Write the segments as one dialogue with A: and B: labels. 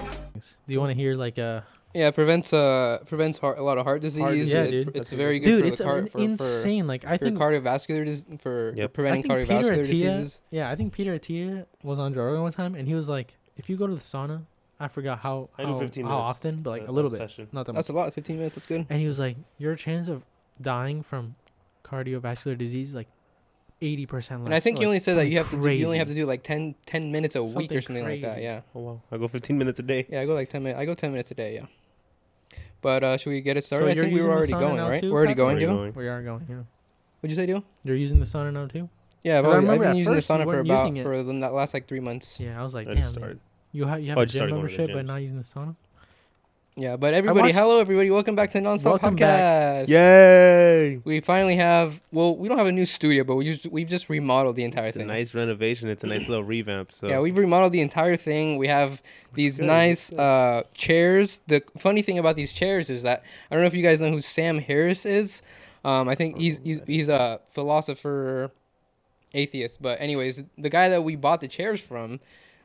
A: Do you want to hear like a
B: Yeah, it prevents uh prevents heart, a lot of heart disease.
C: Heart
A: disease, Yeah,
B: It-
C: dude. That's
B: It's
C: a
B: very
C: good-
B: good
A: dude?
B: for
A: It's
B: the
A: a-
B: car-
A: an
B: for, for
A: insane. like I
B: your
A: think
B: cardiovascular dis- for
C: Yep.
B: preventing
A: I think Peter
B: cardiovascular
A: Attia-
B: diseases.
A: yeah, I think Peter Attia was on Joe Rogan one time, and he was like, "If you go to the sauna, I forgot how
C: I do
A: how,
C: 15
A: how
C: minutes
A: often, but like
C: Uh,
A: a little
C: uh,
A: bit,
C: session.
A: not that much."
B: That's a lot. Fifteen minutes. That's good.
A: And he was like, "Your chance of dying from cardiovascular disease is, like eighty percent less."
B: And I think
A: Like,
B: he only said that you have
A: something
B: to do, you only
A: crazy.
B: have to do like 10, 10 minutes a week
A: Something
B: or something like that.
A: crazy.
B: Yeah.
C: Oh wow, I go 15 minutes a day.
B: Yeah, I go like ten minutes. I go ten minutes a day. Yeah. But uh, should we get it started? I
A: you're
B: think we
A: using
B: were
A: the
B: already
A: sauna
B: going,
A: now
B: right?
A: too,
B: We're already
A: Patrick?
B: going,
C: Where are you
B: Dio.
A: We are going. Yeah,
B: What'd you say, Dio?
A: you're using the sauna now too.
B: Yeah, I've,
A: 'Cause I
B: already, I've
A: remember
B: been
A: at
B: using the
A: first you
B: sauna for
A: weren't
B: about
A: using it.
B: for the la- last like three months.
A: Yeah, I was like,
C: I
A: damn,
C: just
A: man,
C: started.
A: you ha- you have
C: Oh, I
A: a
C: just
A: gym
C: started going to the
A: membership but
C: gyms.
A: not using the sauna.
B: Yeah, but everybody,
A: watched-
B: hello everybody, welcome back to the Nonstop
A: Welcome
B: Podcast.
A: back.
C: Yay!
B: We finally have well, we don't have a new studio, but we just we've just remodeled the entire
C: It's a
B: thing.
C: nice renovation. It's a nice little revamp. So
B: Yeah, we've remodeled the entire thing. We have these
C: good, looks
B: nice
C: good.
B: uh, chairs. The funny thing about these chairs is that I don't know if you guys know who Sam Harris is. Um, I think he's, he's he's a philosopher, atheist. But anyways, the guy that we bought the chairs from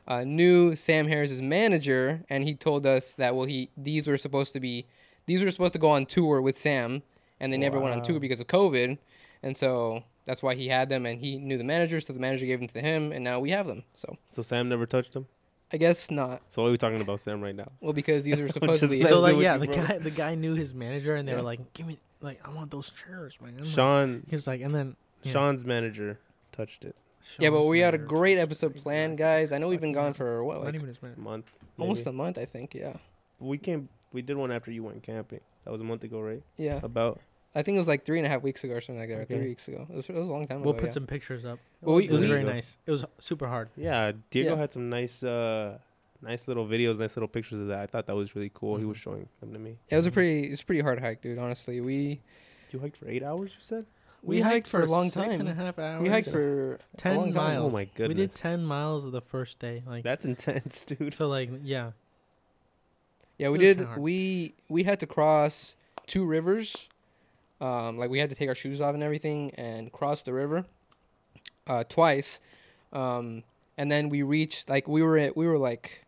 B: uh, knew Sam Harris's manager, and he told us that well, he these were supposed to be these were supposed to go on tour with Sam, and they never went on
C: Wow.
B: tour because of COVID, and so. That's why he had them, and he knew the manager, so the manager gave them to him, and now we have them. So
C: so Sam never touched him.
B: I guess not.
C: So why are we talking about Sam right now?
B: Well, because these are supposedly.
C: That's
A: So
C: messing
A: like,
C: with
A: yeah,
C: you,
A: the
C: bro.
A: guy the guy knew his manager, and they
B: Yeah.
A: were like, "Give me like I want those chairs, man." Like,
C: Sean,
A: he was like, and then Yeah.
C: Seana's manager touched it.
B: yeah, but
A: Sean's
B: we had a
A: manager
B: great
A: was
B: episode
A: crazy.
B: planned, guys. I know we've been
A: Fucking
B: gone for what,
A: Not
B: like
A: even his manager.
C: A month.
B: almost
C: maybe.
B: a month, I think. Yeah,
C: we came. We did one after you went camping. That was a month ago, right?
B: yeah.
C: About
B: I think it was like three and a half weeks ago or something like that, or
C: Okay.
B: three weeks ago. It was, it was a long time
A: We'll
B: ago.
A: put
B: yeah.
A: some pictures up.
B: Well, we-
A: It was
B: we-
A: very nice. It was super hard.
C: Yeah, Diego
B: Yeah.
C: had some nice, uh, nice little videos, nice little pictures of that. I thought that was really cool.
A: Mm-hmm.
C: He was showing them to me.
B: It was a pretty, it's a pretty hard hike, dude. Honestly, we
C: You hiked for eight hours, you said?
B: We hiked for a long
A: six and a
B: time.
A: half hours.
B: we hiked for a long
A: ten
B: time.
A: miles.
C: Oh my
A: We did
C: goodness.
A: ten miles the first day. Like
C: That's intense, dude.
A: so, like yeah,
B: Yeah, we
A: It was
B: did.
A: kinda hard.
B: We we had to cross two rivers. Um, like we had to take our shoes off and everything and cross the river uh, twice. Um, and then we reached like we were at, we were like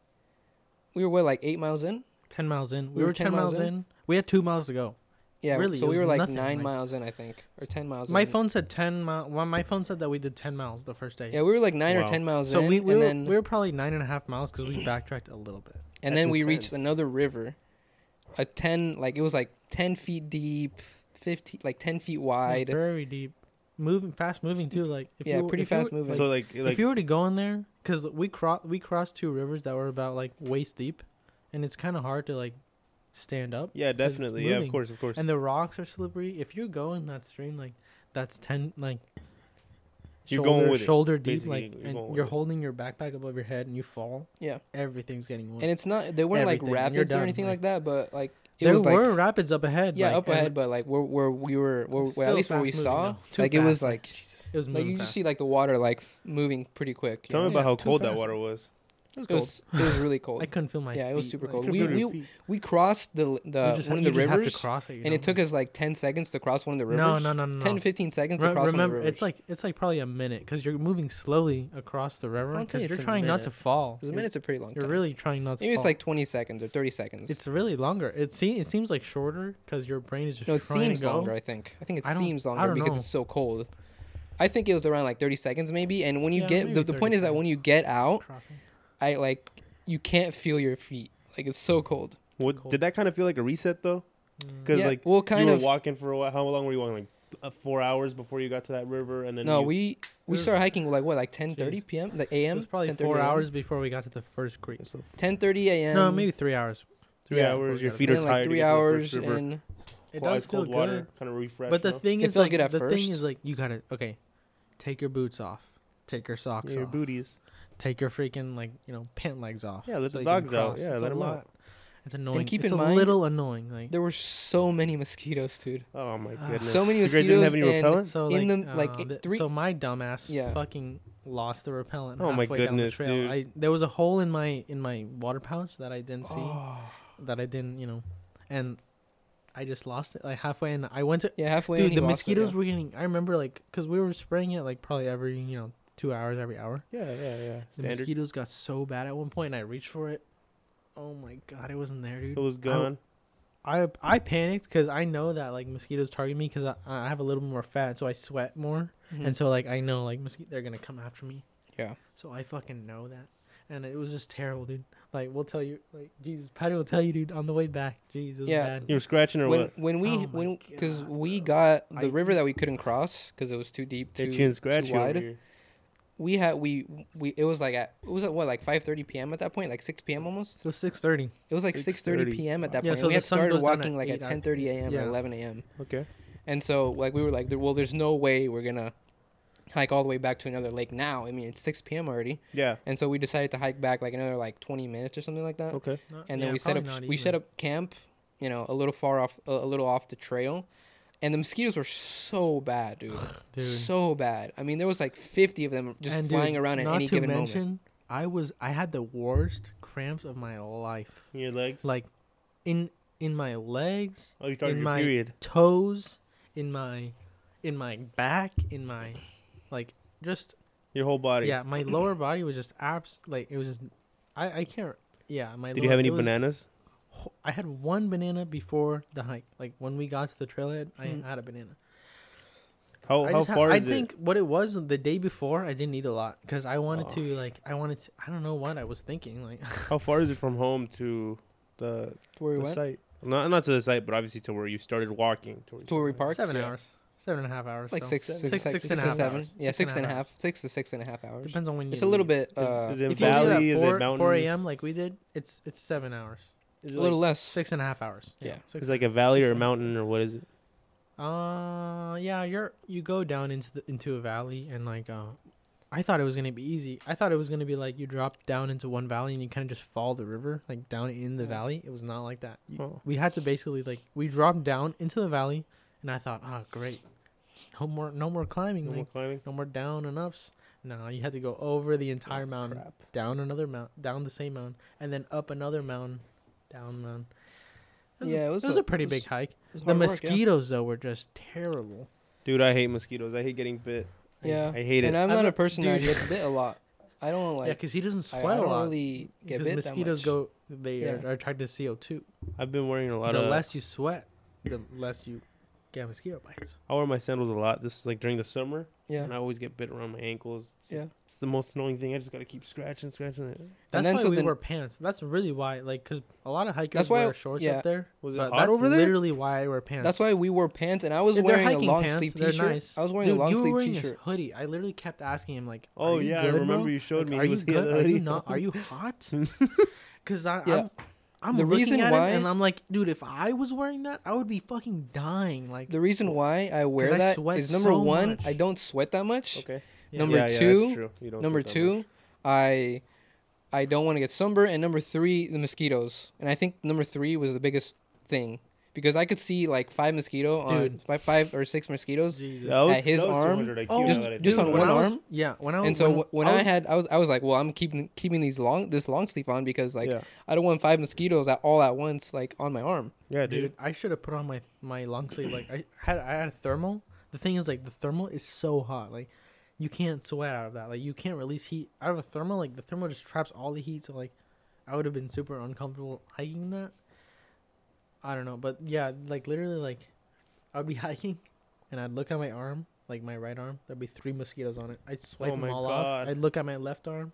B: we were what like eight miles in.
A: ten miles in. We, were, ten, miles in. We had two miles to go.
B: Yeah,
A: Really,
B: So
A: it
B: we
A: was
B: were like
A: nothing,
B: nine
A: like-
B: miles in, I think, or ten miles.
A: My
B: in.
A: phone said ten mile. Well, my phone said that we did ten miles the first day.
B: Yeah, we were like nine or
C: Wow.
B: ten miles
A: So
B: in,
A: we we
B: and
A: were,
B: then
A: we were probably nine and a half miles because we backtracked a little bit.
B: and
C: That's
B: then we reached
C: intense.
B: another river, a ten like it was like ten feet deep, fifteen like ten feet
A: It was
B: wide.
A: very deep, moving fast, moving too. Like if
B: Yeah,
A: you,
B: pretty
A: if you
B: fast
A: were-
B: moving.
C: so like, like
A: if you were to go in there, because we cro- we crossed two rivers that were about like waist deep, and it's kind of hard to like stand up.
C: yeah,
A: 'cause it's
C: definitely, yeah, of
A: moving.
C: course, of course.
A: And the rocks are slippery. If you go in that stream, like that's ten, like
C: You're going with it,
A: shoulder deep,
C: basically,
A: like
C: you're going
A: and
C: with
A: you're
C: it.
A: holding your backpack above your head and you fall.
B: Yeah.
A: everything's getting wet.
B: and it's not they weren't like
A: everything, and you're
B: rapids or
A: done,
B: anything
A: like-
B: like that, but like it
A: there
B: was like
A: were rapids up ahead.
B: yeah
A: like,
B: up
A: and
B: ahead, but like where where we were where,
A: It's
B: well, at
A: still
B: least where we
A: fast moving,
B: saw
A: though. Too
B: like it was
A: fast,
B: like
A: It was
B: like
A: moving
B: you just
A: fast.
B: see like the water like f- moving pretty quick. you
C: Tell
B: know?
C: me about
A: Yeah,
C: how
A: too
C: cold that
A: fast.
C: water was.
A: it was
B: it
A: cold.
B: was it was really cold.
A: I couldn't feel my.
B: Yeah, it was
A: feet,
B: super
A: like-
B: cold.
C: Could've
B: We-
C: been
B: we-
C: your feet.
B: we crossed the the
A: you just,
B: one of
A: you
B: the
A: just have to
B: rivers,
A: cross it, you
B: and
A: know?
B: it took us like ten seconds to cross one of the rivers.
A: No, no, no, no.
B: 10,
A: no.
B: 15 seconds to
A: Re-
B: cross one of
A: remember,
B: the rivers.
A: it's like it's like probably a minute because you're moving slowly across the river
B: don't think
A: because you're
B: it's a
A: trying not to
B: minute.
A: fall.
B: because a
A: You're-
B: minute's a pretty long
A: You're
B: time.
A: really trying not to.
B: Maybe
A: fall.
B: it's like twenty seconds or thirty seconds.
A: it's really longer. It seems it seems like shorter because your brain is just
B: no, it
A: trying
B: seems
A: to go.
B: longer. I think. I think it
A: I don't-
B: seems
A: I
B: longer
A: don't
B: because
A: know.
B: it's so cold. I think it was around like thirty seconds maybe. And when you
A: Yeah,
B: get
A: maybe
B: the, the
A: 30
B: point is that when you get out,
A: Crossing.
B: I like you can't feel your feet. Like it's so cold.
C: What
A: Cold.
C: did that kind of feel like a reset though?
A: Mm.
C: Because
B: Yeah,
C: like
B: well,
C: you
B: kind
C: were
B: of.
C: walking for a while. How long were you walking? Like uh, four hours before you got to that river, and then
B: No,
C: you-
B: we we
A: There's-
B: started hiking like what like ten thirty
A: Jeez.
B: p.m. Like
A: Mm. It
B: a.m.
A: was probably
B: 10:30
A: four
B: a.m.?
A: hours before we got to the first creek.
C: So f-
B: 10:30 a.m.
A: No, maybe three hours.
C: three
B: yeah,
C: hours. Your
A: before
C: feet
A: we
C: are
B: and
C: tired.
B: then,
C: you
B: like three
C: get to the
B: hours
C: first river,
B: and
A: It
C: cold-
A: does
C: ice
A: feel
C: cold
A: good,
C: water, kind of refresh.
A: but the
C: no?
A: thing
B: It
A: is
B: felt
A: like
B: good at
A: the thing
B: first.
A: is like you gotta okay, take your boots off, take your socks
C: Yeah, your
A: off,
C: booties.
A: take your freaking like you know pant legs off.
C: Yeah, let
A: so
C: the
A: you can
C: dogs out.
A: cross.
C: Yeah,
A: it's
C: let
A: a
C: 'em out.
A: lot. It's annoying.
B: keep
A: it's
B: in
A: a
B: mind-
A: little annoying. Like
B: there were so many mosquitoes, dude.
C: Oh my
A: Ah.
C: goodness.
B: So many
C: You guys didn't have
B: mosquitoes
C: any
B: and-
C: repellent.
A: So like,
B: In the- like,
A: uh,
B: it-
A: th-
B: three-
A: so my dumbass
B: Yeah.
A: fucking lost the repellent.
C: Oh my
A: halfway down the
C: goodness,
A: trail.
C: dude.
A: I there was a hole in my in my water pouch that I didn't see,
B: Oh.
A: that I didn't you know, and I just lost it like halfway. And I went to
B: Yeah, halfway.
A: dude. The
B: in, he lost it,
A: mosquitoes
B: yeah.
A: were getting. I remember like because we were spraying it like probably every you know two hours every hour.
C: Yeah, yeah, yeah.
A: The
C: Standard.
A: mosquitoes got so bad at one point, and I reached for it, Oh my god, it wasn't there, dude.
C: It was gone.
A: I I panicked because I know that like mosquitoes target me because I, I have a little more fat, so I sweat more,
B: Mm-hmm.
A: and so like I know like mosquito they're gonna come after me.
B: Hmm. Yeah.
A: So I fucking know that, and it was just terrible, dude. Like we'll tell you, like Jesus, Patty will tell you, dude, on the way back. Jeez, it was
B: Yeah.
A: bad.
C: you were scratching or
B: when
C: what?
B: when we
A: Oh my
B: when because
A: God,
B: we got the
A: I-
B: river that we couldn't cross because it was too deep too,
C: Itchy and
B: too
C: scratchy over
B: wide.
C: here.
B: We had we we it was like at it was at what like five thirty p.m. at that point like six p.m. almost.
A: So six thirty.
B: It was like six thirty
C: 6:30.
B: p.m. at that
A: Yeah,
B: point.
A: so
B: and we
A: the
B: had
A: sun
B: started
A: goes down at
B: walking like at
A: eight, I
B: ten thirty a.m. or
A: Yeah.
B: eleven a.m.
C: Okay.
B: And so like we were like, there- well, there's no way we're gonna hike all the way back to another lake now. I mean, it's six p.m. already,
C: Yeah.
B: and so we decided to hike back like another like twenty minutes or something like that.
C: Okay.
B: And then we set up we set up camp, you know, a little far off, a, a little off the trail, and the mosquitoes were so bad, dude, so bad. I mean, there was like fifty of them just
A: And, dude,
B: flying around at
A: not
B: any
A: to
B: given moment.
A: mention, I was I had the worst cramps of my life.
C: In your legs.
A: Like, in in my legs,
C: oh, you started
A: in
C: your
A: my-
C: period.
A: toes, in my in my back, in my like just
C: Your whole body.
A: yeah, my lower body was just abs like it was just I I can't yeah my
C: Did you
A: lower-
C: have any
A: it was-
C: bananas?
A: I had one banana before the hike. Like when we got to the trailhead, I
B: Mm.
A: had a banana.
C: How
A: I
C: how
A: just had-
C: far
A: I
C: is
A: think what it was the day before, I didn't eat a lot because I wanted
C: Oh.
A: to like I wanted to I don't know what I was thinking like
C: it? How far is it from home to the,
B: To where we
C: the
B: went,
C: site? Not not to the site, but obviously to where you started walking. towards
B: to where we
C: the-
B: parked.
A: seven
C: yeah.
A: hours, seven and a half hours.
B: It's like
A: so.
B: six,
C: Six-
B: six, six,
A: six
B: six
A: and a
B: to
A: half
B: seven.
A: hours.
B: Yeah,
A: Six and
B: six
A: a
B: and a
A: half
B: half, six to six and a half hours.
A: Depends on when you.
B: It's a little
A: leave.
B: bit, uh,
C: Is, is it
A: If you leave
C: valley?
A: at
C: Is
A: four,
C: it mountain?
A: four a.m. like we did, it's it's seven hours,
C: Is
B: a
C: it
B: little
C: like,
B: less.
A: six and a half hours.
B: Yeah.
A: Six,
C: is it like a valley
A: six
C: or a
A: and-
C: mountain or what is it?
A: Uh, yeah, you're you go down into the into a valley and like uh, I thought it was gonna be easy. I thought it was gonna be like you drop down into one valley and you kind of just follow the river like down in the
B: Yeah.
A: valley. It was not like that. You,
C: Oh.
A: We had to basically like we dropped down into the valley, and I thought, oh great, no more no more climbing,
C: No
A: like
C: more climbing.
A: no more down and ups. No, you had to go over the entire
C: Oh,
A: mountain,
C: Crap.
A: down another mount, down the same mountain, and then up another mountain, down mountain. It was
B: Yeah,
A: a, it was, a pretty
B: it was-
A: big hike.
B: It's
A: The
B: hard work, yeah.
A: mosquitoes though were just terrible.
C: Dude, I hate mosquitoes. I hate getting bit. I-
B: Yeah,
C: I hate
B: And
C: it.
B: I'm
A: I'm
B: not a
A: not-
B: person that
A: dude.
B: gets bit a lot. I don't
A: yeah,
B: like.
A: because he doesn't
B: I, I
A: sweat a
B: don't
A: lot.
B: really get
A: because
B: bit
A: mosquitoes
B: that much.
A: go, they
B: Yeah.
A: are, are attracted to CO two.
C: I've been wearing a lot
A: The
C: of.
A: less you sweat, the less you get mosquito bites.
C: I wear my sandals a lot. This is like during the summer,
B: Yeah.
C: and I always get bit around my ankles. It's,
B: Yeah.
C: it's the most annoying thing. I just gotta keep scratching, scratching it.
A: That's
B: then
A: why
B: so
A: we
B: then-
A: wear pants. That's really why, like, because a lot of hikers
B: That's why-
A: wear shorts
B: yeah.
A: up there.
C: Was it
A: But
C: hot
A: that's
C: over there?
A: literally why I wear pants.
B: That's why we wore pants, and I was
A: They're
B: wearing a
A: hiking
B: long
A: pants,
B: sleeve
A: they're
B: t-shirt.
A: nice.
B: I was wearing
A: Dude,
B: a long
A: you were
B: sleeve
A: wearing
B: t-shirt.
A: a hoodie. I literally kept asking him, like,
C: Oh
A: "Are you
C: yeah,
A: good,
C: I remember
A: bro?
C: you showed
A: Like,
C: me.
A: Are
C: He
A: you
C: was here
A: good?
C: the
A: Are
C: other
A: you
C: day.
A: not? Are you hot? Because I'm,
B: Yeah.
A: I'm
B: The
A: looking
B: reason
A: at
B: why-
A: him and I'm like, dude, if I was wearing that, I would be fucking dying. Like,
B: The reason why I wear
A: 'Cause I
B: that
A: sweat
B: is number
A: so
B: one,
A: much.
B: I don't sweat that much.
C: Okay.
A: Yeah.
B: Number
C: Yeah, yeah, that's
B: two,
C: true. You don't
B: number
C: sweat that much.
B: two, I, I don't want to get sunburned, and number three, the mosquitoes. And I think number three was the biggest thing because I could see like five mosquito on
A: Dude.
B: five, five or six mosquitoes,
A: Jesus.
C: That was,
B: At his
C: that was
B: arm,
C: 200 IQ,
A: Oh,
B: just-
C: now that I
B: just
C: think
B: on
C: about
A: when
B: one
C: it.
A: I was-
B: arm?
A: yeah, when I was,
B: and so
A: when,
B: wh- when
A: I
B: I,
A: was-
B: had, I was, I was like, well, I'm keeping keeping these long this long sleeve on because like
C: yeah,
B: I don't want five mosquitoes at all at once like on my arm.
C: yeah, dude.
A: dude, I should have put on my my long sleeve. Like, I had I had a thermal. The thing is, like, the thermal is so hot. Like, you can't sweat out of that. Like, you can't release heat out of a thermal. Like, the thermal just traps all the heat. So, like, I would have been super uncomfortable hiking that. I don't know, but yeah, like literally, like I'd be hiking, and I'd look at my arm, like my right arm. There'd be three mosquitoes on it. I'd swipe
C: Oh
A: them
C: my
A: all off.
C: God.
A: I'd look at my left arm.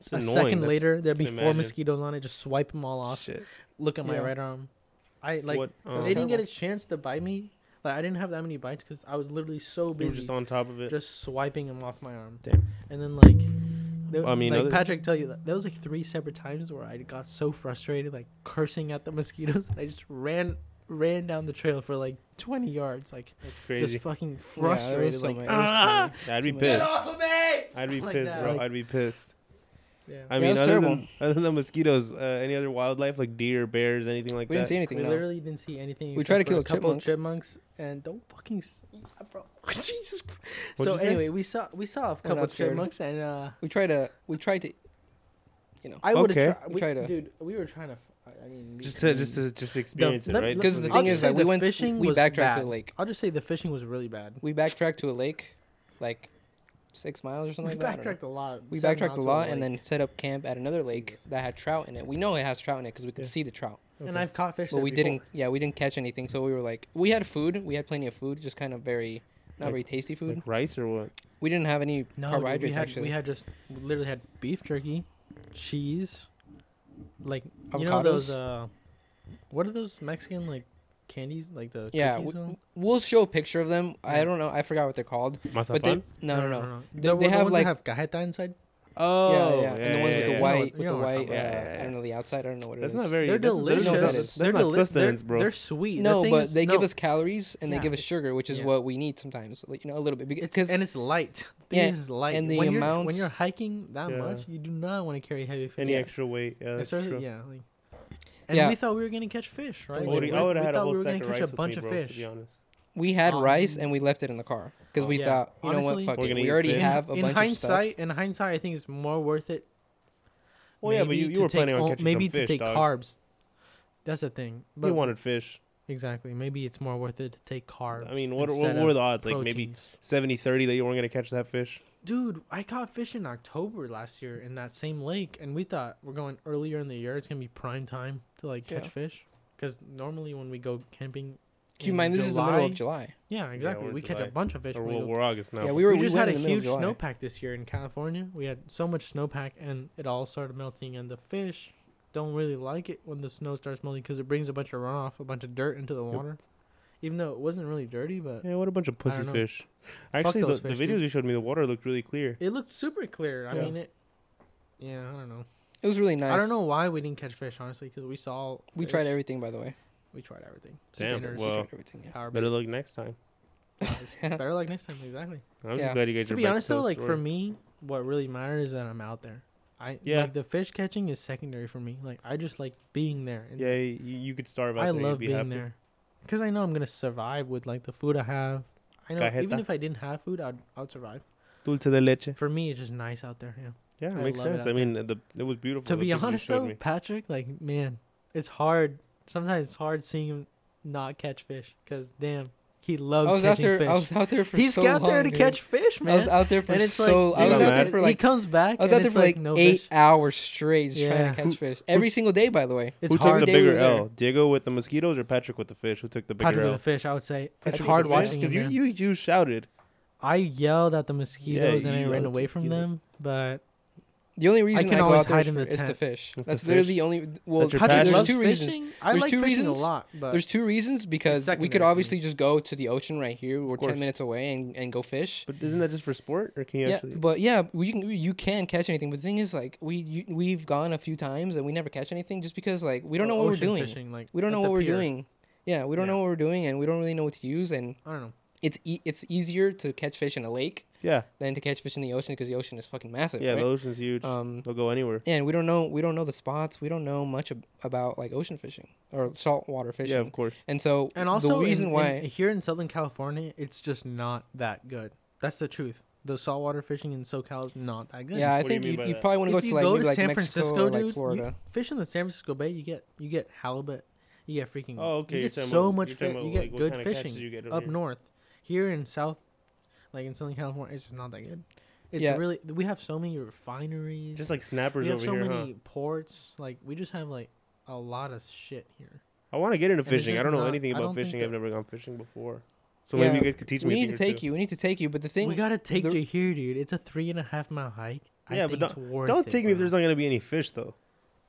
C: It's
A: a
C: annoying.
A: second
C: That's-
A: later, there'd be
C: can
A: four
C: imagine.
A: mosquitoes on it. Just swipe them all off.
C: Shit.
A: Look at my
B: Yeah.
A: right arm. I like
C: what, um,
A: they didn't get a chance to bite me. Like I didn't have that many bites because I was literally so
C: you were
A: busy
C: just
A: just,
C: on top of it.
A: swiping them off my arm.
C: Damn.
A: And then like, there,
C: I mean,
A: like
C: other-
A: Patrick tell you that there was like three separate times where I got so frustrated, like cursing at the mosquitoes. that I just ran ran down the trail for like 20 yards, like
C: That's crazy.
A: just fucking
B: Yeah, that was
A: frustrated.
B: so
A: like,
B: mad. It was
A: "Ah,
B: scary.
C: Yeah, I'd be
B: Too much.
C: pissed.
A: off of me!
C: I'd be
A: Like
C: pissed,
A: that,
C: bro.
A: like-
C: I'd be pissed.
A: Yeah.
C: I
B: Yeah,
C: mean,
B: it's
C: other
B: terrible.
C: than, other than mosquitoes, uh, any other wildlife like deer, bears, anything like
B: We
C: that?
B: didn't see anything.
A: We
B: no.
A: literally didn't see anything.
B: We tried
A: except for
B: to kill a
A: couple of chipmunks, and don't fucking, s- yeah, bro. Jesus. Christ.
C: What'd
A: So
C: you say?
A: anyway, we saw we saw a couple
B: not
A: of
B: scared.
A: chipmunks, and uh,
B: We tried to, we tried to, you know,
A: I would
C: Okay.
A: have
B: We
A: tried.
B: tried
A: We,
B: to-
A: dude, we were trying to. f- I- I mean, we-
C: Just to, just to, just experience it,
A: let-
C: right?
B: because
A: let-
B: the
A: I'll
B: thing
A: just
B: is
A: say
B: that we
A: the
B: went,
A: fishing
B: we
A: was
B: backtracked to
A: bad.
B: the lake.
A: I'll just say the fishing was really bad.
B: We backtracked to a lake, like six miles or
A: We
B: something like that. I don't know.
A: backtracked a lot.
B: We
A: Seven
B: backtracked
A: miles
B: a
A: to
B: lot and
A: lake.
B: then set up camp at another lake
C: Jesus.
B: that had trout in it. We know it has trout in it because we could
A: Yeah.
B: see the trout.
A: And I've caught fish.
B: But
A: there
B: we
A: before.
B: didn't. Yeah, we didn't catch anything. So we were like, we had food. We had plenty of food, just kind of very, not
C: Like-
B: very tasty food.
C: Like rice or what?
B: we didn't have any
A: No, dude,
B: carbohydrates
A: we had,
B: actually.
A: We had just we literally had beef jerky, cheese, like you know
B: Avocados?
A: those uh, what are those Mexican like candies like the
B: yeah,
A: cookies
B: we,
A: on?
B: we'll show a picture of them. I
A: Yeah.
B: don't know. I forgot what they're called. But they
C: Mazapán?
B: no no no.
A: They,
B: they have,
A: ones
B: like-
A: that have cajeta inside.
C: Oh,
B: yeah, yeah, and the ones with the
A: yeah.
B: white,
A: You
B: with
A: know
B: the
A: what I'm
B: white.
A: talking
B: Uh,
C: about. Yeah, yeah, yeah.
B: I don't know the outside. I don't know what it
C: That's
B: is.
C: not very.
A: They're
C: that's- that's
A: delicious.
C: not-
B: That's
C: That's
A: they're
C: not
A: deli-
C: sustenance,
A: they're,
C: bro.
A: They're sweet. The
B: no,
A: thing
B: but
A: is-
B: they give
A: no,
B: us calories and
A: Yeah,
B: they give us
A: it's-
B: sugar, which is
A: yeah.
B: what we need sometimes. Like, you know, a little bit
A: it's,
B: because
A: and it's light. The
B: Yeah,
A: thing is it's light.
B: and the
A: when you're,
B: amounts-
A: when you're hiking that
C: Yeah.
A: much, you do not want to carry heavy food.
C: Any
B: Yeah.
C: extra weight? Yeah, that's
A: Especially-
C: true.
A: yeah, like, and
B: Yeah.
A: we thought we were gonna catch fish, right?
B: I
C: I
A: Like,
B: would've-
A: we,
C: would have
A: we
C: had a
A: thought
C: whole
A: we were
C: sack
A: gonna
C: of
A: catch
C: rice
A: a
C: with
A: bunch
C: me,
A: of
C: bro,
A: fish.
C: To be honest,
B: we had
A: Um, oh,
B: rice and we left it in the car because we
A: yeah,
B: thought, you know
A: honestly-
B: what, fuck
C: We're
B: it.
C: gonna
B: We
C: eat
B: already
C: fish.
B: have a
A: in
B: bunch
A: hindsight,
B: of stuff.
A: in hindsight, I think it's more worth it.
C: Well, yeah, but you-
A: maybe
C: you
A: to
C: were
A: take
C: planning on
A: o-
C: catching
A: maybe
C: some
A: to
C: fish,
A: take
C: dog.
A: carbs. That's the thing.
C: we
A: But
C: wanted fish.
A: exactly, maybe it's more worth it to take carbs.
C: I mean, what what,
A: instead
C: what were
A: of
C: the odds? Like maybe
A: proteins.
C: 70, 30 that you weren't gonna catch that fish.
A: dude, I caught fish in October last year in that same lake, and we thought we're going earlier in the year. It's gonna be prime time to like catch
B: Yeah.
A: fish, because normally when we go camping,
B: Keep in
A: in
B: mind, this is the middle of July.
A: Yeah, exactly.
C: we're in
A: we catch a
C: July.
A: bunch of fish.
C: Or
A: when we
C: we're,
A: go
C: we're August now.
B: Yeah,
C: but-
B: we were.
A: we just
B: went
A: had a
B: in the middle
A: huge
B: of July.
A: snowpack this year in California. We had so much snowpack, and it all started melting. And the fish don't really like it when the snow starts melting because it brings a bunch of runoff, a bunch of dirt into the
C: Yep.
A: water. Even though it wasn't really dirty, but
C: Yeah, what a bunch of pussy
A: know.
C: fish. Actually, the,
A: those
C: the
A: fish,
C: videos
A: dude.
C: you showed me, the water looked really clear.
A: it looked super clear. I
B: Yeah.
A: mean, it. Yeah, I don't know.
B: It was really nice.
A: I don't know why we didn't catch fish, honestly, because we saw.
B: We
A: fish.
B: tried everything, by the way.
A: We tried everything.
C: Damn,
A: Spinners,
B: We
C: Well,
B: tried everything. Yeah.
A: power
C: Better
A: bait,
C: luck next time.
A: flies. better luck next time, exactly.
C: I'm
B: Yeah.
C: just glad you guys
A: To
C: are
A: be
C: back
A: honest,
C: tell
A: though,
C: the
A: like for
C: story.
A: me, what really matters is that I'm out there. I
C: Yeah.
A: like the fish catching is secondary for me. Like I just like being there. And
C: Yeah, you, you could starve out
A: I
C: there. you'd
A: love
C: be
A: being
C: happy.
A: there because I know I'm gonna survive with like the food I have. I know even
C: Cajeta.
A: if I didn't have food, I'd I'd survive.
C: Dulce de leche.
A: For me, it's just nice out there. Yeah.
C: Yeah, it
A: I
C: makes
A: love it
C: sense.
A: out
C: I mean, the it was beautiful. the
A: to be
C: pictures you
A: honest
C: showed
A: though,
C: me.
A: Patrick, like man, it's hard. Sometimes it's hard seeing him not catch fish because damn, he loves
B: I was out
A: catching
B: there.
A: fish.
B: I was out there for
A: He's
B: so
A: out there
B: long,
A: to
B: dude.
A: catch fish,
B: I was
A: man.
B: out there for
A: And it's
B: so.
A: like,
B: I was
A: dude,
B: out there
C: Matt.
B: for
A: he
B: like.
A: comes back.
B: I was
A: and
B: out there
A: it's
B: for like
A: no
B: eight
A: fish.
B: hours straight, just trying
A: Yeah.
B: to
C: Who-
B: catch fish every single day. By the way,
A: It's
C: Who
A: hard.
C: took the
B: Every day we
C: bigger
B: were there.
C: L? Diego with the mosquitoes or Patrick with the fish? Who took the bigger
A: Patrick with
C: L?
A: the fish, I would say. It's
C: Patrick with
A: hard
C: the fish?
A: watching him.
C: 'Cause you,
A: man.
C: you you shouted.
A: I yelled at the mosquitoes and
C: you
A: I
C: yelled
A: ran
C: at the
A: away from
C: mosquitoes.
A: them, but
B: The only reason I,
A: can
B: go
A: always
B: out there
A: hide
B: is,
A: in
B: for,
A: the
B: is to
A: tent.
B: fish.
C: It's
B: That's
C: to
B: literally
C: fish.
B: the only. Well,
C: That's your
A: Patrick
C: passion.
B: there's
A: loves
B: two
A: fishing.
B: reasons.
A: I
B: There's
A: like
B: two
A: fishing
B: reasons.
A: a lot, but
B: There's two reasons because we
A: secondary
B: could
A: for me.
B: obviously just go to the ocean right here. We're
C: course.
B: ten minutes away and, and go fish.
C: But isn't that just for sport, or can you
B: Yeah,
C: actually?
B: but yeah, we can you can catch anything. But the thing is, like we you, we've gone a few times and we never catch anything just because like we don't know
A: o-
B: what we're
A: ocean
B: doing.
A: Fishing, like,
B: We don't
A: at
B: know
A: the
B: what we're
A: pier.
B: doing. Yeah, we don't know
A: Yeah.
B: what we're doing, and we don't really know what to use. And
A: I don't know.
B: it's e- it's easier to catch fish in a lake
C: yeah,
B: than to catch fish in the ocean because the ocean is fucking massive.
C: yeah,
B: right?
C: the ocean's huge.
B: Um,
C: They'll go anywhere.
B: yeah, and we don't know we don't know the spots. We don't know much ab- about like ocean fishing or saltwater fishing.
C: Yeah, of course.
B: And so
A: And also,
B: the reason
A: in- in-
B: why
A: here in Southern California, it's just not that good. That's the truth. The saltwater fishing in SoCal is not that good.
B: yeah, I
C: What do you
B: think
C: mean
B: you,
C: by
B: you,
C: that?
B: probably want to go
A: If
B: to
A: you
B: like,
A: go
B: maybe,
A: to
B: like
A: San
B: Mexico
A: Francisco,
B: or like
A: dude,
B: Florida.
A: Fish in the San Francisco Bay, you get you get halibut, you get freaking.
C: Oh, okay.
A: You
C: you're
A: get
C: talking
A: so
C: about-
A: much
C: you're talking
A: fish. You
C: about,
A: get
C: like, what
A: good
C: kind of catches
A: fishing.
C: you get over
A: up
C: here.
A: north. Here in South, like in Southern California, it's just not that good. It's
B: Yeah.
A: really we have so many refineries.
C: Just like snappers
A: we have
C: over
A: so
C: here, huh?
A: many ports. Like we just have like a lot of shit here.
C: I want to get into
A: And it's
C: fishing. I
A: just
C: don't know
A: not-
C: anything
A: I
C: about
A: don't think
C: fishing. I've
A: that-
C: never gone fishing before. So
B: Yeah.
C: maybe you guys could teach
B: we
C: me. a
B: need
C: thing
B: to
C: or
B: take
C: two.
B: you. We need to take you. But the thing
A: we gotta take
B: the-
A: you here, dude. It's a three and a half mile hike. I
C: Yeah, but
A: think it's worth
C: Don't
A: it,
C: take me if
A: bro.
C: there's not gonna be any fish though.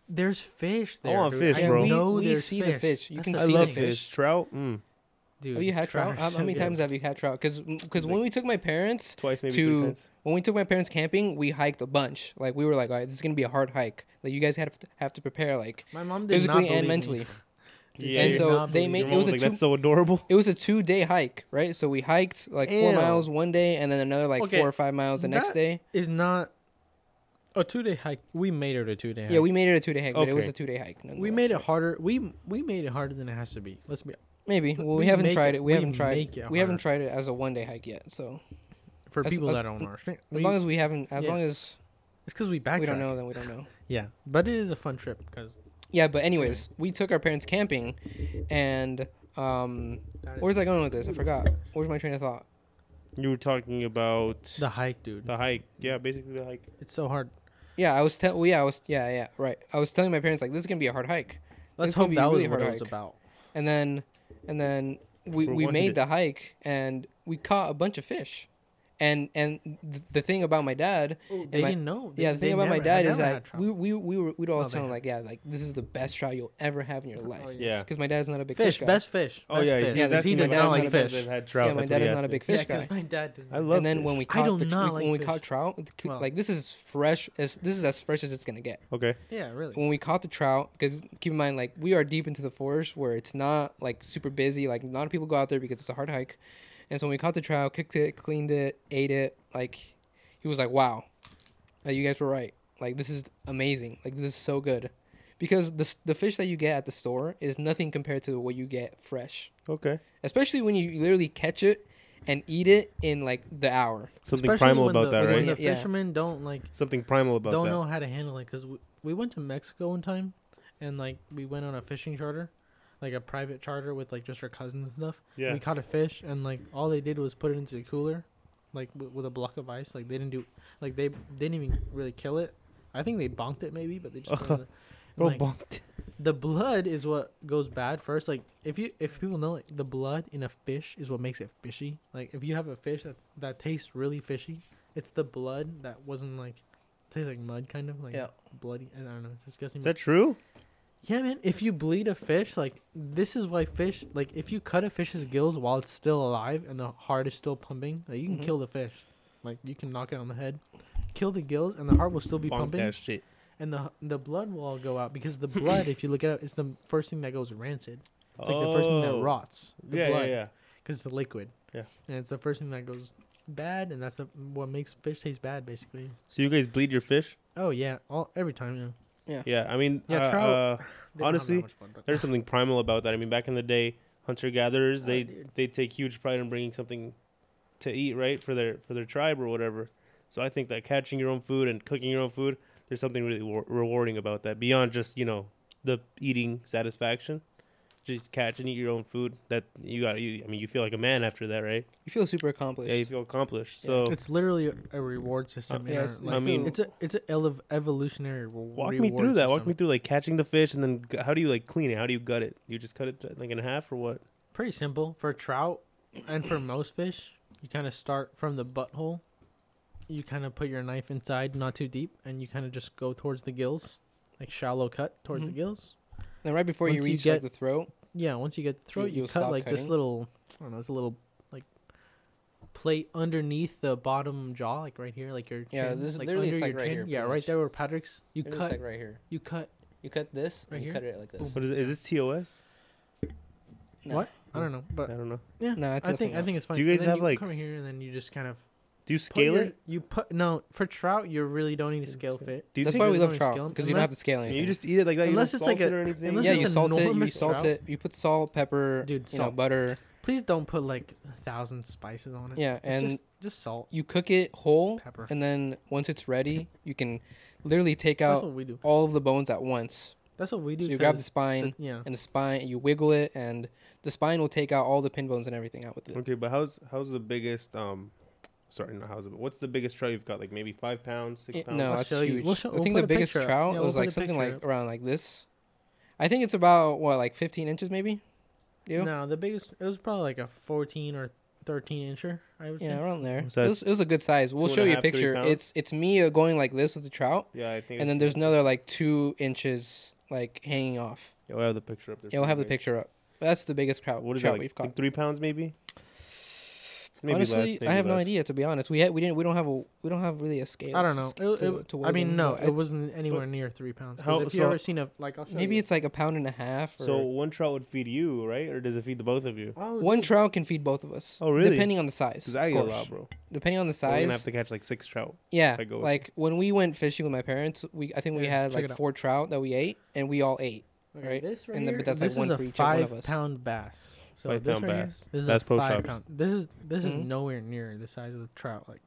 A: There's fish there.
C: want
A: dude.
C: fish,
A: I
C: bro.
B: We-
A: know
B: we
A: there's
B: see the
A: fish.
B: fish. You
A: That's
B: can
A: the
C: I
B: see
A: thing.
C: love
B: the
C: fish, trout. Mm.
A: Dude,
B: have Oh, you had trout?
A: are
B: How,
A: so
B: how many
A: good.
B: times have you had trout? Because because mm, when
C: Like-
B: we took my parents
C: Twice, maybe
B: To-
C: three times.
B: when we took my parents camping, we hiked a bunch. Like we were like, all right, this is gonna be a hard hike. Like you guys have to, have to prepare. Like
A: My mom did not
B: physically
A: believe
B: and
A: me.
B: mentally.
C: Yeah,
B: and
C: yeah.
B: so
A: Not
B: they
A: believe
B: made
A: me.
C: Your
B: it
C: mom
B: was
C: was
B: a
C: like,
B: two
C: "That's so adorable."
B: it was a two day hike, right? So we hiked like four
C: Damn.
B: miles one day, and then another like
A: Okay,
B: four or five miles the next
A: that-
B: day.
A: is not a two day hike. We made it a two day.
B: Yeah, we made it a two day hike, but it was
C: Okay.
B: a two day hike.
A: we
B: nonetheless,
A: made it
B: right?
A: harder. We we made it harder than it has to be. Let's be
B: Maybe. Well, we,
A: we
B: haven't
A: make it-
B: tried it. We,
A: we
B: haven't tried.
A: make it
B: we haven't
A: hard.
B: tried it as a one day hike yet. So
A: for
B: As-
A: people
B: as-
A: that don't understand.
B: as long as we haven't, as
A: yeah.
B: long as
A: it's because we backtrack.
B: we don't know, then we don't know.
A: Yeah, but it is a fun trip because
B: Yeah, but anyways, we took our parents camping, and um, where's I going with this? I forgot. Where's my train of thought?
C: You were talking about
A: The hike, dude.
C: the hike. Yeah, basically the hike.
A: It's so hard.
B: Yeah, I was tell. Well, yeah, I was. Yeah, yeah, right. I was telling my parents like this is gonna be a hard hike,
A: Let's
B: It's gonna
A: hope
B: be
A: that was
B: really
A: what
B: hard
A: it was
B: hike.
A: about.
B: and then, and then we
C: For
B: we
C: one
B: made
C: hit.
B: the hike and we caught a bunch of fish, and and th- the thing about my dad.
A: They
B: Oh, my-
A: didn't know. They-
B: yeah, the
A: they
B: thing about my
A: never- I
B: dad is
A: never had
B: that
A: trout.
B: we we we were we'd always
A: they
B: tell him
A: had-
B: like yeah like this is the best trout you'll ever have in your life
C: Yeah.
B: because my dad's not a big
A: fish,
B: fish, guy.
A: best fish.
C: Oh
A: best
C: yeah,
A: Fish.
B: Yeah,
A: Yeah,
B: that's
A: he
B: my
A: does
B: dad
A: not
B: was
A: like
B: not a big-
A: fish.
C: Had trout.
B: yeah, my
C: that's what
B: dad
C: he
B: is
C: asked
B: not a
C: me.
B: big fish
A: Yeah,
B: guy.
A: because my dad does.
C: I love.
B: and then
C: fish.
B: when we
A: I
B: caught
A: do
B: the tr-
A: not
B: we-
A: like
B: when we
A: fish.
B: caught trout, the c-
A: Well.
B: like this is fresh as this is as fresh as it's gonna get.
C: okay,
A: Yeah, really.
B: When we caught the trout, because keep in mind like we are deep into the forest where it's not like super busy, like a lot of people go out there because it's a hard hike. And so when we caught the trout, kicked it, cleaned it, ate it, like he was like, "Wow, like, you guys were right. Like this is amazing. Like this is so good." Because the, s- the fish that you get at the store is nothing compared to what you get fresh,
C: okay,
B: especially when you literally catch it and eat it in like the hour.
C: something
A: Especially
C: primal
A: when
C: about
A: the,
C: that,
A: when
C: right?
A: The
B: Yeah.
A: fishermen don't like
C: Something primal about
A: don't
C: that.
A: know how to handle it because we, we went to Mexico one time, and like we went on a fishing charter, like a private charter with like just our cousins and stuff.
C: Yeah.
A: We caught a fish, and like all they did was put it into the cooler, like w- with a block of ice. Like they didn't do, like they didn't even really kill it. I think they bonked it maybe, but they just. put it in the- and,
C: Bro,
A: like,
C: bumped.
A: the blood is what goes bad first. Like if you if people know like the blood in a fish is what makes it fishy. Like if you have a fish that that tastes really fishy, it's the blood that wasn't like tastes like mud kind of like
B: Yeah.
A: bloody. I don't know. It's disgusting.
C: Is
A: but-
C: that true?
A: yeah, man. If you bleed a fish, like this is why fish like if you cut a fish's gills while it's still alive and the heart is still pumping, like you can
B: Mhm.
A: kill the fish. Like you can knock it on the head, kill the gills, and the heart will still be
C: Bonk
A: pumping
C: that shit.
A: and the the blood will all go out because the blood, if you look it up, is the first thing that goes rancid. It's like the first thing that
C: Oh.
A: rots. The
C: yeah,
A: blood,
C: yeah, yeah.
A: Because the liquid.
C: Yeah.
A: And it's the first thing that goes bad, and that's the, what makes fish taste bad, basically.
C: So you guys bleed your fish?
A: Oh yeah, all every time. Yeah.
C: Yeah, I mean,
A: Yeah,
C: uh,
A: trout-
C: uh,
A: They don't have that
C: Honestly,
A: much blood, but-
C: there's something primal about that. I mean, back in the day, hunter gatherers
A: Oh,
C: they
A: dude.
C: they take huge pride in bringing something to eat, right, for their for their tribe or whatever. So I think that catching your own food and cooking your own food, there's something really wa- rewarding about that beyond just you know the eating satisfaction. Just catch and eat your own food. That you got. You, I mean, you feel like a man after that, right?
B: You feel super accomplished.
C: Yeah, you feel accomplished.
B: Yeah.
C: So
A: it's literally a- a reward system. in
B: yeah,
A: our,
B: it's-
A: like,
C: I mean-
A: it's a it's a ele- evolutionary re-
C: walk
A: reward
C: me through that. Walk
A: system.
C: me through like catching the fish and then g- how do you like clean it? How do you gut it? You just cut it like in half or what?
A: Pretty simple for trout, and for most fish, you kind of start from the butthole. You kind of put your knife inside, not too deep, and you kind of just go towards the gills, like shallow cut towards
B: Mhm.
A: the gills.
B: And right before you
A: Once you
B: reach
A: get-
B: like, the throat,
A: Yeah, once you get the throat, you,
B: you'll
A: cut
B: stop
A: like this
B: cutting?
A: little, I don't know, it's a little like plate underneath the bottom jaw, like right here, like your chin.
B: Yeah, this is
A: like
B: literally
A: under
B: it's,
A: your
B: like, right
A: chin.
B: here,
A: yeah,
B: pretty
A: right
B: much.
A: there where Patrick's. You
B: it looks
A: cut.
B: like right here.
A: you cut.
B: You cut this,
A: Right
B: and you
A: here?
B: cut it like this.
C: What is, it? is this TOS?
B: No.
A: What? I don't know,
C: I
A: but
C: don't know.
A: yeah,
B: No, it's
A: I think
B: nothing
A: I think
B: else.
A: it's fine.
C: Do you
A: And
C: guys
A: then
C: have, like,
A: come
C: s-
A: here and then you just kind of
C: Do you
A: put
C: scale
A: your-
C: it?
A: You put no for trout. You really don't need to
C: Yeah,
A: scale
C: scale.
A: fit.
C: Do you
B: That's
C: think
B: why we
A: there's
B: love
A: no
B: trout
A: scale-
B: because you don't
A: unless-
B: have to scale
C: And
B: anything.
C: you just eat it like that. you
A: Unless
C: don't
A: it's
C: salt
A: like a-
C: it or anything.
A: unless
B: yeah,
A: it's
B: you
A: a
B: salt it. You
A: enormous
B: salt
A: trout.
B: it. You put salt, pepper,
A: Dude,
B: you know,
A: salt.
B: butter.
A: Please don't put like a thousand spices on it.
B: Yeah,
A: It's
B: and
A: just, just salt,
B: you cook it whole,
A: pepper.
B: and then once it's ready, you can literally take
A: That's
B: out
A: what we do.
B: all of the bones at once.
A: That's what we do.
B: So you grab the
A: 'cause
B: spine
A: the- yeah.
B: and the spine, and you wiggle it, and the spine will take out all the pin bones and everything out with it.
C: Okay, but how's how's the biggest um, sorry, not how's it, but what's the biggest trout you've got? Like maybe five pounds, six
B: It-
C: pounds.
B: no,
A: I'll
B: it's
A: show you.
B: huge.
A: We'll show-
B: I
A: we'll
B: think
A: put
B: the
A: a
B: biggest
A: picture up.
B: trout
A: Yeah,
B: it
A: we'll
B: was
A: put
B: like
A: a
B: something
A: picture
B: like
A: up.
B: around like this. I think it's about what like 15 inches maymaybe. You?
A: No, the biggest. It was probably like a fourteen or thirteen incher. I would
B: Yeah,
A: say.
B: around there.
C: What's
B: It
C: that?
B: was, it was a good size. We'll
C: Two and
B: show
C: a
B: you a
C: half, three
B: picture.
C: pounds?
B: It's it's me uh, going like this with the trout,
C: Yeah, I think.
B: and then
C: it's-
B: there's another like two inches like hanging off.
C: Yeah, we'll have the picture up there.
B: Yeah, we'll
C: for
B: have
C: you
B: the
C: guys.
B: picture up. That's the biggest trout,
C: What is
B: trout
C: that? Like,
B: we've
C: like
B: caught.
C: three pounds maybe. Maybe
B: Honestly,
C: less, maybe
B: I have no
C: less.
B: idea. To be honest, we ha- we didn't we don't have a we don't have really a scale.
A: I don't
B: to
A: know.
B: sc-
A: It,
B: to-
A: it,
B: to
A: I
B: weigh
A: mean,
B: them.
A: no,
B: I-
A: it wasn't anywhere near three pounds. 'Cause
C: How-
A: if you
C: so-
A: ever seen a like, I'll show
B: maybe
A: you.
B: it's like a pound and a half. Or
C: So one trout would feed you, right? Or does it feed the both of you?
A: Oh,
B: one
A: dude.
B: trout can feed both of us.
C: Oh, really?
B: Depending on the size.
C: Because I
B: of
C: eat a
B: course.
C: lot, bro.
B: Depending on the
C: So We're
B: size.
C: gonna have to catch like six trout.
B: yeah,
C: I go with-
B: like when we went fishing with my parents, we I think we
A: Yeah,
B: had
A: check it
B: like
A: out.
B: four trout that we ate, and we all ate.
A: Okay,
B: right?
A: This right
B: And then-
A: here,
B: but that's, like,
A: this
B: one
A: is a
B: for each of one of
A: five
B: us.
A: pound bass. So
C: Five
A: this
C: pound
A: right here,
C: bass.
A: this is
C: That's
A: a
C: pro
A: five
C: shops.
A: pound- This is this is
B: Mhm.
A: nowhere near the size of the trout. Like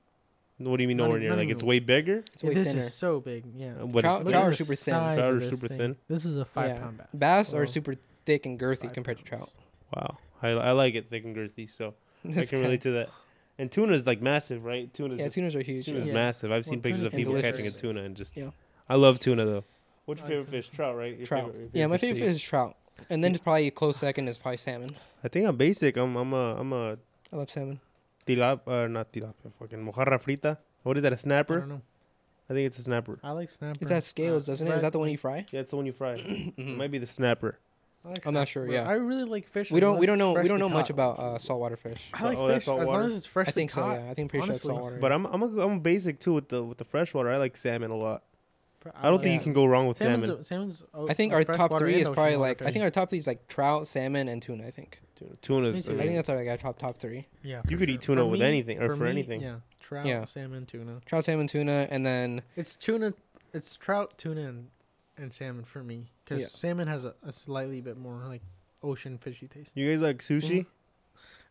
C: What do you mean
A: Not
C: nowhere
A: e-
C: near?
A: not
C: Like
A: even-
C: it's way bigger.
B: It's way
A: this
B: thinner.
A: is so big. Yeah.
C: Uh, but
B: Trout-
C: it's-
A: Look at
B: trout are
A: the
B: super thin.
A: size
C: Trout
A: of
C: are
A: this
C: super
A: thing.
C: thin.
A: This is a five
B: Yeah.
A: pound bass.
B: Bass
A: Well,
B: are super thick and girthy
A: five
B: compared to
A: pounds.
B: trout.
C: Wow, I, I like it thick and girthy, so I
B: This
C: can
B: guy-
C: relate to that. And tuna is like massive, right? Tuna is
B: Yeah,
C: just,
B: tunas are huge.
C: tuna's
B: yeah.
A: yeah.
C: massive. I've seen
A: Well,
C: pictures
A: tuna
C: of
B: is
C: people
B: delicious.
C: catching a tuna and just.
B: Yeah.
C: I love tuna though. What's your
A: I
C: favorite
A: too.
C: fish? Trout, right? Your
B: Trout.
C: favorite- your
B: Yeah, my favorite
C: to
B: fish
C: eat.
B: is trout, and then probably a close second is probably salmon.
C: I think I'm basic. I'm I'm a I'm a
B: I love salmon.
C: tilapia, uh, not tilapia, fucking mojarra frita. What is that? A
A: I
C: snapper?
A: don't know.
C: I think it's a snapper.
A: I like snapper.
B: It's that scales, doesn't it? Is that the one you fry? Mm-hmm.
C: Yeah, it's the one you fry. Mm. It might be the snapper.
B: I'm not sure, yeah.
A: I really like fish.
B: We
A: as
B: don't.
A: long
B: We
A: as
B: don't know. We
A: freshly
B: don't know much
A: caught.
B: about uh, saltwater fish.
A: I like
C: Oh, that's
A: fish as
C: all
A: long
C: water.
A: as it's
B: I
A: freshly
B: think so.
A: caught.
B: Yeah, I think pretty sure it's
A: honestly.
B: saltwater.
C: But I'm I'm a, I'm basic too with the with the freshwater. I like salmon a lot.
A: Pro-
C: I don't think
B: yeah.
C: you can go wrong with
A: Salmon's,
C: salmon.
A: a- salmon's a-
B: I think
A: a
B: our top
A: freshwater
B: three
A: and
B: is probably
A: ocean
B: like.
A: water
B: I think
A: fish.
B: our top three is like trout, salmon, and tuna. I think.
C: Tuna's.
A: Me
C: I
A: too.
B: I think
C: mean,
B: that's our like, our top top three.
A: yeah,
C: you
A: for
C: could
A: sure.
C: eat tuna
A: For
C: with
A: me-
C: anything or for
A: me,
C: anything.
A: Yeah, trout,
B: Yeah.
A: salmon, tuna.
B: Trout, salmon, tuna, and then
A: It's tuna. It's trout, tuna, and, and salmon for me because
B: Yeah.
A: salmon has a, a slightly bit more like ocean fishy taste.
C: you guys like sushi?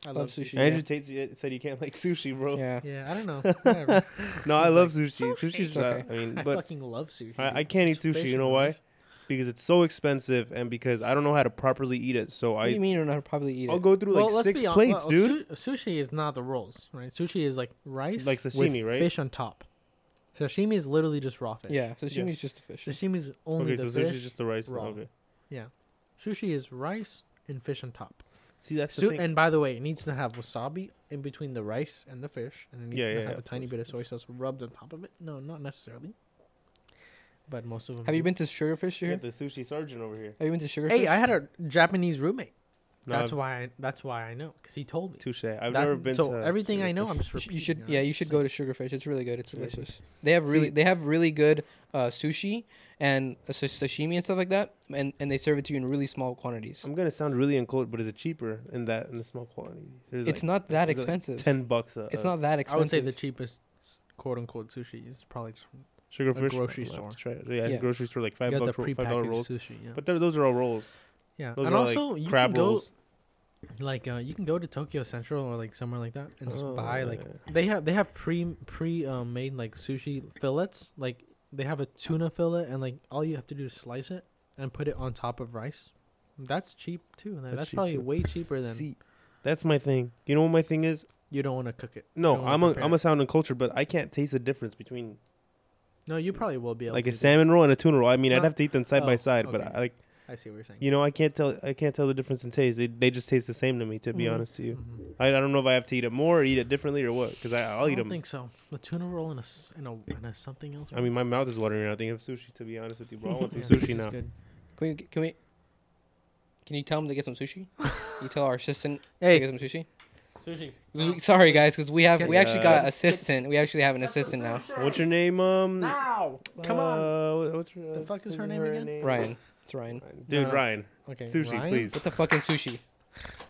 A: I
B: Love sushi. Yeah.
C: Andrew Tate said- said you can't like sushi, bro.
B: yeah.
A: Yeah, I don't know. Whatever.
C: No, I
A: He's
C: love sushi. Sushi's.
B: It's
C: not-
B: okay.
C: I mean,
A: I
C: but
A: fucking love sushi.
C: I-
A: dude.
C: I can't eat
A: It's
C: sushi,
A: fish
C: you
A: and
C: know why?
A: rice.
C: because it's so expensive and because I don't know how to properly eat it, so
B: What do you
C: I
B: mean you're not probably eat
C: I'll
B: it?
C: go through
A: Well,
C: like
A: let's
C: six
A: be hon-
C: plates,
A: well,
C: dude.
A: su- sushi is not the rolls, right? Sushi is like rice,
C: Like
A: with
C: sashimi, right?
A: Fish on top. Sashimi is literally just raw fish.
B: Yeah, sashimi is just the fish.
A: Sashimi is only
C: Okay, so
A: the
C: sushi's
A: fish.
C: just the rice.
A: raw.
C: Okay.
A: Sushi is rice and fish on top.
C: See, that's the
A: Su-
C: thing.
A: and by the way, it needs to have wasabi in between the rice and the fish, and it needs
C: Yeah,
A: to
C: yeah, yeah,
A: have a
C: of
A: tiny
C: course,
A: bit of
C: of
A: soy sauce rubbed on top of it. No, not necessarily, but most of them.
B: Have you
A: do.
B: been to Sugarfish
C: We
B: here?
C: got the sushi sergeant over here.
B: Have you been to Sugarfish?
A: Hey, I had a Japanese roommate.
C: No,
A: that's
C: I've-
A: why. I, that's why I know because he told me.
C: Touche. I've
A: That-
C: never been
A: so
C: to
A: everything I know,
C: Sugarfish.
A: I'm just
B: Sh-
A: repeating.
B: you should
A: know,
B: yeah you should
A: so-
B: go to Sugarfish. It's really good. It's
C: Sugarfish.
B: delicious. They have really
A: See-
B: they have really good uh, sushi and uh, sa- sashimi and stuff like that, and and they serve it to you in really small quantities.
C: I'm gonna sound really uncalled, but is it cheaper in that in the small quantity? There's
B: It's
C: like
B: not that
C: is it like
B: expensive.
C: ten bucks. A,
B: It's
C: a
B: not
A: uh,
B: that
A: I would say
B: expensive.
A: the cheapest quote unquote sushi is probably just
C: sugar fish.
A: grocery
C: I'll have to
A: store.
C: try it. Yeah,
B: Yeah.
C: grocery store like
A: you
C: five
A: got
C: bucks,
A: the
C: roll- five dollar
A: prepackaged
C: rolls.
A: sushi. Yeah,
C: But they're, those are all rolls.
A: yeah.
C: Those
A: and
C: are all,
A: also
C: like
A: you
C: crab
A: can go
C: rolls.
A: like uh, you can go to Tokyo Central or like somewhere like that and just
C: Oh,
A: buy like
C: yeah.
A: they have they have pre pre um, made like sushi fillets like they have a tuna fillet and like all you have to do is slice it and put it on top of rice. That's cheap too. and
C: That's
A: That's,
C: cheap,
A: probably
C: too.
A: way cheaper than
C: See, that's my thing. You know what my thing is?
A: you don't want to cook it. You
C: No,
A: don't wanna
C: I'm a
A: prepare
C: I'm a
A: it.
C: sound uncultured, but I can't taste the difference between
A: no. You probably will be able
C: like
A: to
C: a
A: do that.
C: salmon roll and a tuna roll. I mean, I'd
A: No.
C: have to eat them side by
A: Oh,
C: side, but
A: okay.
C: I like
A: I see what you're saying.
C: you know I can't tell I can't tell the difference in taste. They they just taste the same to me. To be
B: Mhm.
C: honest to you,
A: Mhm.
C: I, I don't know if I have to eat it more or eat it differently or what. Because I'll
A: I
C: eat
A: don't
C: them.
A: think so. The tuna roll and a, s- and a, and a something else.
C: I mean, my mouth is watering right now. Thinking of sushi. To be honest with you, bro, I want some
A: Yeah,
C: sushi
A: it's
C: now.
A: good.
B: Can we can we can you tell them to get some sushi? you tell our assistant to
A: Hey,
B: get some sushi.
A: sushi.
B: 'Cause we- sorry guys, because we have
A: Get
B: we actually got
C: the-
B: assistant. We actually have an assistant now.
C: What's your name? Um,
A: Now, come on.
C: uh, what- what's your,
A: The
C: uh,
A: fuck is
C: isn't
A: her name again?
B: Ryan, it's Ryan.
C: Dude,
A: No.
C: Ryan,
A: Uh, Okay,
C: sushi,
A: Ryan?
C: please.
B: What the fucking sushi?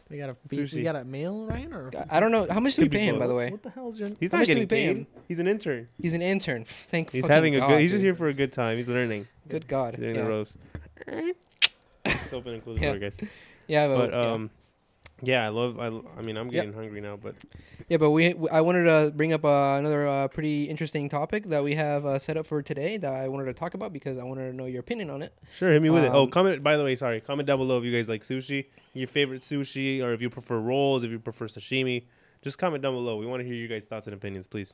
A: We got a we,
C: Sushi.
A: we got a male Ryan or
B: I- I don't know how much do we
C: Could be
B: pay him by
C: both.
B: the way.
A: What the hell is your?
C: He's
B: How
C: not
B: much do we
C: getting
B: pay
C: paid.
B: him?
C: He's an intern.
B: He's an intern. Thank
C: He's
B: fucking
C: having a
B: God,
C: good. He's
B: dude.
C: just here for a good time. He's learning.
B: Good God.
C: He's learning
B: yeah.
C: the ropes. Let's open and close the
B: Yeah.
C: door, guys.
B: Yeah, but,
C: But um, yeah, I love. I, l- I mean, I'm
B: Yep.
C: getting hungry now, but
B: yeah. yeah, but we, we- I wanted to bring up uh, another uh, pretty interesting topic that we have uh, set up for today that I wanted to talk about because I wanted to know your opinion on it.
C: Sure, hit me with it. Oh,
B: Um,
C: comment. By the way, sorry. Comment down below if you guys like sushi, your favorite sushi, or if you prefer rolls, if you prefer sashimi. Just comment down below. We want to hear you guys' thoughts and opinions, please.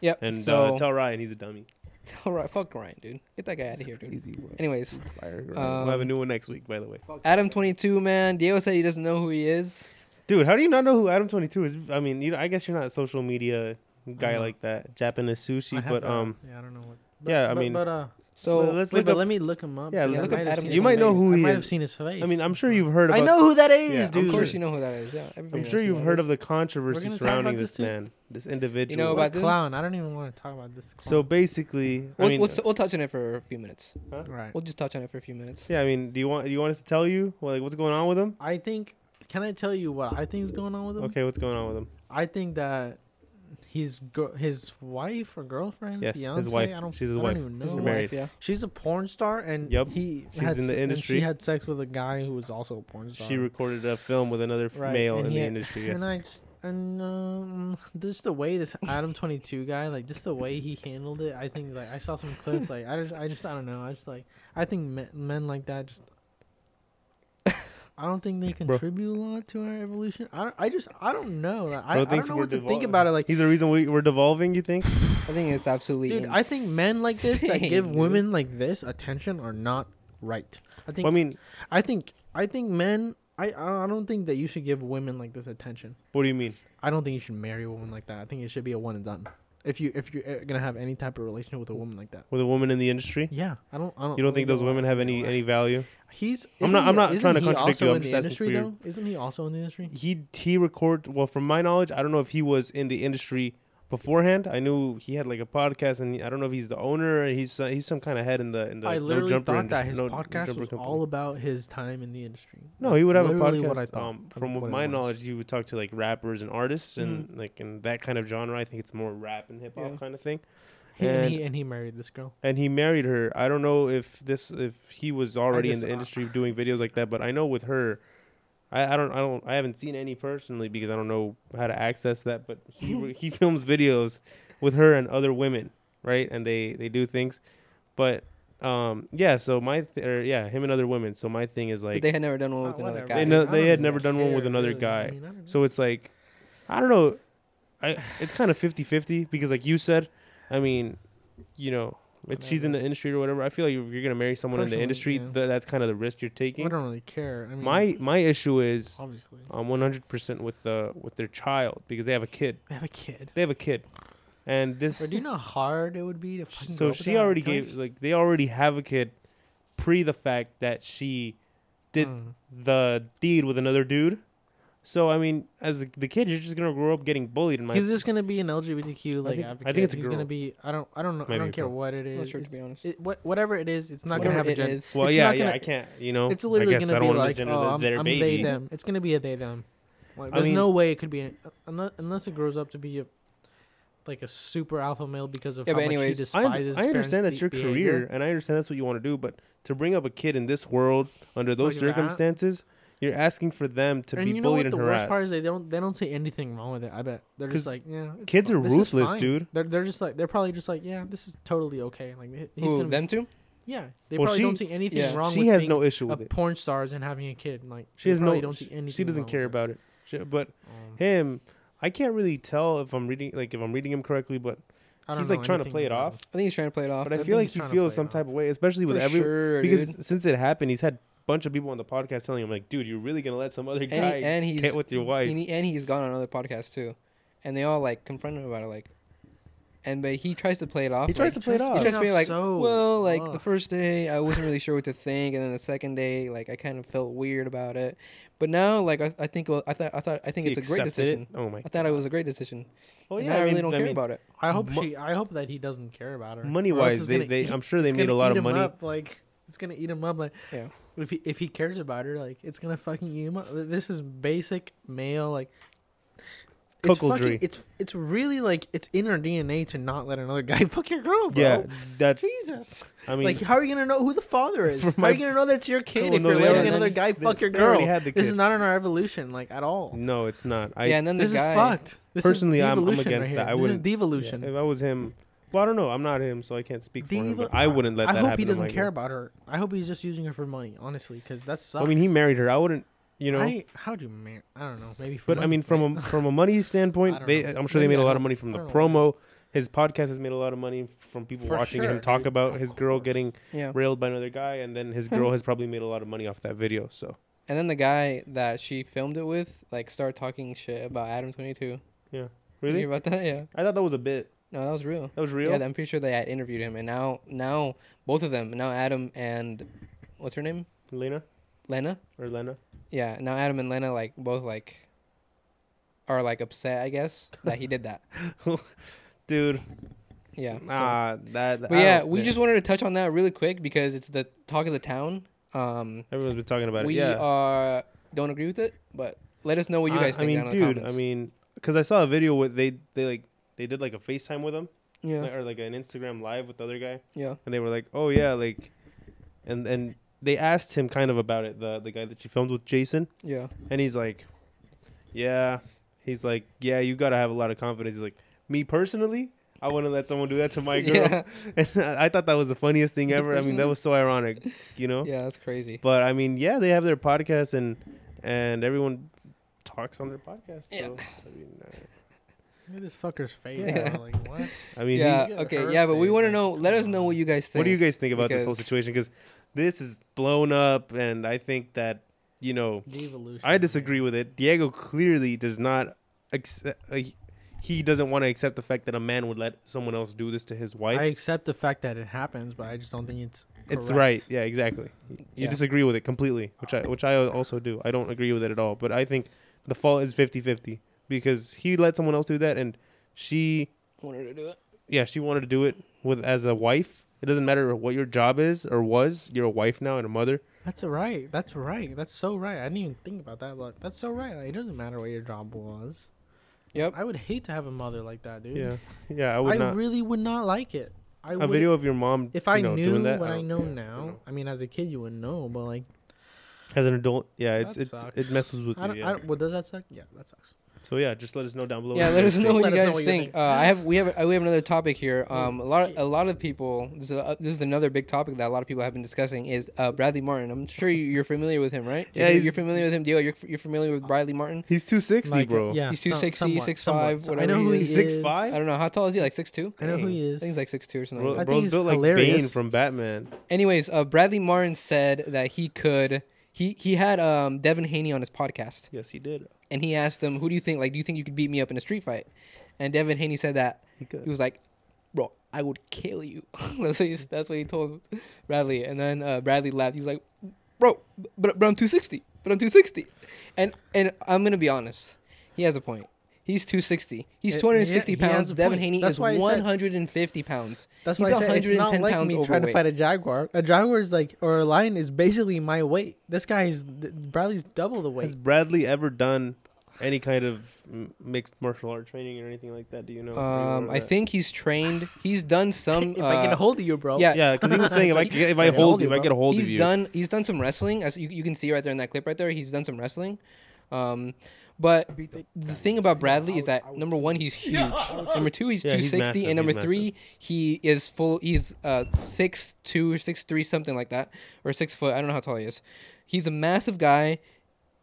B: Yep.
C: And
B: so
C: uh, tell Ryan he's a dummy.
B: tell Ry- fuck Ryan, dude. Get that guy out of here, dude.
C: Easy. bro.
B: Anyways,
C: Fire, Ryan. we'll have a
B: um,
C: new one next week, by the way.
B: Adam twenty two man. Diego said he doesn't know who he is.
C: Dude, how do you not know who Adam Twenty Two is? I mean, you know, I guess you're not a social media guy
A: know.
C: like that, Japanese
A: I
C: sushi.
A: have,
C: But
A: uh,
C: um,
A: yeah, I don't know what.
C: yeah, I
A: but,
C: mean,
A: but uh,
B: So
C: Well, let's
A: wait,
C: look
A: but
C: up-
A: let me look him up.
C: yeah,
A: because
C: let's
A: I
B: look
A: might
B: up
A: have seen
B: Adam James
C: you
A: his
C: might know
A: face.
C: who
A: I
C: he
A: might
C: is.
A: have seen his face.
C: I mean, I'm sure you've heard.
A: I
C: About,
A: know who that is,
C: Yeah, I'm
A: dude.
B: of course
C: sure.
B: you know who that is. Yeah, everybody
C: I'm
B: knows
C: sure
B: who
C: you've
B: that
C: heard
B: is.
C: of the controversy
A: gonna talk
C: surrounding
A: about
C: this,
A: this dude.
C: man, this individual.
A: What a
B: about this?
A: clown. I don't even want to talk about this. Clown.
C: so basically,
B: We'll,
C: I mean, uh,
B: we'll, we'll touch on it for a few minutes.
A: right,
B: We'll just touch on it for a few minutes.
C: Yeah, I mean, do you want do you want us to tell you well, like what's going on with him?
A: I think. Can I tell you what I think is going on with him?
C: Okay, what's going on with him?
A: I think that his gir- his wife or girlfriend,
C: Yes, his
A: fiance.
C: wife.
A: I don't.
C: She's his
A: I
C: wife.
A: Don't even know.
B: His
C: They're
B: wife,
C: married.
B: yeah.
A: She's a porn star, and
C: Yep.
A: he
C: She's
A: had
C: in the
A: s- and
C: industry.
A: she had sex with a guy who was also a porn star.
C: She recorded a film with another f-
A: Right,
C: male
A: and
C: in
A: he
C: the
A: had-
C: industry. Yes.
A: And I just and um, just the way this Adam Twenty Two guy, like just the way he handled it, I think like I saw some clips, like I just I just I don't know, I just like I think men, men like that just I don't think they contribute a lot to our evolution. I, don't, I just I don't know. Like, I, I
C: Bro
A: don't
C: thinks
A: know
C: we're
A: what to
C: devol-
A: think about it. Like,
C: He's the reason we, we're devolving. You think?
B: I think it's absolutely.
A: dude, I think men like this that
B: insane,
A: give
B: dude.
A: women like this attention are not right. I think
C: Well, I mean,
A: I think I think men. I I don't think that you should give women like this attention.
C: what do you mean?
A: I don't think you should marry a woman like that. I think it should be a one and done. If you if you're uh, gonna have any type of relationship with a woman like that,
C: With a woman in the industry,
A: yeah, I don't. I don't
C: you don't think
A: really
C: those
A: know
C: women
A: why.
C: have any any value?
A: He's.
C: I'm
A: isn't
C: not-
A: he-
C: I'm not
A: isn't
C: trying to
A: he
C: contradict
A: also
C: you, I'm
A: in the
C: just asking for
A: industry
C: your-
A: though. Isn't he also in the industry?
C: He he record well from my knowledge. I don't know if he was in the industry beforehand. I knew he had like a podcast, and I don't know if he's the owner. Or he's uh, he's some kind of head in the in the.
A: I
C: no
A: literally
C: jumper
A: thought
C: industry-
A: that his
C: no
A: podcast
C: jumper
A: was
C: company.
A: all about his time in the industry.
C: No, he would have
A: Literally
C: a podcast.
A: what I thought
C: um,
A: of
C: from
A: what it
C: my
A: was. Mm.
C: knowledge, he would talk to like rappers and artists and like in that kind of genre. I think it's more rap and hip hop
B: Yeah.
C: kind of thing.
A: He, and,
C: And-
A: he and he married this girl.
C: And he married her. I don't know if this if he was already
A: just-
C: in
A: I-
C: the industry doing videos like that, but I know with her, I, I don't I don't I haven't seen any personally because I don't know how to access that. But he re- he films videos with her and other women, right? And they they do things, but um yeah. So my th- or, yeah him and other women. So my thing is
B: But
C: like
B: they had never done one with
A: Oh,
B: another
A: whatever.
B: guy.
C: They know- they had never done one with another guy.
A: I mean, I don't know.
C: So it's like, I don't know. I it's kind of 50-50 because like you said, I mean, you know, if she's in the industry or whatever, I feel like if you're gonna marry someone in the
A: Personally,
C: industry,
A: yeah.
C: tha- that's kind of the risk you're
A: I
C: taking.
A: don't really care. I mean,
C: My my issue is
A: obviously
C: I'm 100% with the with their child because they have a kid.
A: they have a kid.
C: They have a kid, and this.
A: Bro, do you know how hard it would be to fucking grow
C: so
A: up
C: she
A: without
C: already
A: him? Can I
C: gave
A: just-
C: like they already have a kid, pre the fact that she did
A: Mm.
C: the deed with another dude. So I mean, as the- the kid, you're just gonna grow up getting bullied. In my
A: He's just gonna be an LGBTQ like
C: think- I
A: advocate.
C: think it's a
A: He's
C: girl.
A: gonna be. I don't. I don't know. I
C: Maybe a
A: don't care
C: girl.
A: what it
B: I'm
A: is.
B: not sure to
A: It's-
B: be honest.
A: it, what, whatever it is, it's not
B: Whatever
A: gonna have a
B: it
A: gender.
B: is,
C: Well,
A: It's
C: yeah,
A: not
C: yeah,
A: gonna-
C: I can't. You know,
A: It's literally
C: I guess I
A: gonna
C: don't wanna
A: be like,
C: misgender
A: oh,
C: the-
A: I'm,
C: their
A: I'm
C: baby.
A: they them. It's gonna be a they them. Like,
C: I
A: there's no
C: mean-
A: way it could be unless, unless it grows up to be a, like a super alpha male because of
B: Yeah,
A: how
B: but
A: much he
B: anyways-
C: I,
A: despises.
C: und-
A: his
C: I
A: parents'
C: understand that's
A: be-
C: your
A: behavior.
C: career, and I understand that's what you want to do. But to bring up a kid in this world under those
A: Like that?
C: circumstances, you're asking for them to
A: and
C: be
A: you know
C: bullied
A: what? The
C: and
A: worst part is
C: harassed.
A: they don't they don't say anything wrong with it. I bet they're just
C: 'Cause
A: like, yeah, it's
C: kids
A: fi-
C: are
A: this is
C: ruthless,
A: fine.
C: dude.
A: They're they're just like they're probably just like, yeah, this is totally okay. Like he- he's
B: Who,
A: gonna,
B: them two?
A: yeah, they
C: Well,
A: probably don't
C: she-
A: see anything
B: yeah,
A: wrong.
C: She
A: with
C: has
A: being
C: no issue
A: a
C: with it.
A: porn stars and having a kid. Like
C: She
A: they
C: has no.
A: probably don't see
C: she-
A: anything.
C: She doesn't
A: wrong
C: care
A: with
C: about it. She- But
A: Um,
C: him, I can't really tell if I'm reading like if I'm reading him correctly. But
A: I don't
C: he's
A: know
C: like trying to
A: anything
C: play it off.
A: about
B: I think he's trying to play it off.
C: But I
A: think
C: feel
A: he's
C: like he
A: trying to
C: feels
A: play it
C: some
A: off.
C: type of way, especially with
B: for
C: every
B: sure,
C: because
B: dude.
C: since it happened, he's had a bunch of people on the podcast telling him like, dude, you're really gonna let some other guy
B: And, he, and he's
C: get with your wife.
B: and he- and he's gone on another podcast too, and they all like confront him about it, like, and but he tries to play it off.
C: He tries
B: like,
C: to play it
A: Just-
C: off.
B: He tries to be like,
A: So-
B: well, like the
A: ugh.
B: first day I wasn't really sure what to think, and then the second day, like I kind of felt weird about it, but now, like I, I think I thought I thought I think
C: He
B: it's a great
C: accepted it.
B: decision.
C: Oh my!
B: I thought it was a great decision.
C: Well,
B: and now Oh, I, really don't care about it.
A: I hope
C: Mo-
A: she. I hope that he doesn't care about her.
C: Money
A: or else
C: wise,
A: it's
C: they,
A: gonna
C: they
A: eat-
C: I'm sure they
A: it's
C: made a
A: gonna
C: lot
A: eat
C: of
A: him
C: money.
A: Up, like it's gonna eat him up. Like
B: Yeah.
A: if he if he cares about her, like it's gonna fucking eat him up. This is basic male like. It's
C: Cuckoldry.
A: fucking. It's it's really like it's in our DNA to not let another guy fuck your girl, bro.
C: Yeah, that's.
A: Jesus.
C: I mean,
A: like, how are you gonna know who the father is?
C: For
A: How
C: my-
A: are you gonna know that's your kid
C: Well,
A: if
C: no,
A: you're
C: they
A: letting
B: already-
A: another guy
C: they-
A: fuck your
C: they already
A: girl?
C: had the
A: This
C: kid.
A: is not in our evolution, like at all.
C: no, it's not. I
B: yeah, and then the
A: This
B: guy.
A: is fucked. This
C: Personally,
A: is
C: I'm- I'm
A: devolution
C: against
A: right
C: that.
A: here.
C: I
A: this is
C: wouldn't- yeah,
A: devolution.
C: if I was him, well, I don't know. I'm not him, so I can't speak for him.
A: Diva-
C: But I wouldn't let
A: I
C: that
A: hope
C: happen.
A: he
C: to
A: doesn't
C: my
A: care
C: girl.
A: about her. I hope he's just using her for money, honestly, because that sucks.
C: I mean, he married her. I wouldn't. You know,
A: I, how do you marry? I don't know. Maybe. For
C: But I
A: money,
C: mean, from a,
A: right?
C: from a money
A: I
C: standpoint,
A: don't
C: they
A: know.
C: I'm sure they
A: Maybe
C: made a
A: I
C: lot
A: don't-
C: of money from
A: I
C: the
A: don't know.
C: promo. His podcast has made a lot of money from people
A: For
C: watching
A: sure,
C: him talk
A: dude.
C: about
A: Of
C: his girl
A: course.
C: getting
B: Yeah.
C: railed by another guy, and then
B: Hmm.
C: his girl has probably made a lot of money off that video. So
B: And then the guy that she filmed it with, like, started talking shit about Adam Twenty Two.
C: really,
B: You hear about that? Yeah.
C: I thought that was a bit.
B: No, that was real.
C: That was real.
B: Yeah, I'm pretty sure they had interviewed him, and now, now both of them, now Adam and what's her name,
C: Lena
B: Lena.
C: or Lena.
B: Yeah, now Adam and Lena like both like are like upset, I guess, that he did that.
C: Dude,
B: Yeah. so-
C: ah, that.
B: but yeah, we just wanted to touch on that really quick because it's the talk of the town. Um,
C: everyone's been talking about
B: we
C: it. Yeah,
B: are don't agree with it, but let us know what you
C: I-
B: guys
C: I,
B: think
C: mean,
B: down in the
C: dude.
B: comments.
C: I mean, because I saw a video with they they like they did like a FaceTime with him
B: yeah,
C: like- or like an Instagram live with the other guy.
B: yeah.
C: and they were like, "Oh yeah, like," and and they asked him kind of about it, the the guy that you filmed with Jason,
B: Yeah,
C: and he's like, "Yeah," he's like, "Yeah, you gotta have a lot of confidence." He's like, "Me personally, I wouldn't let someone do that to my girl.
B: Yeah.
C: And I I thought that was the funniest thing ever. I mean, that was so ironic, you know.
B: Yeah, that's crazy.
C: But I mean, yeah, they have their podcast and and everyone talks on their podcast. So,
B: Yeah.
C: I mean, uh,
A: Look at this fucker's face.
C: Yeah.
A: bro, Like what?
C: I mean, he-
B: Yeah.
A: you get
B: Okay.
A: her
B: Yeah, but we
A: face,
B: want to
A: like,
B: know. Let us know what you guys think.
C: what do you guys think about this whole
B: Because-
C: situation? Because this is blown up, and I think that you know
A: The evolution.
C: I disagree with it. Diego clearly does not accept. Uh, he doesn't want to accept the fact that a man would let someone else do this to his wife.
A: I accept the fact that it happens, but I just don't think it's.
C: It's right.
A: correct.
C: Yeah, exactly. You
B: Yeah.
C: disagree with it completely, which I which I also do. I don't agree with it at all, but I think the fault is 50-50 because he let someone else do that and she
B: Wanted to do it.
C: yeah, she wanted to do it with as a wife. It doesn't matter what your job is or was. You're a wife now and a mother.
A: That's right. That's right. That's so right. I didn't even think about that, but that's so right. Like, it doesn't matter what your job was.
B: Yep.
A: I would hate to have a mother like that, dude.
C: Yeah. Yeah, I
A: I,
C: would not.
A: really would not like it. I
C: a
A: would.
C: video of your mom
A: if
C: you
A: I
C: know,
A: knew
C: doing that,
A: what I,
C: don't-
A: know
C: yeah,
A: now,
C: know.
A: I mean, as a kid, you wouldn't know, but like,
C: As an adult, yeah,
A: That
C: it's, it's
A: sucks.
C: it messes with
A: I
C: you.
A: don't,
C: Yeah.
A: I don't, well, does that suck? Yeah, that sucks.
C: so yeah, just let us know down below.
B: Yeah,
C: what
B: let
C: you
B: us
C: guys
B: know
C: think.
B: what you
A: Let us know
B: guys
A: what you
B: think.
A: think.
B: Uh, I have we have uh, we have another topic here.
A: Oh,
B: Um, a lot
A: shit.
B: a lot of people. This is a, this is another big topic that a lot of people have been discussing is uh, Bradley Martin. I'm sure you- you're familiar with him, right?
C: Yeah,
B: you're,
C: he's-
B: you're familiar with him, Dio. You're, you're familiar
A: Uh,
B: with Bradley Martin.
C: He's 260,
A: Like,
C: bro.
A: Yeah,
B: He's 260, 6'5",
A: So I
B: whatever
A: know
B: he
A: who he
B: is.
A: is.
C: 6'5"?
B: I don't know how tall is he? Like six two.
A: I know who he
B: I
A: is.
B: think he's like six two or something.
C: Bro,
B: like that.
A: think
C: bro's
A: it's
C: built like Bane
A: hilarious.
C: from Batman.
B: Anyways, uh, Bradley Martin said that he could. He he had um, Devin Haney on his podcast,
C: Yes, he did.
B: and he asked him, "Who do you think? Like, do you think you could beat me up in a street fight?" And Devin Haney said that
C: He
B: he
C: could.
B: was like, "Bro, I would kill you." that's, what he, that's what he told Bradley, and then uh, Bradley laughed. He was like, "Bro, but, but I'm 260. But I'm 260." And and I'm gonna be honest, he has a point. He's 260. He's
A: Yeah,
B: 260
A: he has
B: pounds.
A: a
B: Devin
A: point.
B: Haney
A: That's
B: is
A: why I said-
B: 150 pounds.
A: That's
B: He's
A: why I said it's not
B: 110
A: like
B: pounds
A: me trying to
B: overweight.
A: fight a jaguar. A jaguar is like, or a lion is basically my weight. This guy is Bradley's double the weight.
C: Has Bradley ever done any kind of m- mixed martial art training or anything like that? Do you know? Are you aware
B: Um,
C: of
B: I
C: that?
B: think he's trained. He's done some.
A: if I
B: uh,
A: get a hold of you, bro.
B: yeah,
C: Yeah, because he was saying if I c- if I
A: Like,
C: hold you, if I
A: bro.
C: get a hold
B: he's
C: of you.
B: done he's done some wrestling as you, you can see right there in that clip right there he's done some wrestling um but the thing about bradley is that number one he's huge number two he's
C: Yeah, he's
B: 260
C: massive,
B: and number
C: he's
B: three he is full he's uh six two or six three something like that or six foot i don't know how tall he is he's a massive guy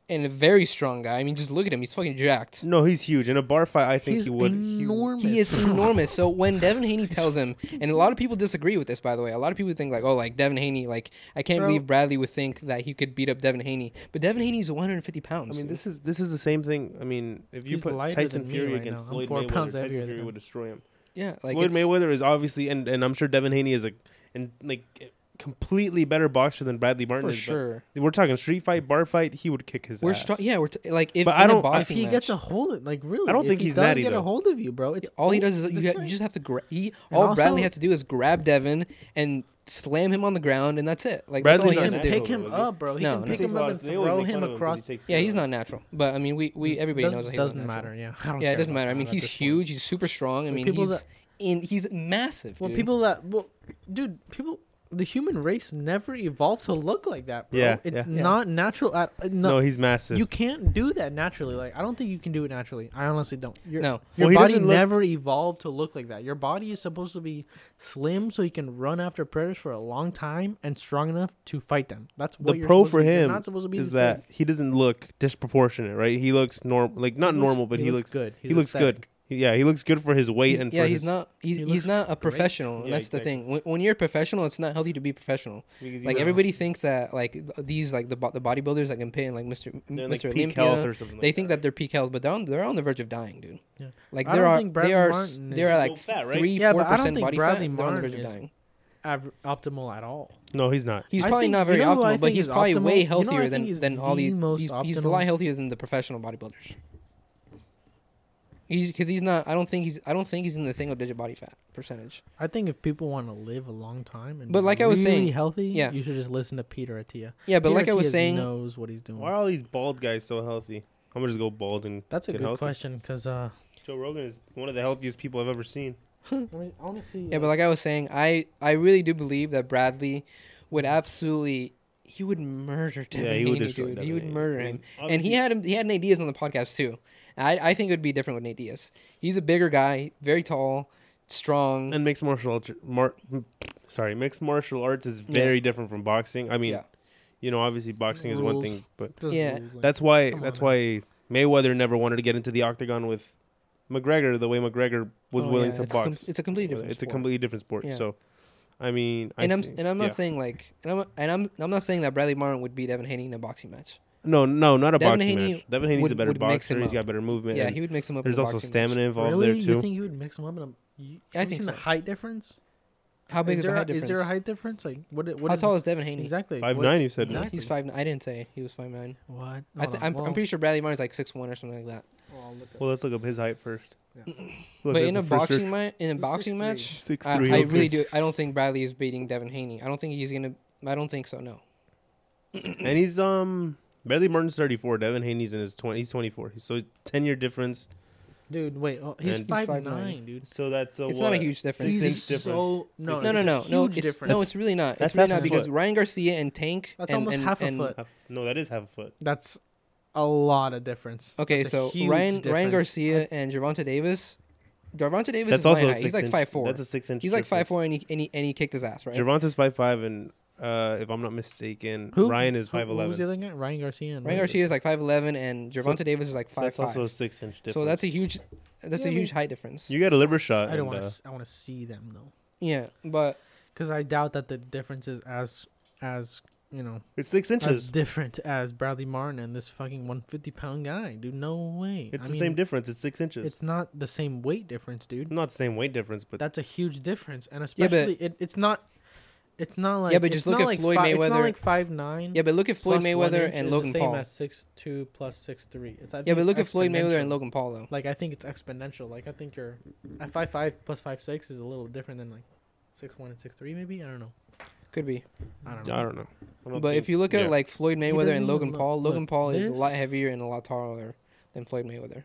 B: and a very strong guy i mean just look at him he's fucking jacked
C: No, he's huge. In a bar fight, I think
A: he's
C: he would. he would-
A: enormous.
B: he is enormous. So when Devin Haney tells him, and a lot of people disagree with this, by the way. A lot of people think like, oh, like Devin Haney, like I can't
A: Bro.
B: believe Bradley would think that he could beat up Devin Haney. But Devin Haney's 150 pounds.
C: I mean, this is this is the same thing. I mean, if you
A: He's
C: put
A: lighter
C: Tyson
A: than me
C: Fury
A: right
C: against
A: now. I'm
C: Floyd
A: four
C: Mayweather,
A: pounds
C: Tyson
A: heavier
C: Fury
A: than
C: would destroy him.
B: yeah, like
C: Floyd
B: it's-
C: Mayweather is obviously, and, and I'm sure Devin Haney is a and like completely better boxer than Bradley Martin.
B: for
C: is, but
B: sure.
C: We're talking street fight, bar fight. He would kick his
B: We're
C: ass.
B: strong. Yeah, we're t- like if,
C: But
B: in
C: I
B: a
C: don't- if
A: If
B: boxing
A: he
B: match,
A: gets a hold of, like, really,
C: I don't
A: if
C: think
A: he
C: he's
A: does
C: natty,
A: get
C: though.
A: a hold of you, bro. It's
B: all he
A: oh,
B: does is you,
A: this
B: ha-
A: guy.
B: you just have to grab. He all Bradley
A: also-
B: has to do is grab Devin and slam him on the ground, and that's it. Like
C: Bradley's
B: that's all
A: He
B: he has
A: can
B: to
C: not
B: do.
A: pick him up, bro. He
B: No,
A: can
B: no.
A: pick him up and throw him across.
B: Yeah, he's not natural. But I mean, we we everybody knows that he's not
A: doesn't
B: natural.
A: matter. Yeah, I don't
B: Yeah, it
A: care
B: doesn't
A: about
B: matter. I
A: that
B: mean,
A: at
B: he's
A: this point.
B: huge. He's super strong. I
A: Well,
B: mean,
A: people
B: he's
A: that-
B: in. He's massive.
A: Well,
B: dude.
A: people that well, dude, people, the human race never evolved to look like that, bro.
C: Yeah,
A: it's
B: yeah. Yeah.
A: not natural at uh,
C: No,
A: no.
C: he's massive.
A: you can't do that naturally. Like I don't think you can do it naturally. I honestly don't. Your,
B: No.
A: your
C: Well, he
A: body
C: doesn't look-
A: never evolved to look like that. Your body is supposed to be slim so you can run after predators for a long time and strong enough to fight them. That's what
C: the
A: you're
C: pro
A: supposed
C: for
A: to be. You're
C: him
A: not supposed to be
C: is
A: this
C: that
A: big.
C: he doesn't look disproportionate, right? He looks normal, like not
A: He looks-
C: normal, but he, looks,
A: good.
C: he looks
A: aesthetic.
C: good. He- Yeah, he looks good for his weight
B: He's-
C: and for
B: yeah, he's
C: his,
B: not. He's,
A: He
B: he's
A: looks
B: not a
A: great.
B: professional.
C: Yeah,
B: that's the
C: exactly.
B: thing. When, when you're a professional, it's not healthy to be professional.
C: because he
B: Like
C: was-
B: everybody thinks that like th- these like the bo- the bodybuilders that compete in like Mr.
C: they're in,
B: Mr.
C: like, peak
B: Olympia,
C: health or something.
B: they
C: like
B: think that they're peak health, but they're on, they're on the verge of dying, dude.
A: Yeah.
B: Like
A: I
B: there
A: don't
B: are
A: think
B: they
A: Bradley
B: are s-
A: Martin
B: they're
A: is
B: like
C: so fat, right?
B: three
A: Yeah,
B: four
A: but I don't
B: percent
A: think
B: body
A: Bradley
B: fat. They're on the
A: Martin
B: verge of
A: is-
B: dying.
A: Aver- optimal at all.
C: no, he's not.
B: He's
A: I
B: probably
A: think-
B: not
A: you
B: very
A: know who I
B: optimal, but
A: think
B: he's
A: is
B: probably
A: optimal?
B: way
A: You know who I
B: healthier
A: think
B: than,
A: is
B: than all
A: the
B: these.
A: most
B: he's, he's a
A: optimal?
B: lot healthier than the professional bodybuilders. He's because he's not. I don't think he's. I don't think he's in the single digit body fat percentage.
A: I think if people want to live a long time and
B: But
A: be
B: like I was
A: really
B: saying-
A: healthy,
B: yeah.
A: you should just listen to Peter Attia.
B: Yeah, but
A: Peter
B: like I was
A: Attia
B: saying,
A: knows what he's doing.
C: Why are all these bald guys so healthy? I'm gonna just go bald and
A: That's a
C: get
A: good
C: healthy.
A: question because uh,
C: Joe Rogan is one of the healthiest people I've ever seen.
A: honestly,
B: yeah, but like I was saying, I I really do believe that Bradley would absolutely. He would murder Devin
C: yeah, he
B: Haney,
C: would destroy.
B: dude.
C: Devin
B: he would
C: Haney.
B: murder
C: I
B: him.
C: mean,
B: and he
C: obviously-
B: had him. He had Nate Diaz on the podcast too. I, I think it would be different with Nate Diaz. He's a bigger guy, very tall, strong.
C: And mixed martial arts, mar- sorry, mixed martial arts is very different from boxing. I mean,
B: Yeah.
C: you know, obviously boxing is one
A: Rules.
C: thing, but
A: Just
B: Yeah.
A: rules, like-
C: that's why
A: come
C: that's
A: on
C: why Mayweather never wanted to get into the octagon with McGregor the way McGregor was
A: Oh,
C: willing
A: yeah,
C: to
B: it's
C: box.
B: com- it's a completely
C: Well,
B: different.
C: it's a
B: sport.
C: completely different sport.
B: Yeah.
C: So, I mean,
B: And
C: I
B: I'm
C: think-
B: and I'm not
C: yeah.
B: saying like and I'm and I'm I'm not saying that Bradley Martin would beat Evan Haney in a boxing match.
C: no, no, not a
B: Devin
C: boxing
B: Haney
C: match. Devin Haney's a
B: would-
C: better
B: would mix
C: boxer.
B: him
C: He's
B: up.
C: got better movement.
B: yeah,
C: and
B: he would mix him up.
C: there's
B: in a
C: also
B: boxing match.
C: stamina involved
A: really?
C: there
A: You
C: too.
A: think you would mix them up? In a, you,
B: I
A: have you
B: think
A: seen the
B: so.
A: height difference?
B: How big is,
A: there
B: the
A: a-
B: height difference?
A: Is there a height difference? Like what? i- what
B: How
A: is-
B: tall is Devin Haney?
A: exactly?
C: Five
A: what-
C: nine, you said.
A: exactly.
B: He's five. I didn't say he was five nine.
A: What?
B: I th- I'm, I'm pretty sure Bradley Martin's like six one or something like that.
C: Well, let's look up his height first.
A: Yeah.
C: Look,
B: but
C: that's
B: in
C: the
B: a
C: first search.
B: boxing mi- in a
A: He's
B: boxing
A: 6'3".
B: match,
C: Six,
B: I,
C: three,
B: I
C: okay.
B: really do. I don't think Bradley is beating Devin Haney. I don't think he's gonna. I don't think so. No.
C: and he's um Bradley Martin's 34. Devin Haney's in his 20. He's 24. So 10 year difference.
A: Dude, wait. Oh, he's
C: And- He's
A: five
B: 5'9".
A: nine, dude.
C: So that's a
B: It's
C: what?
B: not a huge difference.
C: Six
B: He's
C: inch difference.
A: so no,
B: No, no,
A: it's a
B: no, no.
A: huge
B: It's
A: difference.
B: no, it's really not.
C: That's
B: It's really
C: half
B: not
C: a
B: because
C: foot.
B: Ryan Garcia and Tank.
A: That's
B: and,
A: almost
B: and-
A: half a
B: and-
A: foot.
C: Half- No, that is half a foot.
A: That's a lot of difference.
B: Okay,
A: That's a
B: so
A: huge
B: Ryan Ryan
A: difference.
B: Garcia and Javante Davis. Javante Davis
C: That's
B: is my
C: also a
B: height.
C: six
B: He's like
C: inch-
B: five four.
C: That's a six inch.
B: He's like
C: difference.
B: five four, and he, and he and he kicked his ass, right?
C: Gervonta's five five, and uh, if I'm not mistaken,
A: Who?
C: Ryan is
A: Who-
C: five
A: Who was the
C: eleven.
A: other guy? Ryan Garcia. And
B: Ryan Garcia is like five eleven, and Javante
C: So-
B: Davis is like five
C: That's
B: five.
C: also a six inch difference.
B: So that's a huge, that's
A: Yeah,
B: a
A: but-
B: huge height difference.
C: you got a liver shot.
A: I
C: and,
A: don't want
C: uh,
A: to. I want to see them though,
B: yeah, but
A: because I doubt that the difference is as as you know
C: It's six
A: as
C: inches.
A: different as Bradley Martin and this fucking one fifty pound guy, dude. No way.
C: It's
A: I
C: the
A: mean,
C: same difference. It's six inches. It's
A: It's not the same weight difference, dude.
C: not the same weight difference, but
A: That's a huge difference, and
B: Yeah, but-
A: especially it, it's not. It's not like
B: Yeah, but just
A: it's
B: look
A: not
B: at
A: like
B: Floyd
A: fi- It's not
B: Mayweather-
A: like five nine.
B: Mm-hmm. yeah, but look at Floyd
A: plus one
B: Mayweather
A: inch
B: and
A: is
B: Logan
A: the same
B: Paul.
A: as six two plus six three. It's, I think
B: Yeah, but
A: it's
B: look at Floyd Mayweather
A: exponential.
B: and Logan Paul though.
A: Like I think it's exponential. Like I think your at five five plus five six is a little different than like six one and six three maybe. I don't know.
B: Could be,
A: I
C: I
A: don't know.
C: don't know. I don't
B: but
C: think-
B: if you look at
C: yeah.
B: like Floyd Mayweather
A: doesn't
B: and
A: even
B: Logan
A: look-
B: Paul, Logan
A: look,
B: Paul is a lot
A: this-
B: heavier and a lot taller than Floyd Mayweather,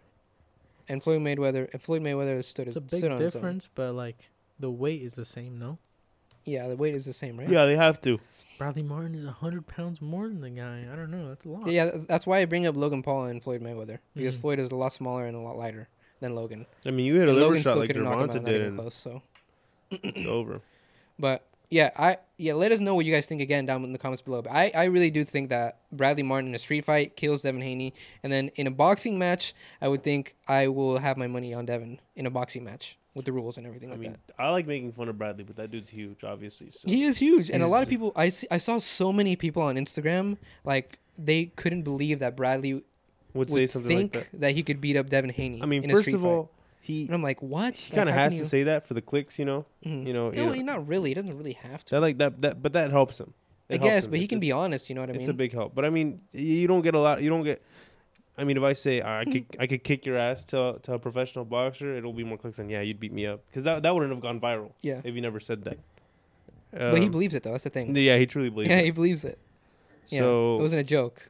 B: and Floyd Mayweather and Floyd Mayweather stood
A: It's
B: his
A: a big
B: stood on his own.
A: difference, but like the weight is the same. No,
B: Yeah, the weight is the same, right?
C: yeah, they have to.
A: Bradley Martin is hundred pounds more than the guy. I don't know. That's a lot.
B: Yeah, that's- that's why I bring up Logan Paul and Floyd Mayweather because
A: Mhm.
B: Floyd is a lot smaller and a lot lighter than Logan.
C: I mean, you hit a
B: And
C: liver
B: Logan
C: shot like
B: couldn't knock him out,
C: Gervonta
B: not even
C: did, and
B: close. So,
C: it's over.
B: but yeah, I yeah, let us know what you guys think again down in the comments below. But I I really do think that Bradley Martin in a street fight kills Devin Haney, and then in a boxing match, I would think I will have my money on Devin in a boxing match with the rules and everything
C: I
B: like
C: mean,
B: that.
C: I like making fun of Bradley, but that dude's huge, obviously. So.
B: He is huge, and a
C: He's-
B: lot of people I see, I saw so many people on Instagram like they couldn't believe that Bradley
C: would
B: would,
C: say something like
B: think
C: that.
B: that. he could beat up Devin Haney.
C: I mean,
B: in a
C: first
B: street
C: of
B: fight.
C: all, he
B: And I'm like, what?
C: he kind of has to say that for the clicks, you know. You know, you
B: No,
C: know
B: not really. He doesn't really have to.
C: that like that that, but that helps him. It
B: I
C: helps
B: guess,
C: him.
B: but he
C: It's-
B: can be honest. You know what I mean?
C: it's a big help. But I mean, y- you don't get a lot. You don't get. I mean, if I say I could, I could kick your ass to to a professional boxer, it'll be more clicks than yeah, you'd beat me up because that that wouldn't have gone viral
B: yeah,
C: if you never said that.
B: but he
C: Um,
B: believes it though. That's the thing.
C: Yeah, he truly believes.
B: Yeah,
C: it.
B: he believes it. Yeah,
C: so
B: it wasn't a joke.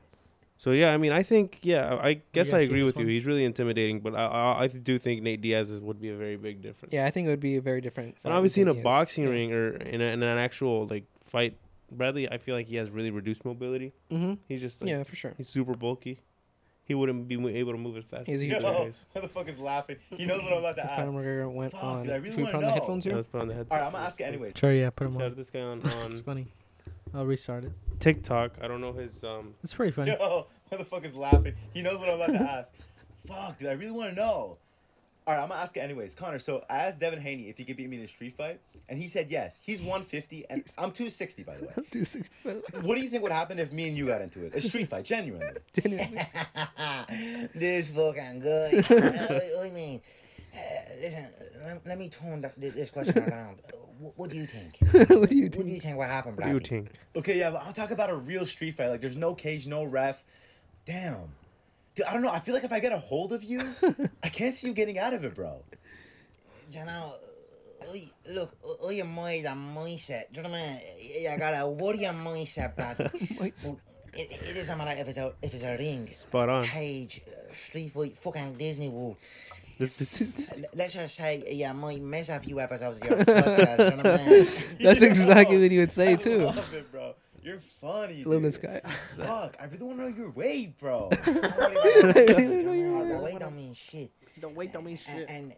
C: so yeah, I mean, I think yeah, I- I guess
A: guys
C: I
A: see
C: agree
A: this
C: with you.
A: one?
C: He's really intimidating, but I, I I do think Nate Diaz's would be a very big difference.
B: Yeah, I think it would be a very different. fight
C: And
B: with
C: obviously, in a
B: Nate Diaz.
C: boxing
B: Yeah.
C: ring or in, a, in an actual like fight, Bradley, I feel like he has really reduced mobility.
B: Mhm.
C: He's just like,
B: yeah, for sure.
C: he's super bulky. He wouldn't be mo- able to move as fast.
B: He's
C: as
B: a
C: he
B: huge
C: does
B: guy.
D: Yo,
C: anyways.
D: who the fuck is laughing? He knows what I'm about
B: If
D: to
B: Conor
D: ask.
B: McGregor went
D: Fuck,
B: on.
D: dude, I really
B: should we
D: wanna
B: put on the
D: know.
B: headphones
C: Yeah,
B: here?
C: let's put on the headset.
D: All right, I'm gonna ask it anyways.
A: Sure. Yeah. Put him
C: Shout out
A: on.
C: this guy on,
A: It's
C: on
A: funny. I'll restart it.
C: TikTok. I don't know his um.
A: It's pretty funny.
D: Yo, who the fuck is laughing? He knows what I'm about to ask. Fuck, dude, I really want to know. All right, I'm gonna ask it anyways. Connor, so I asked Devin Haney if he could beat me in a street fight, and he said yes. He's 150, and I'm 260, by the way. What do you think would happen if me and you got into it? A street fight, genuinely.
E: this fucking good. I, mean, uh, listen, let, let me turn that, this question around. What, what do you think?
B: what do you
E: What do you think will happen,
C: What do you
E: Bradley?
C: think?
D: Okay, yeah, but I'm talking about a real street fight. Like, there's no cage, no ref. Damn. Dude, I don't know. I feel like if I get a hold of you, I can't see you getting out of it, bro.
E: You know, oi- look, oi- oi, am I the mindset? Do you know what I mean? I got a warrior mindset, Bradley.
B: Mindset.
E: It, it doesn't matter if it's a if it's a ring,
C: Spot on.
E: cage, uh, street fight, fucking Disney World.
C: This, this, this-
E: L- Let's just say, yeah, I might miss a few episodes of your podcast. do you know what I mean?
B: That's
D: Yo.
B: exactly what he would say
D: I
B: too.
D: love it, bro. You're funny.
B: Love
D: dude.
B: this guy.
D: Fuck, I really want to know your weight, bro.
B: I
D: What
B: really wanna know
E: Jermaine,
B: your
E: the
A: weight.
E: weight don't mean shit.
A: Don't wait, don't mean
E: And,
A: shit.
E: and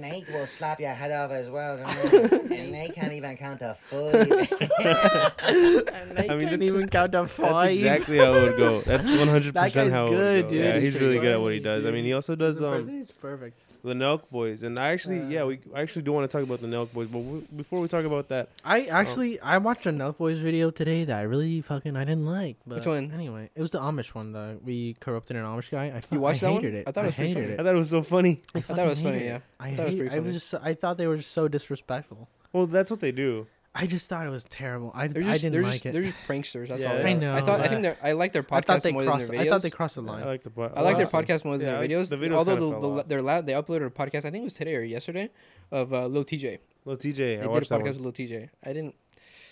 E: Nate will slap your head off as well. Jermaine. and they can't even count to forty.
A: And I,
C: I mean,
A: can't
C: that's-
A: even count to
C: That's
A: five.
C: exactly how it would go. That's 100
A: That
C: percent
A: guy's
C: how it would
A: good,
C: go.
A: dude.
C: Yeah,
A: He's
C: he's, really good at what he
A: funny,
C: does. I
A: dude.
C: mean, he also does
A: the
C: um
A: person is perfect.
C: the Nelk Boys, and I actually, yeah, we I actually do want to talk about the Nelk Boys, but we, before we talk about that,
A: I actually I watched a Nelk Boys video today that I really fucking I didn't like. But
B: Which one?
A: Anyway, it was the Amish one. The we corrupted an Amish guy. I fu-
B: watched
A: I
B: that one?
A: hated It.
B: I thought it was pretty
A: hated
B: funny.
A: it.
C: I thought it was so funny.
A: I
B: thought it
A: fucking
B: was funny,
A: hated it.
B: yeah.
A: I
B: thought it was
A: hate,
B: pretty
A: I was
B: funny.
A: just I thought they were so disrespectful.
C: Well, that's what they do.
A: I just thought it was terrible. I,
B: They're
A: I
B: just,
A: didn't
B: they're,
A: like
B: just,
A: it.
B: they're just pranksters. That's
C: Yeah,
B: all.
C: I
B: they are.
A: know,
B: I thought I
A: but-
B: think they're. I like their
A: I thought
B: podcast
A: they
B: more than their
A: crossed.
B: videos.
A: I thought they crossed the line.
C: I like the po-
B: I like their
C: podcast.
B: podcast more than
C: Yeah, I-
B: their videos.
C: the videos
B: although
C: kinda fell
B: the, the,
C: off.
B: their la- they uploaded a podcast. I think it was today or yesterday, of uh, Lil TJ.
C: Well, TJ,
B: They
C: I
B: did a
C: watched that
B: podcast
C: one.
B: with
C: It
B: Lil TJ. I didn't.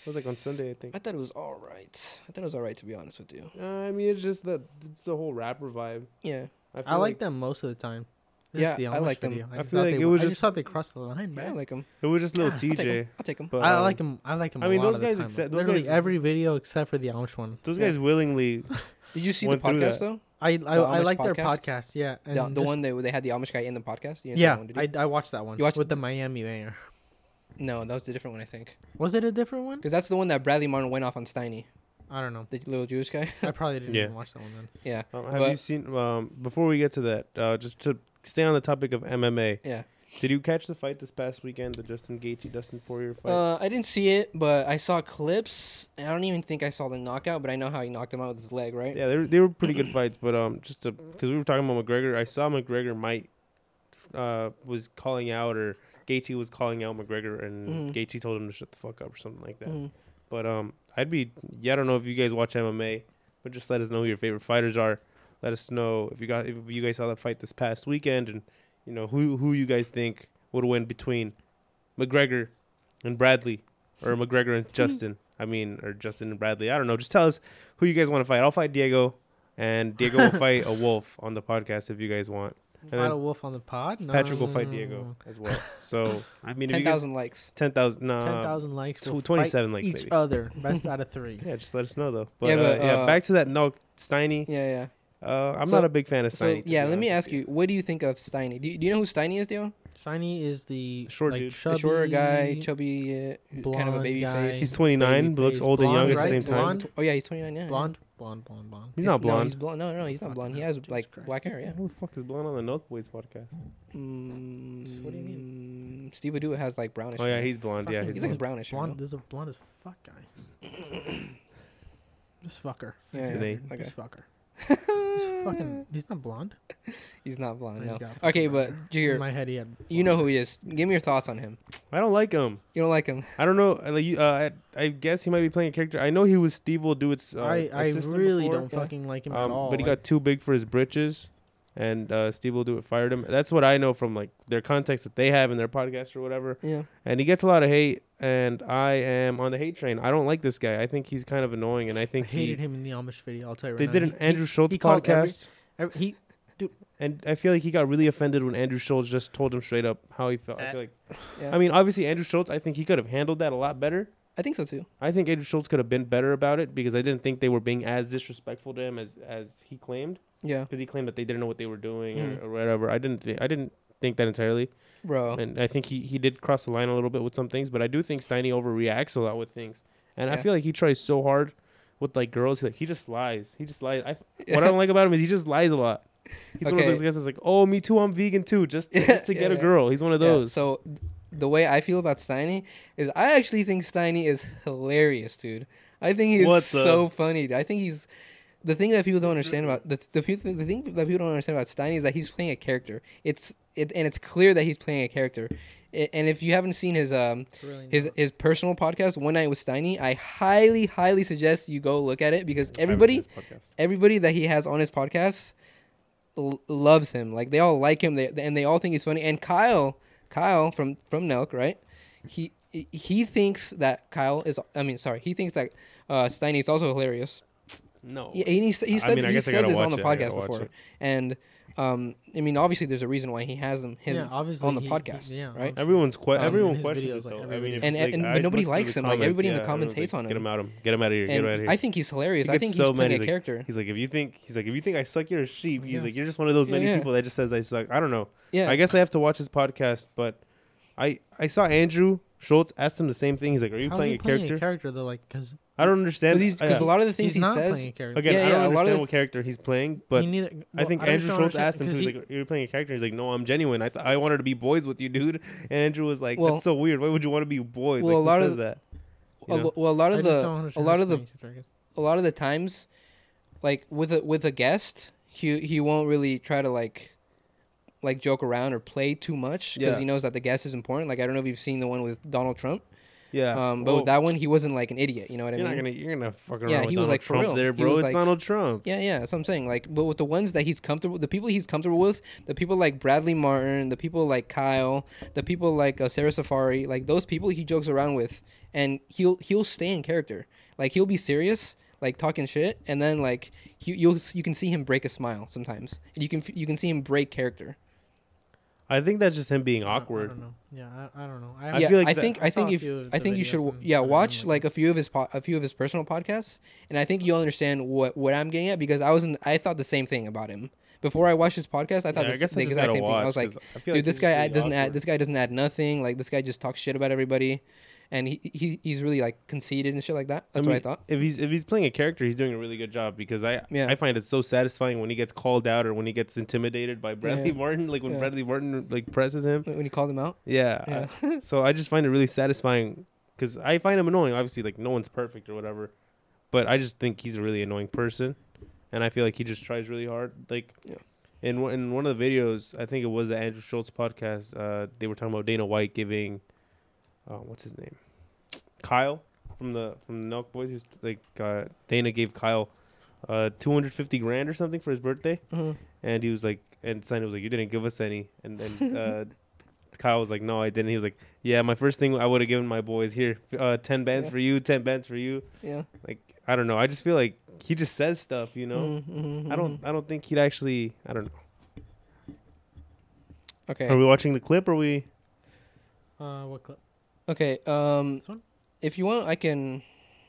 C: was like on Sunday, I think.
B: I thought it was all right. I thought it was all right to be honest with you.
C: Uh, I mean, it's just the it's the whole rapper vibe.
B: Yeah.
C: I,
A: I like them most of the time. It's
B: Yeah,
A: the
B: I
A: Amish
B: like them.
A: video. I,
C: I
A: just
C: feel
A: thought
C: like
A: they
C: it
A: were-
C: was
A: I just
C: just-
A: thought they crossed the line,
B: yeah I
A: man.
B: like him.
C: It was just little
A: I'll take
C: TJ,
B: I'll take him.
C: but
A: I
C: um,
A: like him. I like him.
C: I
A: a
C: mean,
A: lot
C: those
A: of the
C: guys
A: time.
C: accept- those
A: literally
C: guys-
A: every video except for the Amish one.
C: Those
B: Yeah.
C: guys willingly.
B: Did you see the
C: Went through
B: podcast
C: that.
B: though?
A: I I, I
B: Amish
A: like their
B: podcast?
A: podcast. Yeah, and
B: The, the
A: just-
B: one they they had the Amish guy in the podcast. You didn't see
A: Yeah,
B: that one, did you?
A: I, I watched that one
B: You watched
A: with the Miami mayor.
B: No, that was the different one I think.
A: Was it a different one?
B: Because that's the one that Bradley Martin went off on Steiny,
A: I don't know.
B: the little Jewish guy.
A: I probably didn't
C: Yeah.
A: even watch that one then.
B: yeah.
C: Um, have
B: But-
C: you seen? Um, before we get to that, uh, just to stay on the topic of MMA.
B: Yeah.
C: Did you catch the fight this past weekend? The Justin Gaethje, Dustin Poirier fight.
B: Uh, I didn't see it, but I saw clips. And I don't even think I saw the knockout, but I know how he knocked him out with his leg, right?
C: yeah, they were, they were pretty good fights, but um, just to because we were talking about McGregor, I saw McGregor might uh was calling out or Gaethje was calling out McGregor, and
B: Mhm.
C: Gaethje told him to shut the fuck up or something like that.
B: Mhm.
C: But um, I'd be yeah. I don't know if you guys watch MMA, but just let us know who your favorite fighters are. Let us know if you got if you guys saw that fight this past weekend, and you know who who you guys think would win between McGregor and Bradley, or McGregor and Justin. I mean, or Justin and Bradley. I don't know. Just tell us who you guys want to fight. I'll fight Diego, and Diego will fight a wolf on the podcast if you guys want. And
A: Not a
C: then
A: wolf on the pod. No,
C: Patrick will
A: no,
C: fight
A: no,
C: Diego
A: no.
C: as well. So I mean, if
B: Ten
C: you guys
B: thousand likes.
C: ten thousand, nah,
A: Ten thousand likes.
C: tw-
A: will
C: 27
A: fight
C: Uh, likes,
A: Each
C: maybe.
A: other, best out of three.
C: Yeah, just let us know though. But,
B: Yeah,
C: yeah,
B: but,
C: uh, yeah,
B: uh,
C: back to that no Steiny.
B: Yeah, yeah.
C: Uh, I'm
B: So-
C: not a big fan of
B: So
C: Steiny. to
B: yeah,
C: be
B: let me
C: honest
B: ask
C: with
B: you, what do you think of Steiny? Do you, do you know who Steiny is, Dio?
A: Shiny is the
C: Short
A: like,
C: dude. The
A: chubby,
B: the shorter guy, chubby, uh,
A: blonde
B: kind of a baby
A: guy.
B: face.
C: He's 29, but looks
A: Babyface.
C: old and young
A: Blonde,
C: at the
A: right?
C: same time.
A: Blonde?
B: Oh yeah, he's twenty nine. Yeah, yeah.
A: blonde, blonde, blonde, blonde.
C: He's not
B: No,
C: blonde.
B: he's blonde. No, no, he's not
A: Fucking
B: blonde. He
A: hell,
B: has
A: Jesus
B: like
A: Christ.
B: black hair. Yeah.
C: Who the fuck is blonde on the Note Boys podcast?
B: Mm,
A: what do you
B: Steve Badu has like brownish.
C: Oh yeah,
B: hair.
C: he's blonde. Yeah,
A: Fucking-
C: he's,
B: he's
C: blonde.
B: like brownish. hair,
A: Blonde.
B: no?
A: There's a blonde as fuck guy. this fucker.
B: Yeah, yeah,
C: today.
A: This
B: okay.
A: fucker. He's fucking. He's not blonde.
B: He's not blonde.
A: He's
B: No.
A: got fucking
B: Okay,
A: brown
B: but Jir,
A: In my head, he had.
B: you know who he is. Give me your thoughts on him.
C: I don't like him.
B: You don't like him.
C: I don't know. I Like, you- uh, I, I guess he might be playing a character. I know he was Steve Will Dude's uh,
A: I I
C: assistant
A: really
C: before,
A: don't
B: yeah.
A: fucking like him
C: um,
A: at all.
C: But he
A: like-
C: got too big for his britches, and uh, Steve Will Do It fired him. That's what I know from like their context that they have in their podcast or whatever.
B: Yeah.
C: and he gets a lot of hate and i am on the hate train i don't like this guy i think he's kind of annoying and i think
A: I hated
C: he,
A: him in the Amish video. I'll tell you. Right
C: they
A: now.
C: did an
A: He-
C: andrew schultz
A: he called every-
C: podcast
A: every- he
C: and i feel like he got really offended when andrew schultz just told him straight up how he felt i feel like
B: Yeah.
C: i mean obviously andrew schultz i think he could have handled that a lot better
B: I think so too.
C: i think andrew schultz could have been better about it because i didn't think they were being as disrespectful to him as as he claimed
B: Yeah,
C: because he claimed that they didn't know what they were doing
B: Mhm.
C: or, or whatever i didn't think i didn't think that entirely
B: bro.
C: And I think he, he did cross the line a little bit with some things, but I do think Steiny overreacts a lot with things. And I
B: Yeah.
C: feel like he tries so hard with like girls. Like he just lies. He just lies. I, what I don't like about him is he just lies a lot. He's one of
B: Okay.
C: those guys that's like, oh, me too. I'm vegan too, just to,
B: Yeah,
C: just to get
B: yeah.
C: a girl. He's one of
B: Yeah,
C: those.
B: so the way I feel about Steiny is I actually think Steiny is hilarious, dude. I think he's
C: What the-
B: so funny. Dude. I think he's the thing that people don't understand about the the, people, the thing that people don't understand about Steiny is that he's playing a character. It's it and it's clear that he's playing a character. A- And if you haven't seen his um
A: really
B: his his personal podcast, One Night with Steiny, I highly highly suggest you go look at it because everybody everybody that he has on his podcast l- loves him. Like they all like him, they, and they all think he's funny. And Kyle, Kyle from from Nelk, right? He he thinks that Kyle is. I mean, sorry, he thinks that uh, Steiny is also hilarious.
C: No.
B: Yeah, and he, s- he
C: I
B: said
C: mean, I
B: he
C: guess I
B: said
C: gotta
B: this on
C: watch
B: the
C: it, I gotta
B: podcast
C: watch
B: before,
C: it.
B: and Um, I mean, obviously, there's a reason why he has them him
A: Yeah, obviously
B: on the
A: he- he-
B: podcast,
A: yeah,
B: right?
A: obviously.
C: Everyone's que-
B: Um,
A: in
C: everyone
A: his
C: questions
A: videos,
C: it
A: like,
C: though. I
A: everybody-
C: mean, if,
B: And-
C: like,
B: and-
C: I-
B: but nobody
C: most of
B: likes
C: the
B: him. Like,
C: comments,
B: everybody in the
C: yeah,
B: comments
C: everyone's
B: hates on
C: Get
B: him.
C: him out of get him out of here.
B: And
C: get him out of here.
B: I think he's hilarious.
C: He
B: I
C: gets
B: think
C: so
B: he's playing
C: many,
B: a
C: like-
B: character.
C: He's like, if you think he's like, if you think I suck, you're a sheep. He's
A: Yeah.
C: like, you're just one of those
B: Yeah,
C: many
B: yeah.
C: people that just says I suck. I don't know.
B: Yeah.
C: I guess I have to watch his podcast, but I I saw Andrew Schultz asked him the same thing. He's like, are you
A: How's
C: playing,
A: he
C: a,
A: playing
C: character?
A: a character though? Like, cause
C: I don't understand.
B: because
C: I-
B: a lot of the things
A: he's
B: he
A: not
B: says,
A: playing a character.
C: again,
B: yeah,
C: I
B: yeah, a
C: don't
B: lot of
C: understand
B: the-
C: what character he's playing, but
A: Me neither-
C: I
A: well,
C: think
A: don't
C: Andrew
A: understand
C: Schultz
A: what I'm
C: asked him too.
A: saying,
C: He's
A: 'cause
C: like, "You're playing a character." He's like, "No, I'm genuine. I th- I wanted to be boys with you, dude." And Andrew was like,
B: Well-
C: "That's so weird. Why would you want to be boys?"
B: Well,
C: like, who
B: a lot of
C: says
B: the-
C: that.
B: a
C: You know?
B: lo- well, a lot
A: he- I
B: of
A: just
B: the
A: don't
B: a
A: understand
B: lot
A: what's
B: of the
A: playing a character, I guess.
B: a lot of the times, like with a with a guest, he he won't really try to like like joke around or play too much because
C: Yeah.
B: he knows that the guest is important. Like I don't know if you've seen the one with Donald Trump,
C: yeah.
B: um, but
C: Well,
B: with that one, he wasn't like an idiot. You know what I
C: you're
B: mean?
C: not gonna you're gonna fuck around
B: Yeah,
C: with
B: he was
C: Donald
B: like, for
C: Trump
B: real.
C: there,
B: He
C: bro.
B: was
C: It's
B: like-
C: Donald Trump.
B: Yeah, yeah, that's what I'm saying. Like, but with the ones that he's comfortable, the people he's comfortable with, the people like Bradley Martin, the people like Kyle, the people like uh, Sarah Safari, like those people he jokes around with, and he'll he'll stay in character. Like he'll be serious, like talking shit, and then like he, you'll you can see him break a smile sometimes, and you can you can see him break character.
C: I think that's just him being
A: I don't- I
C: awkward.
A: don't know. Yeah, I, I don't know.
C: I
B: yeah,
C: feel like
B: I
C: that-
B: think
A: I
B: I
A: saw
B: think
A: a
B: if
A: few of
B: I
A: the
B: think you
A: videos
B: should
A: and
B: yeah
A: I don't
B: watch
A: remember
B: like
A: them.
B: a few of his po- a few of his personal podcasts, and I think you'll understand what what I'm getting at because I was in, I thought the same thing about him before I watched his podcast. I thought
C: Yeah, I
B: the,
C: guess I
B: the
C: just
B: exact
C: gotta
B: same thing. I
C: watch
B: was like,
C: 'cause I feel
B: dude,
C: like
B: this
C: he's
B: guy
C: really
B: ad- doesn't add
C: awkward.
B: this guy doesn't add nothing. Like this guy just talks shit about everybody, and he, he he's really like conceited and shit like that. That's
C: mean,
B: what I thought.
C: If he's if he's playing a character, he's doing a really good job because I
B: Yeah.
C: I find it so satisfying when he gets called out or when he gets intimidated by Bradley
B: Yeah.
C: Martin, like when
B: Yeah.
C: Bradley Martin like presses him.
B: When when he called him out,
C: Yeah. I- so I just find it really satisfying because I find him annoying. Obviously, like no one's perfect or whatever, but I just think he's a really annoying person, and I feel like he just tries really hard. Like,
B: Yeah.
C: in one- in one of the videos, I think it was the Andrew Schultz podcast. Uh, they were talking about Dana White giving, uh, what's his name, Kyle from the from the Nelk Boys. He was, like uh, Dana gave Kyle. Uh, 250 grand or something for his birthday
B: Mhm.
C: and he was like and Santa was like you didn't give us any and then uh, Kyle was like, "No, I didn't." He was like, "Yeah, my first thing I would have given my boys here, uh, ten bands
B: Yeah.
C: for you, ten bands for you."
B: yeah.
C: Like, I don't know. I just feel like he just says stuff, you know.
B: Mhm,
C: I don't. I don't think he'd actually. I don't know.
B: Okay.
C: Are we watching the clip? Or are we?
A: Uh, what clip?
B: okay. Um,
A: This one?
B: if you want, I can.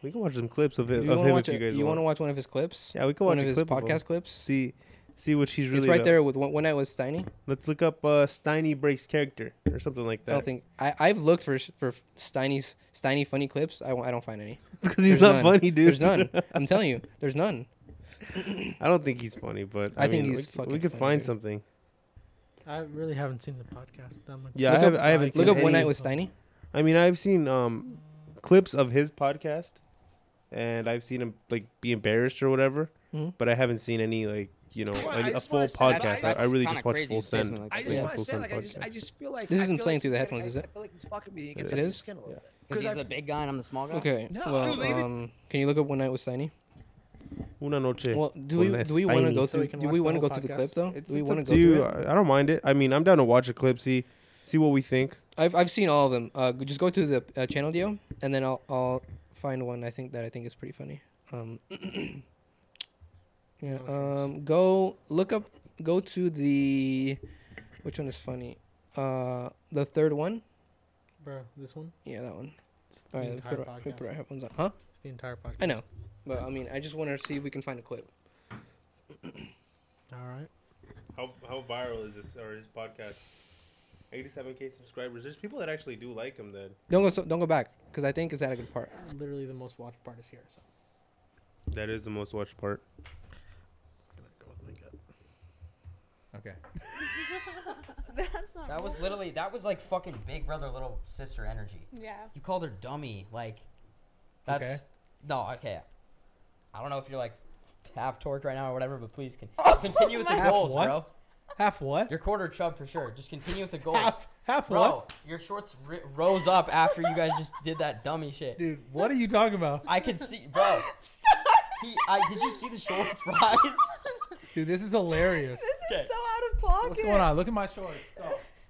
C: We can watch some clips of, it,
B: you
C: of
B: want to
C: him if
B: watch?
C: you
B: a-
C: guys
B: You want
C: want.
B: to watch one of his clips?
C: yeah, we can watch
B: One of
C: a
B: his
C: clip of him.
B: podcast clips.
C: See, see what she's really.
B: it's right
C: about.
B: there with one, one night with Steiny.
C: Let's look up uh, Steiny breaks character or something like
B: I don't
C: that.
B: think I I've looked for for Steiny's Steiny funny clips. I, won't- I don't find any.
C: Because he's
B: There's
C: not
B: none.
C: funny, dude.
B: There's none. I'm telling you, there's none.
C: I don't think he's funny, but I,
B: I think
C: mean,
B: he's
C: we, c- we
B: fucking
C: could
B: funny,
C: find
B: dude.
C: something.
A: I really haven't seen the podcast that much.
C: Yeah,
B: Look
C: I,
B: up-
C: have, I haven't.
B: Look
C: seen
B: up one
C: any-
B: night with Steiny.
C: I mean, I've seen um, clips of his podcast, and I've seen him like be embarrassed or whatever.
B: Mhm.
C: But I haven't seen any like you know
F: Well,
C: any,
F: I
C: a
F: just
C: full
F: wanna say that-
C: podcast. I,
F: that's
C: I really
F: kinda
C: just watched
F: crazy
C: Full
B: statement
C: Send.
B: like
F: I
B: that.
F: just
C: Yeah.
F: want to
C: Full
F: say,
C: Send
F: like, I just,
C: podcast.
F: I just feel like
B: This
F: I
B: isn't
F: feel
B: playing
F: like
B: through the
F: I-
B: headphones,
F: I,
B: is it?
F: I feel like he's fucking being
C: It
F: gets under
B: is?
F: his skin a little bit.
G: Because he's
F: I've-
G: the big guy and I'm the small guy.
B: Okay.
F: No, dude, leave
B: well,
F: it.
B: um, can you look up one night with Steiny?
C: Una noche.
B: Well, do we
C: con
B: do we want to
C: Steiny.
B: go
A: So we
B: through?
A: can
B: do
A: watch
B: we
A: the
B: want to
A: whole
B: go through the
A: podcast?
B: clip though?
C: It's,
B: Do we
C: it's
B: want to
C: up
B: go through
C: you.
B: it?
C: I I don't mind it. I mean, I'm down to watch a clip. See, see what we think.
B: I've I've seen all of them. Uh, just go to the uh, channel deal, and then I'll I'll find one I think that I think is pretty funny. Um, yeah. Um, go look up. Go to the which one is funny? Uh, the third one.
A: bro. This one.
B: Yeah, that one.
A: It's the
B: All right, we
A: entire
B: put, our, we
A: podcast.
B: put our headphones on. Huh?
A: It's the entire podcast.
B: I know, but I mean, I just want to see if we can find a clip.
A: All right.
C: How how viral is this or his podcast? 87k subscribers. There's people that actually do like him. Then
B: Don't go. So, don't go back because I think it's at a good part.
A: Literally the most watched part is here. So.
C: that is the most watched part.
G: Okay.
H: That's not.
G: That was
H: real.
G: literally that was like fucking big brother little sister energy.
H: Yeah.
G: You called her dummy, like that's
B: Okay.
G: no, okay. I don't know if you're like half torqued right now or whatever, but please can continue with the
A: Half
G: goals,
A: what?
G: bro.
A: Half what?
G: You're quarter chub for sure. Just continue with the goals.
A: half half
G: bro,
A: what?
G: your shorts ri rose up after you guys just did that dummy shit.
A: Dude, what are you talking about?
G: I can see, bro. He, I, did you see the shorts rise?
A: Dude, this is hilarious.
H: This
G: Okay.
H: is so out of pocket.
I: What's going on? Look at my shorts. Go.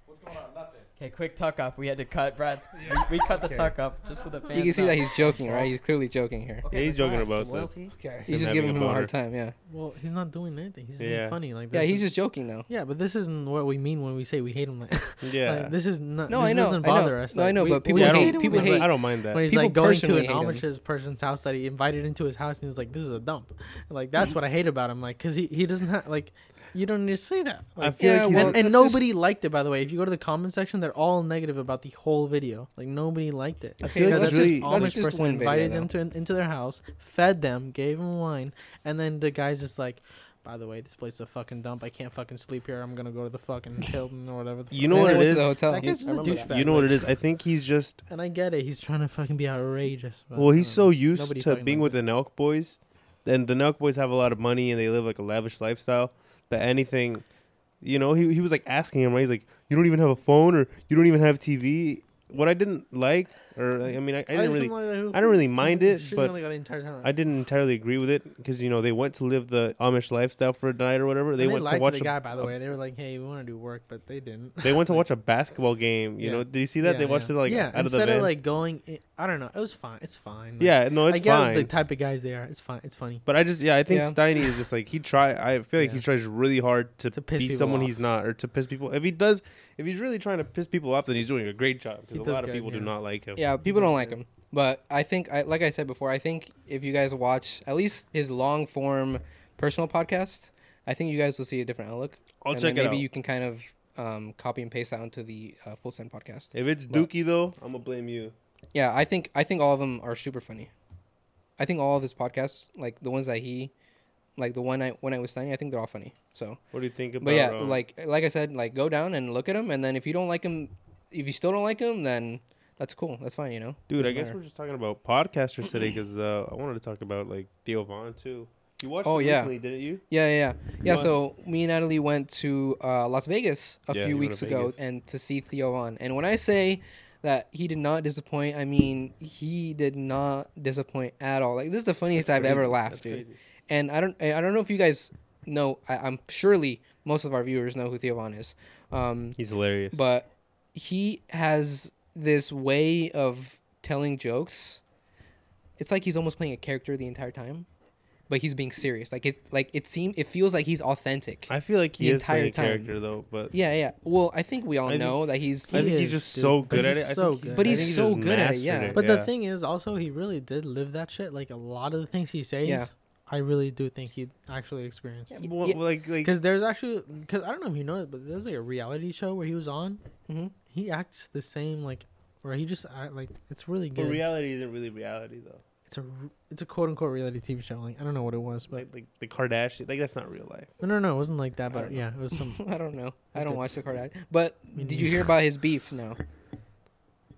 I: What's going on? Nothing.
G: Okay, quick tuck up. We had to cut Brad's. We, we cut the tuck up just so the fans.
B: You can see
G: know.
B: that he's joking, right? He's clearly joking here.
C: Yeah, he's
G: but
C: joking
G: Brad,
C: about that.
G: loyalty.
B: Okay.
C: Him
B: He's just
C: having
B: giving
C: a
B: him a hard
C: boner.
B: time. Yeah.
A: Well, he's not doing anything. He's
C: Yeah.
A: being funny. Like
B: Yeah.
A: this
B: He's
A: is-
B: just joking now.
A: Yeah, but this isn't what we mean when we say we hate him. Like,
C: Yeah.
A: like, this is not.
B: No,
A: this
B: I know,
A: Doesn't
B: I know.
A: bother us.
B: No, I
A: like,
B: know,
A: we-
B: but
A: we
B: people
C: I don't,
A: hate him
B: people
A: when,
B: hate-
A: like,
C: I don't mind that.
A: when he's
B: People
A: like going to
B: personally
A: an
B: hate him.
A: Amish person's house that he invited into his house and he's like, "This is a dump." Like that's what I hate about him. Like because he he doesn't have like you don't need to say that.
C: I
A: Like,
C: feel
B: Yeah,
C: like he's
B: well,
A: and and
B: that's just-
A: nobody liked it by the way. If you go to the comment section, they're all negative about the whole video. Like nobody liked it.
B: feel like
A: Because
B: that's
A: that's
B: really-
A: just
B: that's
A: Amish
B: just
A: person
B: one
A: invited
B: video,
A: them to into their house, fed them, gave them wine, and then the guy's just like. By the way, this place is a fucking dump. I can't fucking sleep here. I'm gonna go to the fucking Hilton or whatever. The
C: You
A: fuck.
C: know
B: Then
C: what
B: they
C: it
B: went
C: is?
B: To the hotel.
A: That guy's just a
B: I remember that.
A: douchebag.
C: you know what it is? I think he's just
A: And I get it. He's trying to fucking be outrageous. but
C: well,
A: I
C: he's
A: don't
C: so
A: know.
C: used
A: Nobody
C: to
A: fucking
C: being with
A: liked
C: the Nelk boys, and the Nelk boys have a lot of money and they live like a lavish lifestyle. That anything, you know, he he was like asking him, right? He's like, "You don't even have a phone, or you don't even have TV." What I didn't like, or like, I mean, I, I didn't really,
A: like-
C: I don't really mind
A: you
C: it,
A: shouldn't
C: but
A: really go the entire time.
C: I didn't entirely agree with it because you know they went to live the Amish lifestyle for a night or whatever.
A: And
C: They, went
A: lied
C: to watch
A: the
C: a,
A: guy. By the way, they were like, "Hey, we want to do work," but they didn't.
C: they went to watch a basketball game. You
A: Yeah.
C: know, did you see that?
A: Yeah,
C: they watched
A: yeah.
C: it like
A: yeah.
C: out of the
A: instead
C: van.
A: like going, i- I don't know. It was fine. It's fine. Like,
C: yeah, no, it's
A: I get
C: fine.
A: the type of guys they are. It's fine. It's funny.
C: But I just yeah, I think
B: Yeah.
C: Steiny is just like he try. I feel like he
A: Yeah.
C: tries really hard to,
A: To piss
C: be
A: people
C: someone
A: off.
C: he's not, or to piss people. If he does, if he's really trying to piss people off, then he's doing a great job
A: He
C: because a
A: does
C: lot of
A: good,
C: people do
A: yeah.
C: not like him.
B: Yeah, people don't like him. But I think, I, like I said before, I think if you guys watch at least his long form personal podcast, I think you guys will see a different outlook.
C: I'll
B: and
C: check
B: then
C: it
B: maybe
C: out.
B: you can kind of um, copy and paste that onto the uh, Full Send podcast.
C: if it's
B: But-
C: Dookie though, I'm gonna blame you.
B: Yeah, I think I think all of them are super funny. I think all of his podcasts, like the ones that he, like the one I when I was signing, I think they're all funny. So,
C: What do you think about?
B: but yeah,
C: um,
B: like like I said, like go down and look at him, and then if you don't like him, if you still don't like him, then that's cool. That's fine, you know.
C: dude, I
B: Doesn't
C: guess
B: matter.
C: we're just talking about podcasters today because uh, I wanted to talk about like Theo Vaughn too. You watched
B: Oh,
C: it
B: yeah.
C: recently, didn't you?
B: Yeah, yeah, yeah. yeah
C: What?
B: so me and Natalie went to uh, Las Vegas a
C: Yeah, you
B: few
C: went to
B: weeks ago,
C: Vegas.
B: and to see Theo Vaughn. And when I say that he did not disappoint, I mean he did not disappoint at all. Like this is the funniest I've ever
C: Crazy.
B: laughed,
C: That's
B: dude.
C: crazy.
B: And I don't, I don't know if you guys know. I, I'm surely most of our viewers know who Theo Vaughn is. Um,
C: He's hilarious.
B: but he has this way of telling jokes. It's like he's almost playing a character the entire time, but he's being serious. Like it, like it seem, it feels like he's authentic.
C: I feel like he
B: the
C: is playing a
B: entire time.
C: character though, but
B: yeah, yeah. Well, I think we all
C: I
B: know that he's.
C: I
A: He
C: think he's
A: is,
C: just
A: dude.
C: so
A: But
C: good at
A: he's
C: it. I
A: so
C: think he-
A: good.
C: I
A: But
C: think
B: he's
C: he just
B: so good at it,
C: mastered
B: yeah.
A: But
C: yeah.
A: the thing is, also, he really did live that shit. Like a lot of the things he says,
B: Yeah.
A: I really do think he actually experienced.
C: Well,
B: Yeah.
C: like like
A: Because there's actually, because I don't know if you know it, but there's like a reality show where he was on.
B: Mhm.
A: He acts the same, like, where he just act, like it's really
C: but
A: good.
C: reality isn't really reality though.
A: it's a r- it's a quote unquote reality TV show. Like I don't know what it was, but
C: like like the Kardashian. Like that's not real life.
A: no, no, no, it wasn't like that.
B: I
A: But
B: don't
A: yeah, it was some.
B: I don't know. I
A: That's
B: don't
A: good.
B: watch the Kardashians. But
C: Mm-hmm.
A: Me
B: did you
A: neither.
B: hear about his beef? No.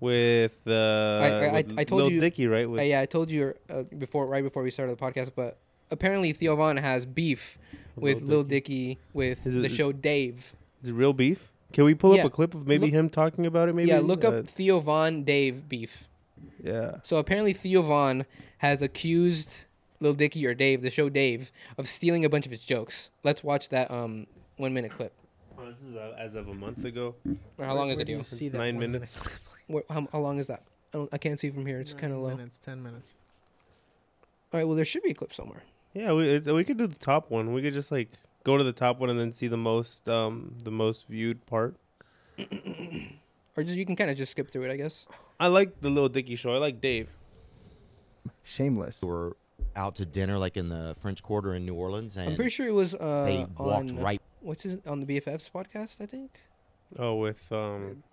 C: With uh,
B: I- I- I told
C: Lil
B: you-
C: Dicky, right? With,
B: Uh, yeah, I told you uh, before, right before we started the podcast, but apparently Theo Vaughn has beef with Lil Dicky, with
C: Is it-
B: the show Dave.
C: Is it real beef? Can we pull up
B: Yeah.
C: a clip of maybe
B: Look-
C: him talking about it? Maybe
B: yeah, look
C: Uh,
B: up Theo Vaughn Dave beef.
C: yeah,
B: So apparently Theo Vaughn has accused Lil Dicky or Dave, the show Dave, of stealing a bunch of his jokes. Let's watch that um one minute clip.
C: Oh, this is uh, as of a month ago.
B: Or how long is it, Dio?
C: Nine
A: one
C: minutes.
A: minute?
B: Where, how, how long is that? I, don't, I can't see from here. It's
A: Nine
B: kind of low.
A: Minutes, ten minutes.
B: All right, well there should be a clip somewhere.
C: Yeah, we it, we could do the top one. We could just like go to the top one and then see the most um the most viewed part.
B: Or just you can kind of just skip through it, I guess.
C: I like the Lil Dicky show. I like Dave.
F: Shameless. We were out to dinner, like in the French Quarter in New Orleans, and
B: I'm pretty sure it was uh
F: they walked
B: on
F: right.
B: what's his on the BFFs podcast, I think.
C: Oh, with um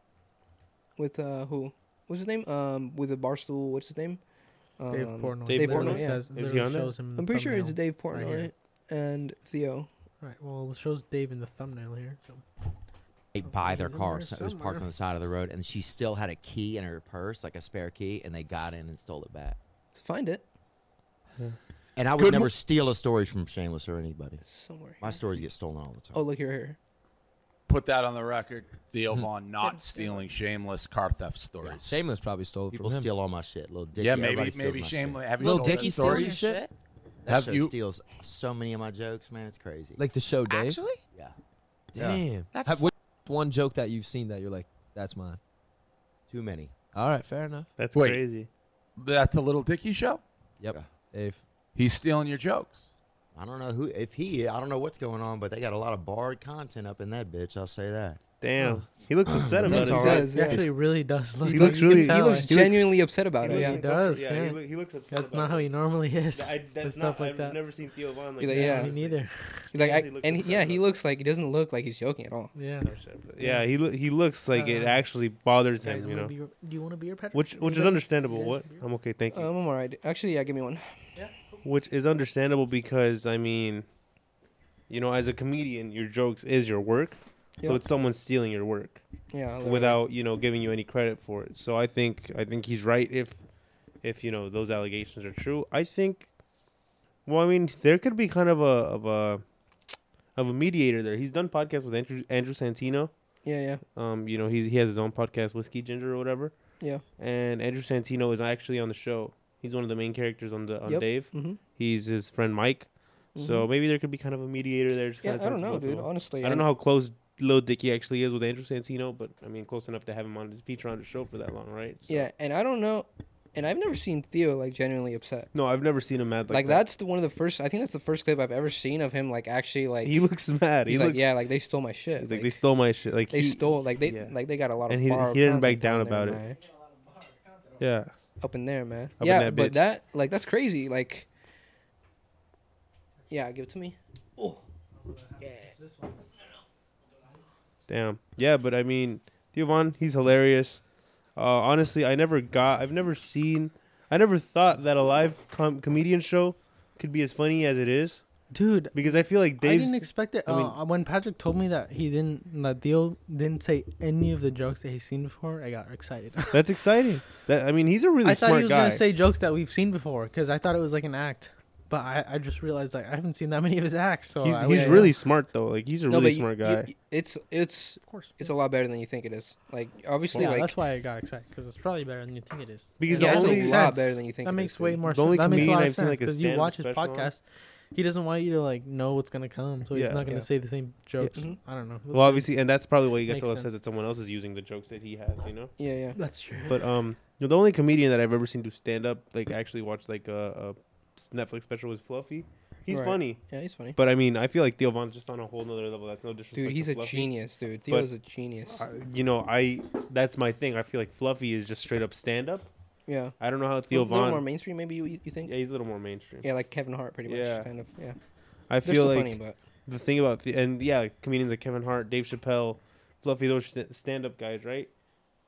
B: With uh who? What's his name? Um with the barstool, what's his name? Um,
A: Dave Portnoy.
C: Dave
A: literally
B: Portnoy, yeah.
A: says-
C: Is he
A: literally
C: on there?
A: shows him in the
B: I'm pretty sure it's
A: thumbnail.
B: Dave Portnoy
A: here.
B: and Theo.
A: Right. Well, it shows Dave in the thumbnail here. So.
F: right by their
A: He's in
F: car.
A: there
F: So it was
A: somewhere.
F: parked on the side of the road, and she still had a key in her purse, like a spare key, and they got in and stole it back.
B: To find it
F: And I would never steal a story from Shameless or anybody.
B: somewhere.
F: My
B: here.
F: stories get stolen all the time.
B: Oh look here here.
I: Put that on the record. Theo Vaughn not stealing shameless car theft stories.
J: Shameless probably stole it Oh,
F: People
J: from him.
F: steal all my shit. Little Dicky.
I: Yeah,
F: everybody
I: maybe
F: steals
I: maybe
F: my
I: shameless.
F: Shit.
I: Have you
J: Lil
I: told that
J: Dicky steals
I: story?
J: your shit?
F: That
I: Have
F: show
I: you-
F: steals so many of my jokes, man. It's crazy.
J: Like the show Dave?
I: Actually?
F: yeah.
J: Damn.
I: That's
J: Have, what's one joke that you've seen that you're like, That's mine.
F: Too many.
J: All right, fair enough.
C: That's
I: Wait.
C: crazy.
I: That's the little Dicky show.
J: Yep. If
I: He's stealing your jokes.
F: I don't know who, if he, I don't know what's going on, but they got a lot of barred content up in that bitch. I'll say that.
C: Damn. He looks upset about
F: That's
C: it.
F: all right.
A: He actually really does look.
C: He looks
A: you can
C: really- he
A: tell,
B: looks
A: like,
B: genuinely upset about
A: he
B: it. Yeah.
A: looks- He does.
C: Yeah, he
A: Yeah.
C: look- he looks upset
A: That's
C: about
A: not how
C: it.
A: he normally is.
C: Yeah, I-
A: with
C: that's not,
A: stuff like
C: I've
A: that.
C: never seen Theo Vaughn like
B: He's
C: that.
B: like, yeah.
A: Me
C: honestly.
A: neither.
B: He's like,
C: Usually
B: I,
C: looks
B: and he,
C: upset
B: yeah,
C: about
B: he looks like he doesn't look like he's joking at all.
A: Yeah.
C: Yeah, he loo- he looks like it
A: Uh,
C: actually bothers
A: Guys,
C: him, you
A: wanna
C: know,
A: be your- do you want to be your pet?
C: which which is understandable. What I'm okay, thank you.
B: Um, I'm alright. Actually, yeah, give me one.
C: Which is understandable because I mean, you know, as a comedian, your jokes is your work, so
B: Yeah.
C: it's someone stealing your work
B: Yeah. literally.
C: without you know giving you any credit for it. So I think I think he's right if if you know those allegations are true. I think. Well, I mean, there could be kind of a of a of a mediator there. He's done podcasts with Andrew Andrew Santino.
B: Yeah, yeah,
C: Um, you know, he's he has his own podcast, Whiskey Ginger or whatever.
B: yeah.
C: And Andrew Santino is actually on the show. He's one of the main characters on the on
B: Yep.
C: Dave.
B: Mhm.
C: He's his friend Mike. So maybe there could be kind of a mediator there. Just
B: Yeah,
C: kind of
B: I don't know, dude. Honestly,
C: I don't know how close Lil Dicky actually is with Andrew Santino, but I mean, close enough to have him on feature on the show for that long, right? So-
B: Yeah, and I don't know, and I've never seen Theo like genuinely upset.
C: No, I've never seen him mad like,
B: Like,
C: that.
B: that's the one of the first. I think that's the first clip I've ever seen of him like actually like.
C: He looks mad.
B: he's
C: He
B: like,
C: looks.
B: yeah, like they stole my shit.
C: he's
B: like,
C: like they stole my shit. Like
B: they,
C: he-
B: stole. Like they
C: yeah.
B: like they got a lot of.
C: And he-
B: borrowed
C: he didn't back
B: content
C: down
B: there,
C: about it.
B: man.
C: Yeah.
B: Up in there, man.
C: in
B: yeah,
C: that
B: but
C: bitch.
B: that like that's crazy. Like. Yeah, give it to me. Oh. Yeah.
C: Damn. Yeah, but I mean, Theo Von, he's hilarious. Uh, honestly, I never got, I've never seen, I never thought that a live com- comedian show could be as funny as it is
A: Dude,
C: because I feel like
A: I
C: Dave's.
A: didn't expect it.
C: I mean-
A: uh, when Patrick told me that he didn't, that Theo didn't say any of the jokes that he's seen before, I got excited.
C: that's exciting. That I mean, he's a really
A: I
C: smart
A: thought he was
C: guy.
A: gonna say jokes that we've seen before because I thought it was like an act, but I, I just realized like I haven't seen that many of his acts. So
C: he's
A: oh, I
C: he's
A: was-
C: really smart though. Like he's a
B: No,
C: really
B: but you-
C: smart
B: you-
C: guy.
B: it's it's
A: of course.
B: it's a lot better than you think it is. Like obviously,
A: yeah,
B: like
A: that's why I got excited because it's probably better than you think it is.
C: Because
B: yeah,
C: the
B: it's
C: only
B: a lot better than you think.
A: that
B: it
A: makes
B: is,
A: way
B: dude.
A: more.
C: The only
A: sense. That makes
C: comedian
A: a lot of
C: I've seen,
A: sense
C: like, a
A: because you
C: stand-up
A: watch his
C: special on.
A: podcast. He doesn't want you to like know what's gonna come, so he's
C: Yeah. Mm-hmm.
A: not gonna
B: Yeah.
A: say the same jokes.
B: Mhm.
A: I don't know. That's
C: Well, obviously, and that's probably why you get
A: Makes
C: so upset
A: sense.
C: that someone else is using the jokes that he has. You know.
B: Yeah, yeah.
A: That's true.
C: But um, you know, the only comedian that I've ever seen do stand up, like actually watch like uh, a, a Netflix special was Fluffy. He's
B: Right.
C: funny.
B: Yeah, he's funny.
C: But I mean, I feel like Theo Von's just on a whole nother level. That's no disrespect.
B: Dude,
C: to
B: he's a
C: Fluffy.
B: genius, dude.
C: But-
B: Theo's a genius.
C: I- you know, I that's my thing. I feel like Fluffy is just straight up stand up.
B: yeah.
C: I don't know how
B: A
C: Theo
B: little more
C: Von.
B: mainstream, maybe you, you think?
C: Yeah,
B: Yeah.
C: he's a little more mainstream.
B: like Kevin Hart, pretty much,
C: Yeah.
B: kind of. Yeah,
C: I
B: they're
C: feel
B: still
C: like
B: funny, but
C: the thing about the, and yeah, comedians like Kevin Hart, Dave Chappelle, Fluffy, those stand up guys, right?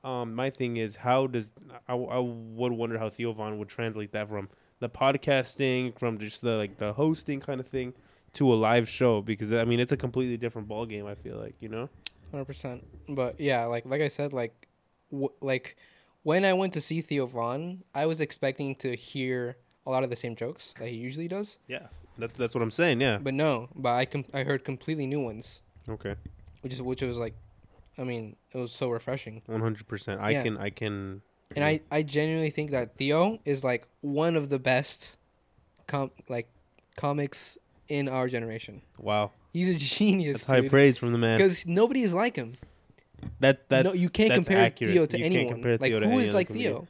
C: Um, my thing is how does I, I would wonder how Theo Von would translate that from the podcasting, from just the like the hosting kind of thing to a live show because I mean it's a completely different ball game. I feel like you know.
B: hundred percent. But yeah, like like I said, like w- like when I went to see Theo Vaughn, I was expecting to hear a lot of the same jokes that he usually does,
C: Yeah, that, that's what I'm saying. Yeah.
B: but no. But I com- I heard completely new ones,
C: Okay.
B: which is which was like, I mean, it was so refreshing.
C: One hundred percent. I
B: Yeah.
C: can. I can.
B: And I, I genuinely think that Theo is like one of the best, com- like, comics in our generation.
C: Wow.
B: He's a genius,
C: That's high praise from the man.
B: Because nobody is like him.
C: That that's
B: no, you can't
C: that's
B: compare
C: accurate.
B: Theo to
C: You
B: anyone.
C: Can't compare
B: like
C: Theo to
B: who
C: any
B: is
C: other
B: like
C: comedian.
B: Theo?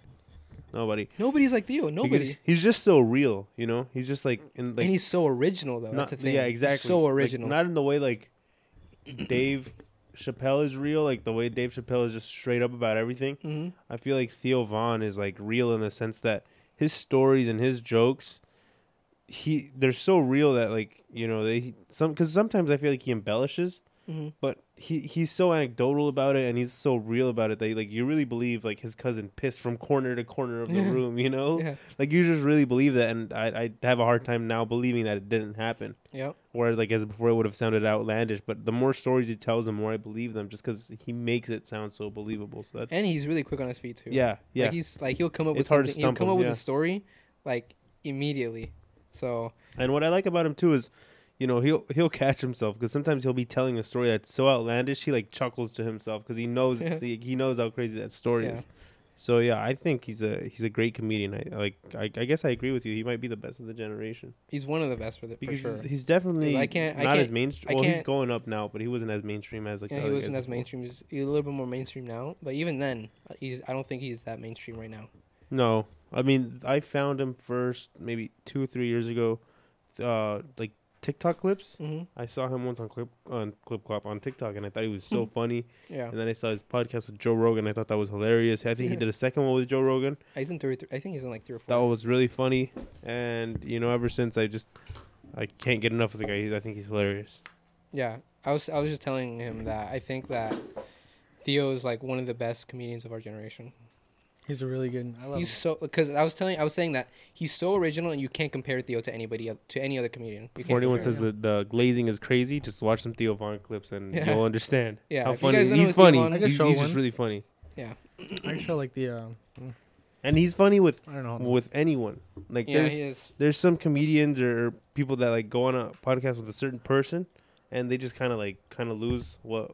C: Nobody.
B: Nobody's like Theo. Nobody.
C: Because he's just so real, you know. He's just like and like
B: and he's so original though.
C: not,
B: That's the thing.
C: yeah,
B: He's
C: exactly.
B: so
C: Like,
B: original.
C: not in the way like Dave Chappelle is real, like the way Dave Chappelle is just straight up about everything.
B: Mhm.
C: I feel like Theo Vaughn is like real in the sense that his stories and his jokes, he they're so real that like you know they some because sometimes I feel like he embellishes,
B: Mhm.
C: but he he's so anecdotal about it and he's so real about it that like you really believe like his cousin pissed from corner to corner of the
B: Yeah.
C: room, you know,
B: Yeah.
C: like you just really believe that, and I I have a hard time now believing that it didn't happen.
B: Yep.
C: Whereas, like as before, it would have sounded outlandish. But the more stories he tells, the more I believe them, just because he makes it sound so believable. So that's
B: And he's really quick on his feet too.
C: yeah, yeah.
B: Like he's like he'll come up with
C: It's hard to
B: something. He'll
C: stump
B: come
C: him,
B: up with
C: yeah.
B: a story, like immediately. So
C: and what I like about him too is, you know, he'll he'll catch himself because sometimes he'll be telling a story that's so outlandish he like chuckles to himself because he knows
B: Yeah.
C: he, he knows how crazy that story
B: Yeah.
C: is. So yeah, I think he's a he's a great comedian. I I like I, I guess I agree with you. He might be the best of the generation.
B: He's one of the best for the
C: Because
B: for sure.
C: he's- he's definitely
B: 'Cause I can't, I
C: not
B: can't,
C: as mainstream.
B: I
C: Well, he's
B: can't-
C: going up now, but he wasn't as mainstream as like the
B: yeah, he
C: other
B: wasn't
C: guys
B: as
C: before.
B: mainstream. He's he's a little bit more mainstream now, but even then, uh, he's. I don't think he's that mainstream right now.
C: No, I mean I found him first maybe two or three years ago, uh, like TikTok clips.
B: Mhm.
C: I saw him once on clip on clip clop on TikTok, and I thought he was so funny.
B: Hmm. Yeah.
C: And then I saw his podcast with Joe Rogan. I thought that was hilarious. I think he did a second one with Joe Rogan.
B: He's in three, I think he's in like three or
C: That
B: four.
C: one was really funny, and you know, ever since I just I can't get enough of the guy. He's, I think he's hilarious.
B: Yeah, I was I was just telling him that I think that Theo is like one of the best comedians of our generation.
A: He's a really good. I love
B: He's
A: him.
B: so because I was telling I was saying that he's so original and you can't compare Theo to anybody el- to any other comedian. You can't
C: Before anyone
B: compare
C: says
B: him.
C: that the glazing is crazy, just watch some Theo Von clips and
B: Yeah.
C: you'll understand.
B: Yeah,
C: how
B: if you guys
C: funny
B: don't know
C: he's
B: who Theo
C: funny.
B: Von- I could
C: He's,
A: show
C: he's just
A: one.
C: really funny,
B: yeah,
A: I show like the. Um,
C: and he's funny with
A: I don't know.
C: with anyone. Like
B: yeah,
C: there's
B: he is.
C: there's some comedians or people that like go on a podcast with a certain person, and they just kind of like kind of lose what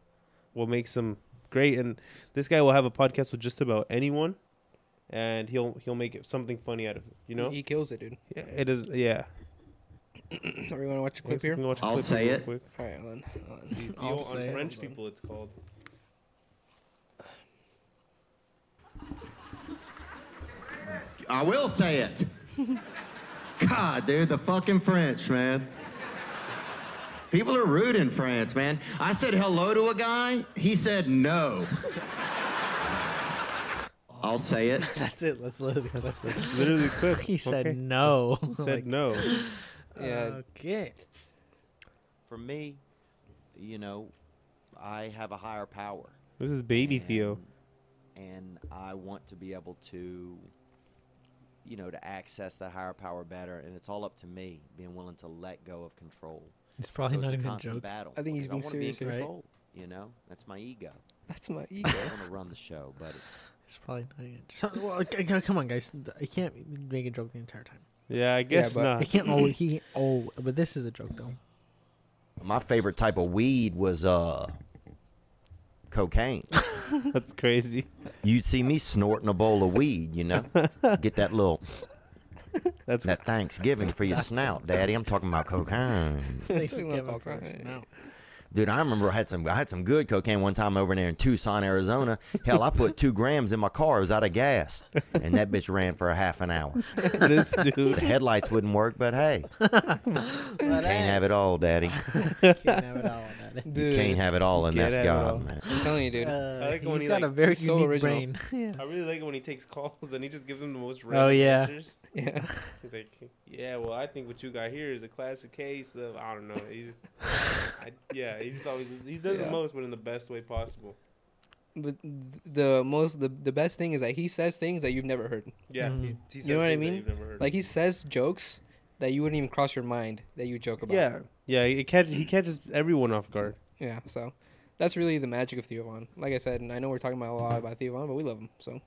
C: what makes them great. And this guy will have a podcast with just about anyone, and he'll he'll make it something funny out of it. You know,
B: he kills it, dude.
C: Yeah, it is. Yeah,
B: Are we gonna watch a clip
C: Yes, we
B: here?
C: can watch a
F: I'll
C: clip
F: say
C: real
F: it.
C: quick.
B: All right, hold on, hold on.
C: Theo
A: I'll
C: on
A: say it.
C: French people, it's called.
F: I will say it. God, dude, the fucking French, man. People are rude in France, man. I said hello to a guy, he said no. I'll say it.
A: That's it. Let's literally clip it.
C: Literally, clip.
A: He said
C: Okay.
A: no.
C: He said
A: Like,
C: no.
B: Yeah,
A: Okay.
F: For me, you know, I have a higher power.
C: This is baby Theo.
F: and I want to be able to, you know, to access that higher power better. And it's all up to me being willing to let go of control.
A: It's probably
F: So
A: not
F: it's
A: even a
F: constant
A: joke.
F: Battle
B: I think he's
F: because
B: being
F: wanna be in
B: serious, right?
F: control, You know, that's my ego.
B: that's my
F: I
B: ego.
F: want to run the show, buddy.
A: It's probably not even. So- Well, c- c- come on, guys. I can't make a joke the entire time.
C: Yeah, I guess
B: but-
A: I
C: not.
A: can't always. He can't- oh, but this is a joke though.
F: My favorite type of weed was uh, cocaine.
C: That's crazy.
F: You'd see me snorting a bowl of weed. You know, get that little
C: That's
F: that Thanksgiving for your snout, Daddy. I'm talking about cocaine.
A: Thanks,
B: Talking about
A: Kevin, for
B: cocaine.
A: reaching out.
F: Dude, I remember I had some I had some good cocaine one time over there in Tucson, Arizona. Hell, I put two grams in my car. It was out of gas, and that bitch ran for a half an hour.
C: this dude.
F: The headlights wouldn't work, but hey, can't have it all, Daddy.
A: Can't have it all, Daddy.
B: Dude,
F: Can't have it all, and
C: Can't
F: that's
C: have it all.
F: God, man.
B: I'm telling you, dude.
A: Uh,
C: like it when
A: he's
C: he,
A: got
C: like,
A: a very
B: so
A: unique
B: original.
A: brain. yeah.
C: I really like it when he takes calls and he just gives them the most random
A: yeah.
C: answers.
B: yeah.
C: He's like, yeah, well, I think what you got here is a classic case of I don't know. He's just, I, yeah, he just always he does
B: Yeah.
C: the most, but in the best way possible.
B: But th- the most the, the best thing is that he says things that you've never heard.
C: Yeah,
A: Mhm.
C: he, he says
B: Mm-hmm. know what I
C: things that
B: mean?
C: you've never heard.
B: Like he says jokes that you wouldn't even cross your mind that you joke about.
C: yeah, yeah, he catches he catches everyone off guard.
B: Yeah. So that's really the magic of Theo Von. Like I said, and I know we're talking about a lot about Theo Von, but we love him. So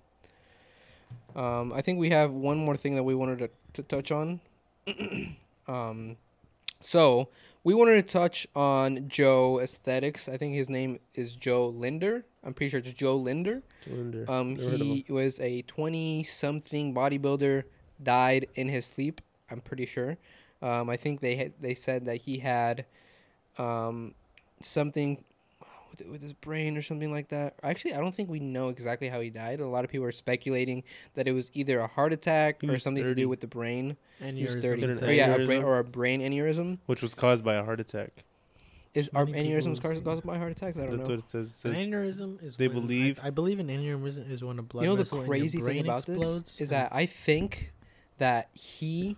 B: um, I think we have one more thing that we wanted to, to touch on. um, so we wanted to touch on Joe Aesthetics. I think his name is Joe Linder. I'm pretty sure it's Joe Linder. Um, he was a 20 something bodybuilder, died in his sleep, I'm pretty sure. Um, I think they had, they said that he had um, something with, with his brain or something like that. Actually, I don't think we know exactly how he died. A lot of people are speculating that it was either a heart attack
C: He
B: or
C: was
B: something to
C: 30.
B: do with the brain.
A: And
B: He was
A: yours
B: 30.
C: An
B: Or, yeah, a
C: aneurysm?
B: brain, or a brain aneurysm.
C: which was caused by a heart attack.
B: Is are
A: Many people
B: aneurysms
A: lose
B: caused,
A: things.
B: caused by heart attacks? I don't
C: That's
B: know.
C: what it says. It
A: An
C: says-
A: aneurysm is.
C: They
A: when-
C: believe-
A: I, I believe an aneurysm is when a blood.
B: you know the
A: vessel in your
B: crazy thing
A: brain
B: about
A: explodes
B: this is
A: and-
B: that I think that he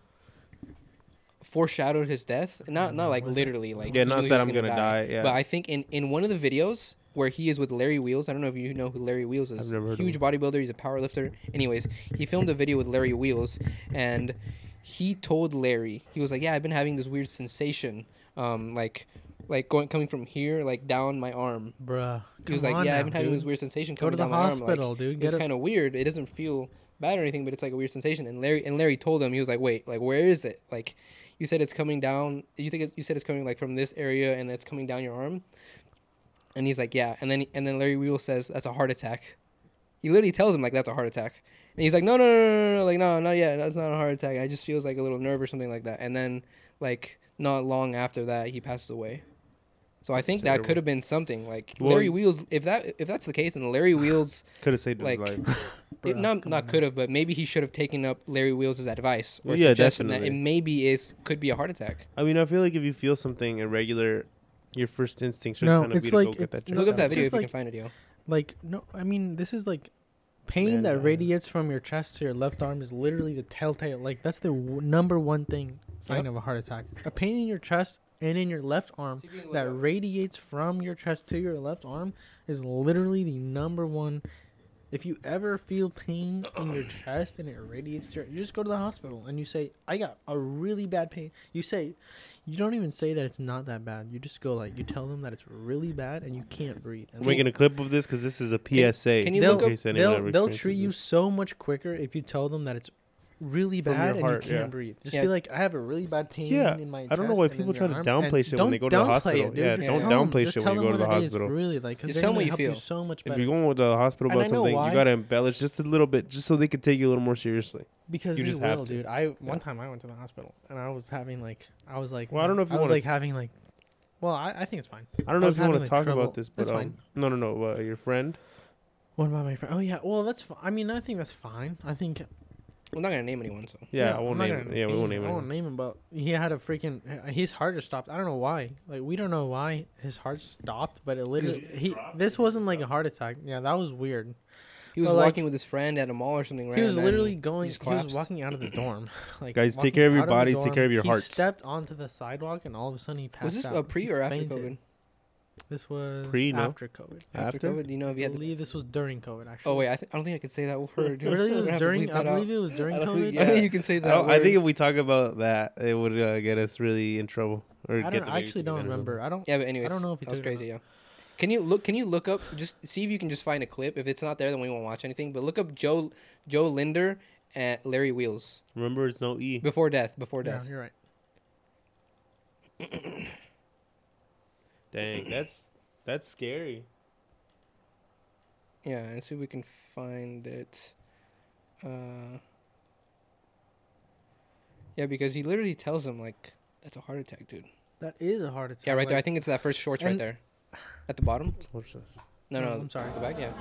B: foreshadowed his death. Not
A: Mm-hmm.
B: not like literally like
C: Yeah,
B: he
C: not
B: knew he
C: said
B: was
C: I'm
B: gonna
C: gonna die, yeah.
B: But I think in in one of the videos where he is with Larry Wheels, I don't know if you know who Larry Wheels is.
C: I've never heard of
B: Huge
C: him.
B: bodybuilder. He's a power lifter. Anyways, he filmed a video with Larry Wheels, and he told Larry he was like, "Yeah, I've been having this weird sensation, um, like." Like going coming from here, like down my arm,
A: Bruh.
B: he was
A: come
B: like,
A: on
B: "Yeah,
A: now,
B: I've been having
A: dude.
B: this weird sensation
A: Go
B: coming
A: to the
B: down my arm.
A: hospital,
B: like,
A: dude. Get
B: It's
A: a-
B: kind of weird. It doesn't feel bad or anything, but it's like a weird sensation." And Larry and Larry told him he was like, "Wait, like where is it? Like, you said it's coming down. You think it's, you said it's coming like from this area, and it's coming down your arm." And he's like, "Yeah." And then and then Larry Wheel says, "That's a heart attack." He literally tells him like that's a heart attack, and he's like, no, no, no, no, no, no like no, not yet. That's not a heart attack. I just feels like a little nerve or something like that. And then like not long after that, he passes away. So I think that
C: terrible.
B: could have been something like
C: Well-
B: Larry Wheels. If that if that's the case, then Larry Wheels
C: Could have saved
B: like
C: his life.
B: it, not not could have, but maybe he should have taken up Larry Wheels' advice or
C: Yeah,
B: suggestion that it
C: definitely.
B: maybe is could be a heart attack.
C: I mean, I feel like if you feel something irregular, your first instinct should
A: No,
C: kind of
A: it's
C: be to
A: like-
C: go get
A: it's-
C: that checked.
B: Look up
A: no,
B: that
A: it's
B: video if
A: just
B: you
A: like-
B: can find it, yo.
A: Like no, I mean this is like pain
C: Man,
A: that
C: man.
A: radiates from your chest to your left arm is literally the telltale. Like that's the w- number one thing sign
B: Yep.
A: of a heart attack. A pain in your chest and in your left arm
B: See if you can look
A: that
B: up.
A: radiates from your chest to your left arm is literally the number one. If you ever feel pain in your chest and it radiates, to your, you just go to the hospital and you say, "I got a really bad pain." You say, you don't even say that it's not that bad. You just go like you tell them that it's really bad and you can't breathe. And
C: I'm making a clip of this because this is a PSA.
B: can you
A: they'll,
B: look up-
C: in case anyone
A: they'll,
C: ever
A: they'll
C: experiences
A: treat you
C: this.
A: so much quicker if you tell them that it's really
C: From your
A: bad and you
C: heart,
A: can't
C: yeah.
A: breathe. Just
B: Yeah.
A: be like, I have a really bad pain
C: Yeah,
A: in my
C: I don't know why
A: chest and in
C: people try
A: your
C: to
A: arm."
C: downplay
A: And
C: shit when they go
A: don't
C: to the
A: downplay
C: hospital.
A: It, dude.
C: Yeah,
A: Just
C: don't
A: tell 'em-
C: downplay
A: just
C: shit
A: tell
C: when you
A: them
C: go to
A: what
C: the
A: it is,
C: hospital.
A: Really, like, 'cause
B: Just
A: they're
B: tell 'em
A: gonna
B: what you
A: help you
B: feel.
A: so much
C: If
A: better.
C: you're going to the hospital
A: And I
C: about
A: know
C: something,
A: why.
C: you gotta embellish just a little bit, just so they could take you a little more seriously.
A: Because
C: You
A: they
C: just have
A: will,
C: to.
A: dude. I one time I went to the hospital and I was having like I was like
C: Well, I don't know if you
A: I was
C: wanna-
A: like having like well I, I think it's fine.
C: I don't know
A: I
C: if
A: was
C: you want to
A: having, like,
C: talk
A: trouble.
C: about this, but
A: That's
C: um,
A: fine.
C: no, no, no. Uh, your friend,
A: What about my friend? Oh yeah, well that's fi- I mean I think that's fine. I think
B: We're not gonna name anyone, so
C: yeah, I
A: I'm
C: won't
A: not
C: name.
A: gonna
C: It. Yeah, we won't name
A: I won't
C: it.
A: name him, but he had a freaking his heart just stopped. I don't know why. Like we don't know why his heart stopped, but it literally he this wasn't like a heart attack. Yeah, that was weird.
B: he was
A: But, like,
B: walking with his friend at a mall or something. Right,
A: He was
B: and then
A: literally
B: he
A: going.
B: just
A: He was
B: collapsed.
A: walking out of the dorm. Like
C: Guys, take
A: walking
C: care of your
A: out the
C: bodies, take
A: dorm.
C: care of your
A: he
C: hearts.
A: stepped onto the sidewalk, and all of a sudden he passed
B: Was this
A: out.
B: a pre
A: He
B: or after
A: fainted.
B: COVID?
A: This was
C: Pre, no?
A: after COVID.
B: After,
C: After?
B: COVID, do you know if
A: I
B: you had to?
A: believe this was during COVID. Actually.
B: Oh wait, I, th- I don't think I could say that word. dude.
A: Really,
B: We're
A: it
B: gonna
A: was
B: have to
A: during.
B: bleep
A: I
B: that out.
A: believe it was during
C: I don't
A: COVID.
C: think-
B: I
C: yeah.
B: think you can say
C: I,
B: that.
C: don't, I think
B: word.
C: if we talk about that, it would uh, get us really in trouble. Or
A: I
C: get
A: don't.
C: the
A: I actually
C: ratings
A: don't
C: down or
A: remember. I don't.
B: Yeah, but anyways,
A: I don't know if he
B: that was
A: took it or
B: crazy. Yeah. Can you look? Can you look up? Just see if you can just find a clip. If it's not there, then we won't watch anything. But look up Joe Joe Linder and Larry Wheels
C: something. Remember, it's no E.
B: before death. Before
A: Yeah,
B: death.
A: you're right.
C: Dang, that's that's scary.
B: Yeah, and see if we can find it. Uh, yeah, because he literally tells him like that's a heart attack, dude.
A: That is a heart attack.
B: Yeah, right there. I
A: like-
B: think it's that first shorts right
A: and-
B: there, at the bottom.
C: What's that?
K: Oh
B: No, no,
A: No, I'm sorry.
B: Go back. Yeah.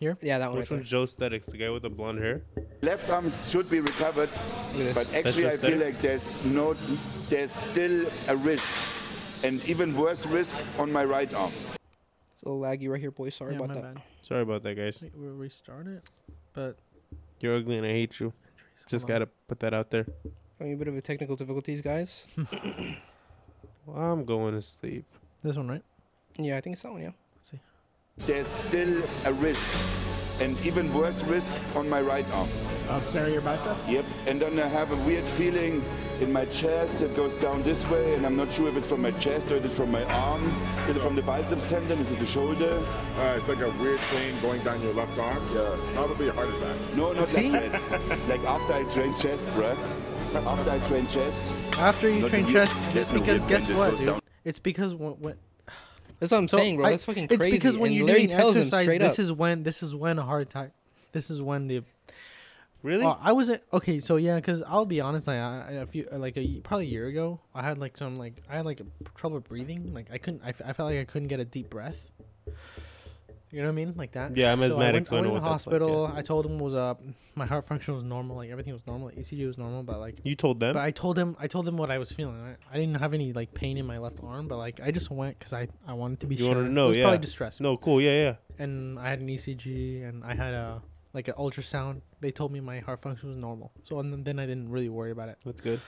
A: Here?
B: Yeah, that one.
C: Which
B: Right there.
C: one's Joe Statics, the guy with the blonde hair?
K: Left arm should be recovered,
B: Look at
K: but
B: this.
K: actually I
C: That's
K: feel
C: better.
K: like there's no, there's still a risk, and even worse risk on my right arm.
B: It's a little laggy right here, boys. Sorry
A: Yeah,
B: about
A: my
B: that.
A: bad.
C: Sorry about that, guys.
A: Wait, we'll restart it. But
C: You're ugly and I hate you. Just
A: Hold on.
C: gotta put that out there.
B: Having a bit of a technical difficulties, guys.
C: I'm going to sleep.
A: this one, right?
B: Yeah, I think it's that one. Yeah.
A: Let's see.
K: There's still a risk, and even worse risk on my right arm.
L: Anterior bicep?
K: Yep, and then I have a weird feeling in my chest that goes down this way, and I'm not sure if it's from my chest or is it from my arm, is it from the biceps tendon, is it the shoulder?
L: Uh, it's like a weird pain going down your left arm.
K: Yeah.
L: Probably a heart attack.
K: No, not
B: See?
K: like that. Like after I train chest, bruh. After I train chest,
A: After you
K: Look,
A: train
K: you-
A: chest,
K: there's
A: it's
K: no
A: because
K: whip
A: guess
K: when it
A: what,
K: goes
A: dude?
K: down.
A: It's because when, when
B: That's what I'm saying, bro.
A: I-
B: That's fucking
A: it's
B: crazy.
A: because when
B: and
A: you're
B: Larry
A: doing
B: tells him
A: exercise,
B: straight
A: this
B: up.
A: is when this is when a heart attack. This is when the
C: Really?
A: Oh, I wasn't okay. So yeah, because I'll be honest, like I, I- a few, like a ye- probably a year ago, I had like some like I had like trouble breathing. Like I couldn't, I, f- I felt like I couldn't get a deep breath. You know what I mean, like that.
C: Yeah, I'm
A: I
C: asthmatic,
A: went,
C: so I
A: I went
C: know
A: to the
C: what that's like, yeah.
A: hospital. I told him what was up. My heart function was normal. Like everything was normal. Like, ECG was normal, but like
C: you told them?
A: but I told him, I told him what I was feeling. I, I didn't have any like pain in my left arm, but like I just went because I, I wanted to be
C: You
A: sure.
C: wanted to know,
A: it was
C: yeah.
A: probably distress.
C: no, cool. Yeah, yeah.
A: And I had an ECG and I had a like an ultrasound. They told me my heart function was normal, so and then I didn't really worry about it.
C: That's good.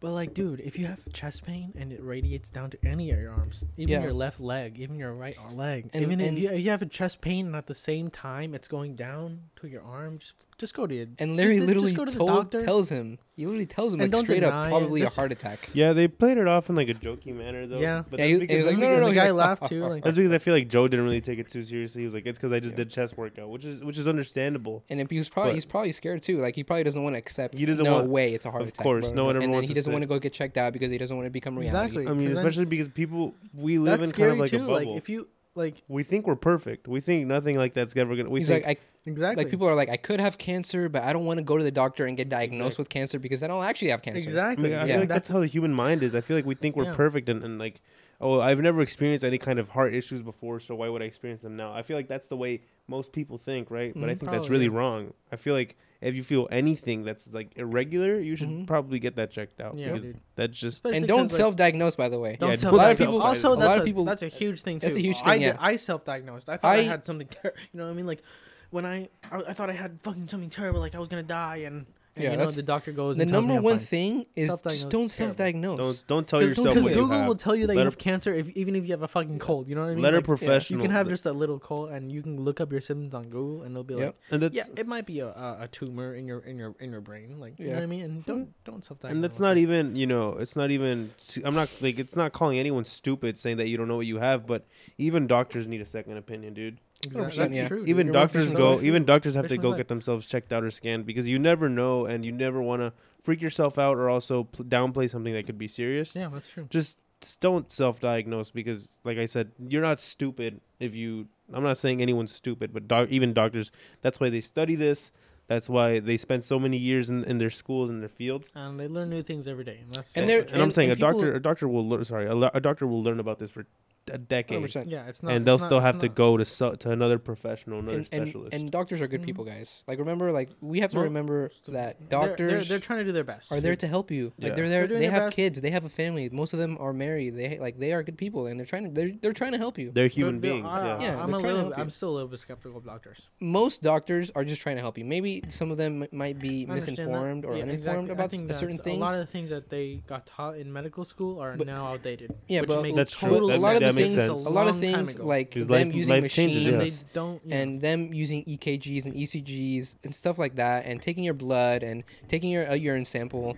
A: But like, dude, if you have chest pain and it radiates down to any of your arms, even
B: Yeah.
A: your left leg, even your right ar- leg,
B: And-
A: even
B: and-
A: if, you, if you have a chest pain and at the same time it's going down to your arm, just just go to your
B: And Larry
A: just- just
B: literally
A: go to the
B: told,
A: doctor.
B: tells him. He literally tells him
A: And
B: like
A: don't
B: straight up,
A: deny it.
B: probably a
A: This-
B: heart attack.
C: Yeah, they played it off in like a jokey manner though.
A: Yeah.
C: But
B: Yeah,
C: that's
B: he- he
C: because
B: was like,
C: I-
B: no, no, no.
A: the
B: he's
A: guy
B: like,
A: laughed too. Like,
C: That's because I feel like Joe didn't really take it too seriously. He was like, "It's because I just did chest workout," which is which is understandable.
B: And if he was probably
C: But-
B: he's probably scared too. Like he probably doesn't want to accept.
C: He doesn't
B: no
C: want-
B: way. It's a heart
C: of
B: attack.
C: course,
B: bro.
C: no one ever
B: And then
C: wants
B: he
C: to
B: doesn't
C: say-
B: want to go get checked out because he doesn't want to become reality.
A: Exactly.
C: I mean,
A: Because then-
C: especially because people we live
A: That's
C: in
A: scary
C: kind of like
A: too.
C: a bubble.
A: Like if you like
C: we think we're perfect. We think nothing like that's ever gonna. We
B: He's
C: think
B: like, I,
A: Exactly.
B: Like people are like, I could have cancer, but I don't want to go to the doctor and get diagnosed with cancer because I don't actually have cancer.
C: I, mean, I feel like that's how the human mind is. I feel like we think we're
B: Yeah.
C: perfect and, and like, oh, I've never experienced any kind of heart issues before, so why would I experience them now? I feel like that's the way most people think, right? But I think
B: Mhm.
C: that's
B: Probably,
C: really
B: yeah.
C: wrong. I feel like if you feel anything that's like irregular, you should probably get that checked out.
A: Yeah,
C: because
A: dude.
C: that's just
A: Especially
B: and don't
A: 'cause, like-
B: self-diagnose, by the way.
A: Don't
C: Yeah,
A: self-
C: don't
B: a lot of
C: self-
B: people.
A: Also,
B: a lot
A: that's a,
B: of people.
A: that's a huge thing too.
B: That's a huge
A: I,
B: thing,
A: did-
B: yeah.
A: I self-diagnosed. I thought I,
B: I-
A: had something. Ter- you know what I mean? Like when I, I, I thought I had fucking something terrible. Like I was gonna die, and, and you know
B: that's-
A: the doctor goes.
B: The
A: and tells me
B: number
A: I'm
B: one
A: fine.
B: thing is
A: Self-diagnosed
B: just don't
A: is terrible.
B: self-diagnose.
C: Don't don't tell
A: Because
C: yourself what you
A: Google
C: have.
A: will tell you that
C: Let
A: you
C: a-
A: have cancer, if, even if you have a fucking cold. You know what I mean?
C: Let a
A: Like,
C: professional-
A: You can have
C: let-
A: just a little cold, and you can look up your symptoms on Google, and they'll be
C: Yep.
A: like,
C: And that's-
A: "Yeah, it might be a, a, a tumor in your in your in your brain." Like, you know
B: Yeah.
A: what I mean? And don't don't self-diagnose.
C: Hmm. and that's not even you know it's not even i'm not like it's not calling anyone stupid saying that you don't know what you have but even doctors need a second opinion dude
A: Exactly. 100%,
C: That's
A: yeah.
C: true,
A: You're
C: even
A: right,
C: doctors
A: patient
C: go
A: side.
C: even doctors have to
A: Patient
C: go
A: side.
C: get themselves checked out or scanned because you never know and you never want to freak yourself out or also pl- downplay something that could be serious
A: Yeah, that's true.
C: just just don't self-diagnose because like i said you're not stupid if you i'm not saying anyone's stupid but doc, even doctors that's why they study this that's why they spend so many years in, in their schools and their fields
A: And they learn new things every day. And, that's
B: And they're-
C: and, I'm saying a
B: and
C: doctor,
B: people-
C: a doctor will learn. Sorry, a, lo- a doctor will learn about this for a decade.
B: 100%.
A: Yeah, it's not-
C: and they'll
A: it's not-
C: still
A: it's
C: have to
A: not-
C: go to so, to another professional, another
B: and, and,
C: specialist.
B: and doctors are good
A: Mhm.
B: people, guys. Like remember, like we have to
A: Well,
B: remember
A: they're-
B: that
A: they're-
B: doctors
A: they're trying to do their best.
B: Are there to help you?
C: Yeah.
B: Like they're
A: They're
B: there.
A: doing
B: They
A: their
B: have
A: best.
B: kids. They have a family. Most of them are married. They like they are good people, and they're trying to they're they're trying to help you.
C: They're human
A: But- but
C: beings. yeah.
A: I,
B: Yeah,
A: I'm
B: they're
A: a
B: trying to
A: little.
B: help you.
A: I'm still a little bit skeptical of doctors.
B: Most doctors are just trying to help you. Maybe some of them might be
A: I understand that.
B: misinformed or
A: Yeah,
B: uninformed
A: exactly. I
B: about
A: think
B: s-
A: that's-
B: certain things.
A: A lot of the things that they got taught in medical school are now outdated.
B: Yeah,
A: which
B: but
A: makes
B: that's
C: true.
A: total
C: That
B: a lot
C: makes
B: of the
A: sense.
B: things,
C: sense.
B: a
A: It's
B: lot of
A: long time
B: things
A: ago.
B: like
C: 'Cause
B: them
C: life-
B: using
C: life changes,
B: machines
C: yeah.
A: They don't- yeah.
B: and them using EKGs and ECGs and stuff like that, and taking your blood and taking your a urine sample.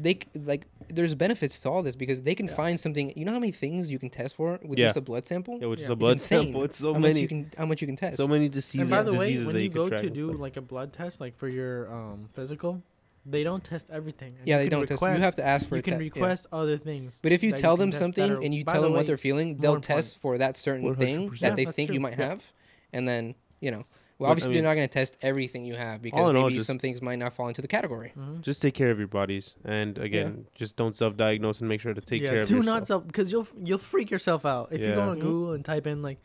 B: They c- like there's benefits to all this because they can find something. You know how many things you can test for with
C: Yeah.
B: just a blood sample?
C: Yeah, with just
A: Yeah.
C: a blood
B: it's insane
C: sample, it's so
B: how
C: many,
B: Much you can, how much you can test?
C: so many diseases.
A: and by the way,
C: diseases
A: when
C: that
A: you,
C: you
A: go
C: could
A: to
C: track
A: do like a blood test, like for your um, physical, they don't test everything. and
B: Yeah,
A: you
B: they
A: can
B: don't test- you have to ask for
A: You
B: it
A: can
B: te- yeah.
A: request other things.
B: But if you
A: that
B: tell
A: can
B: them
A: test that
B: something
A: are-
B: and you
A: by
B: tell
A: the
B: them
A: way,
B: what they're feeling,
A: more
B: they'll
A: important.
B: test for that certain thing
C: 100%.
B: that they
A: That's
B: think you
A: true.
B: might
A: Yeah.
B: have, and then you know.
C: But, I
B: Well, obviously
C: mean-
B: they're not going to test everything you have because
C: All in
B: maybe
C: all, just-
B: some things might not fall into the category.
A: mm-hmm.
C: Just take care of your bodies, and again, just don't self-diagnose and make sure to take
A: yeah,
C: care of
A: do
C: yourself.
A: not self because you'll you'll freak yourself out if you go
C: Yeah.
A: on Google and type in like.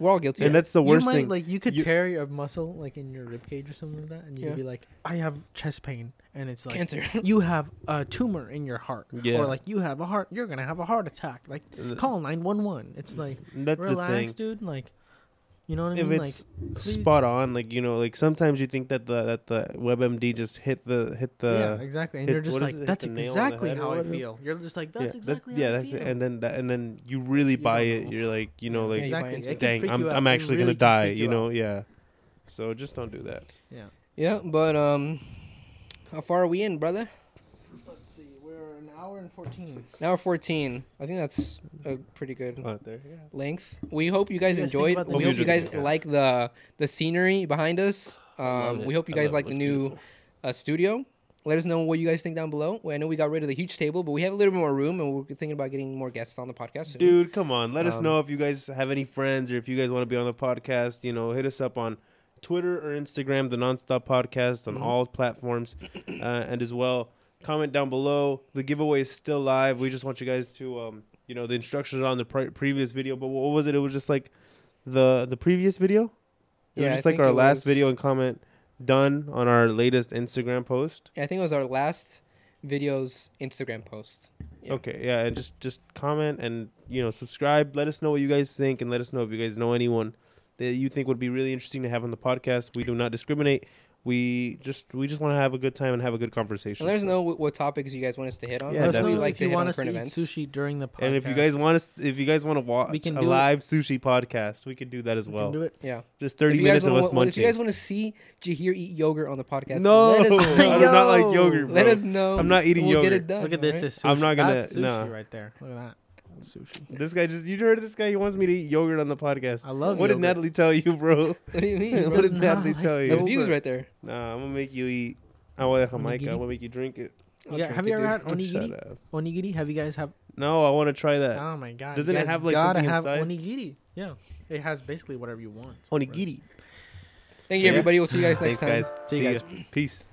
B: We're all guilty.
C: And that's the worst
A: you might,
C: thing.
A: Like you could
C: You-
A: tear your muscle like in your rib cage or something like that, and you
B: Yeah.
A: could be like, "I have chest pain," and it's like
B: Cancer.
A: you have a tumor in your heart,
C: Yeah.
A: or like you have a heart. You're gonna have a heart attack. Like
C: Th-
A: call nine one one. It's like
C: And that's the
A: relax,
C: thing.
A: dude. Like you know what I
C: if
A: mean?
C: it's
A: like please-
C: spot on, like you know, like sometimes you think that the that the E WebMD just hit the hit the
A: yeah, exactly. And
C: hit-
A: you're just
C: what is
A: like,
C: it? Hit
A: "That's
C: the nail on the
A: exactly
C: head or
A: how I
C: whatever?"
A: feel." You're just like, "That's
C: that-
A: exactly
C: yeah,
A: how I
C: that's
A: feel."
C: it. and then that, and then you really buy
A: don't
C: it.
A: know.
C: You're like, you know,
A: Yeah,
C: like,
B: you buy
A: exactly.
B: into
A: It
B: it.
A: can
C: dang,
A: freak
C: I'm
A: you out.
C: I'm
A: It
C: actually
A: really
C: gonna
A: can freak
C: die. You
A: out.
C: know, yeah. So just don't do that.
A: Yeah.
B: Yeah, but um, how far are we in, brother?
A: Let's see. We're an hour and fourteen.
B: Now we're 14. I think that's a pretty good
C: Out there, yeah.
B: length. We hope you guys
A: You guys think
B: enjoyed.
A: about the
B: We hope
C: music.
B: you guys
C: Yeah.
B: like the the scenery behind us.
C: love
B: Um,
C: it.
B: we hope you
C: I love
B: guys
C: it.
B: like the
C: Looks
B: new
C: beautiful.
B: uh, studio. Let us know what you guys think down below. Well, I know we got rid of the huge table, but we have a little bit more room, and we're thinking about getting more guests on the podcast soon.
C: Dude, come on. Let us
B: Um,
C: know if you guys have any friends or if you guys want to be on the podcast. You know, hit us up on Twitter or Instagram, the Nonstop Podcast,
B: Mm-hmm.
C: on all platforms, uh, and as well comment down below. The giveaway is still live. We just want you guys to, um, you know, the instructions are on the pre- previous video. But what was it? It was just like the the previous video. It
B: Yeah, I
C: was just like
B: think
C: our
B: it
C: last
B: was-
C: video and comment done on our latest Instagram post.
B: Yeah, I think it was our last video's Instagram post. Yeah.
C: Okay, yeah, and just just comment and you know subscribe. Let us know what you guys think, and let us know if you guys know anyone that you think would be really interesting to have on the podcast. We do not discriminate. We just we just want to have a good time and have a good conversation.
B: And let us
C: So-
B: know what, what topics you guys want us to hit on.
C: Yeah,
A: Let us
B: we
A: know
C: definitely.
B: like
A: if
B: to
A: you
B: hit
A: want
B: on
A: us to
B: current
A: eat
B: events.
A: sushi during the podcast.
C: and if you guys want us, if you guys want to watch
A: can
C: a
A: do it.
C: live sushi podcast, we could do that as
A: we
C: well.
A: can do it.
B: yeah.
C: Just
B: If
C: thirty
B: you guys
C: minutes of
B: wanna-
C: us
B: well, If you
C: munching.
B: guys want to see Jahir eat yogurt on the podcast,
C: no,
B: let us
C: I do not like
B: know.
C: yogurt. Bro.
B: Let us know.
C: I'm not eating
B: We'll
C: yogurt.
B: Get it done,
A: Look at this.
B: alright?
A: Is sushi.
C: I'm not gonna-
A: That's sushi
C: nah.
A: right there. Look at that sushi.
C: This guy just you heard this guy. He wants me to eat yogurt on the podcast.
A: I love
C: What did
A: yogurt.
C: Natalie tell you, bro?
B: What do you mean?
C: what
B: bro?
C: did Natalie
A: like
C: tell you?
B: That's views right there.
C: Nah, I'm gonna make you eat. I want to
A: Wanna
C: Jamaica.
A: get
C: I'm
A: it?
C: gonna make you drink it.
A: Yeah, have you ever had onigiri? Onigiri? Have you guys have?
C: No, I want to try that.
A: Oh my god!
C: Doesn't
A: you
C: it
A: guys
C: have like
A: gotta
C: something
A: have
C: inside?
A: onigiri? Yeah, it has basically whatever you want.
C: Onigiri.
B: Thank you, everybody. We'll see you guys next
C: Thanks,
B: time.
C: guys. See you guys. Peace.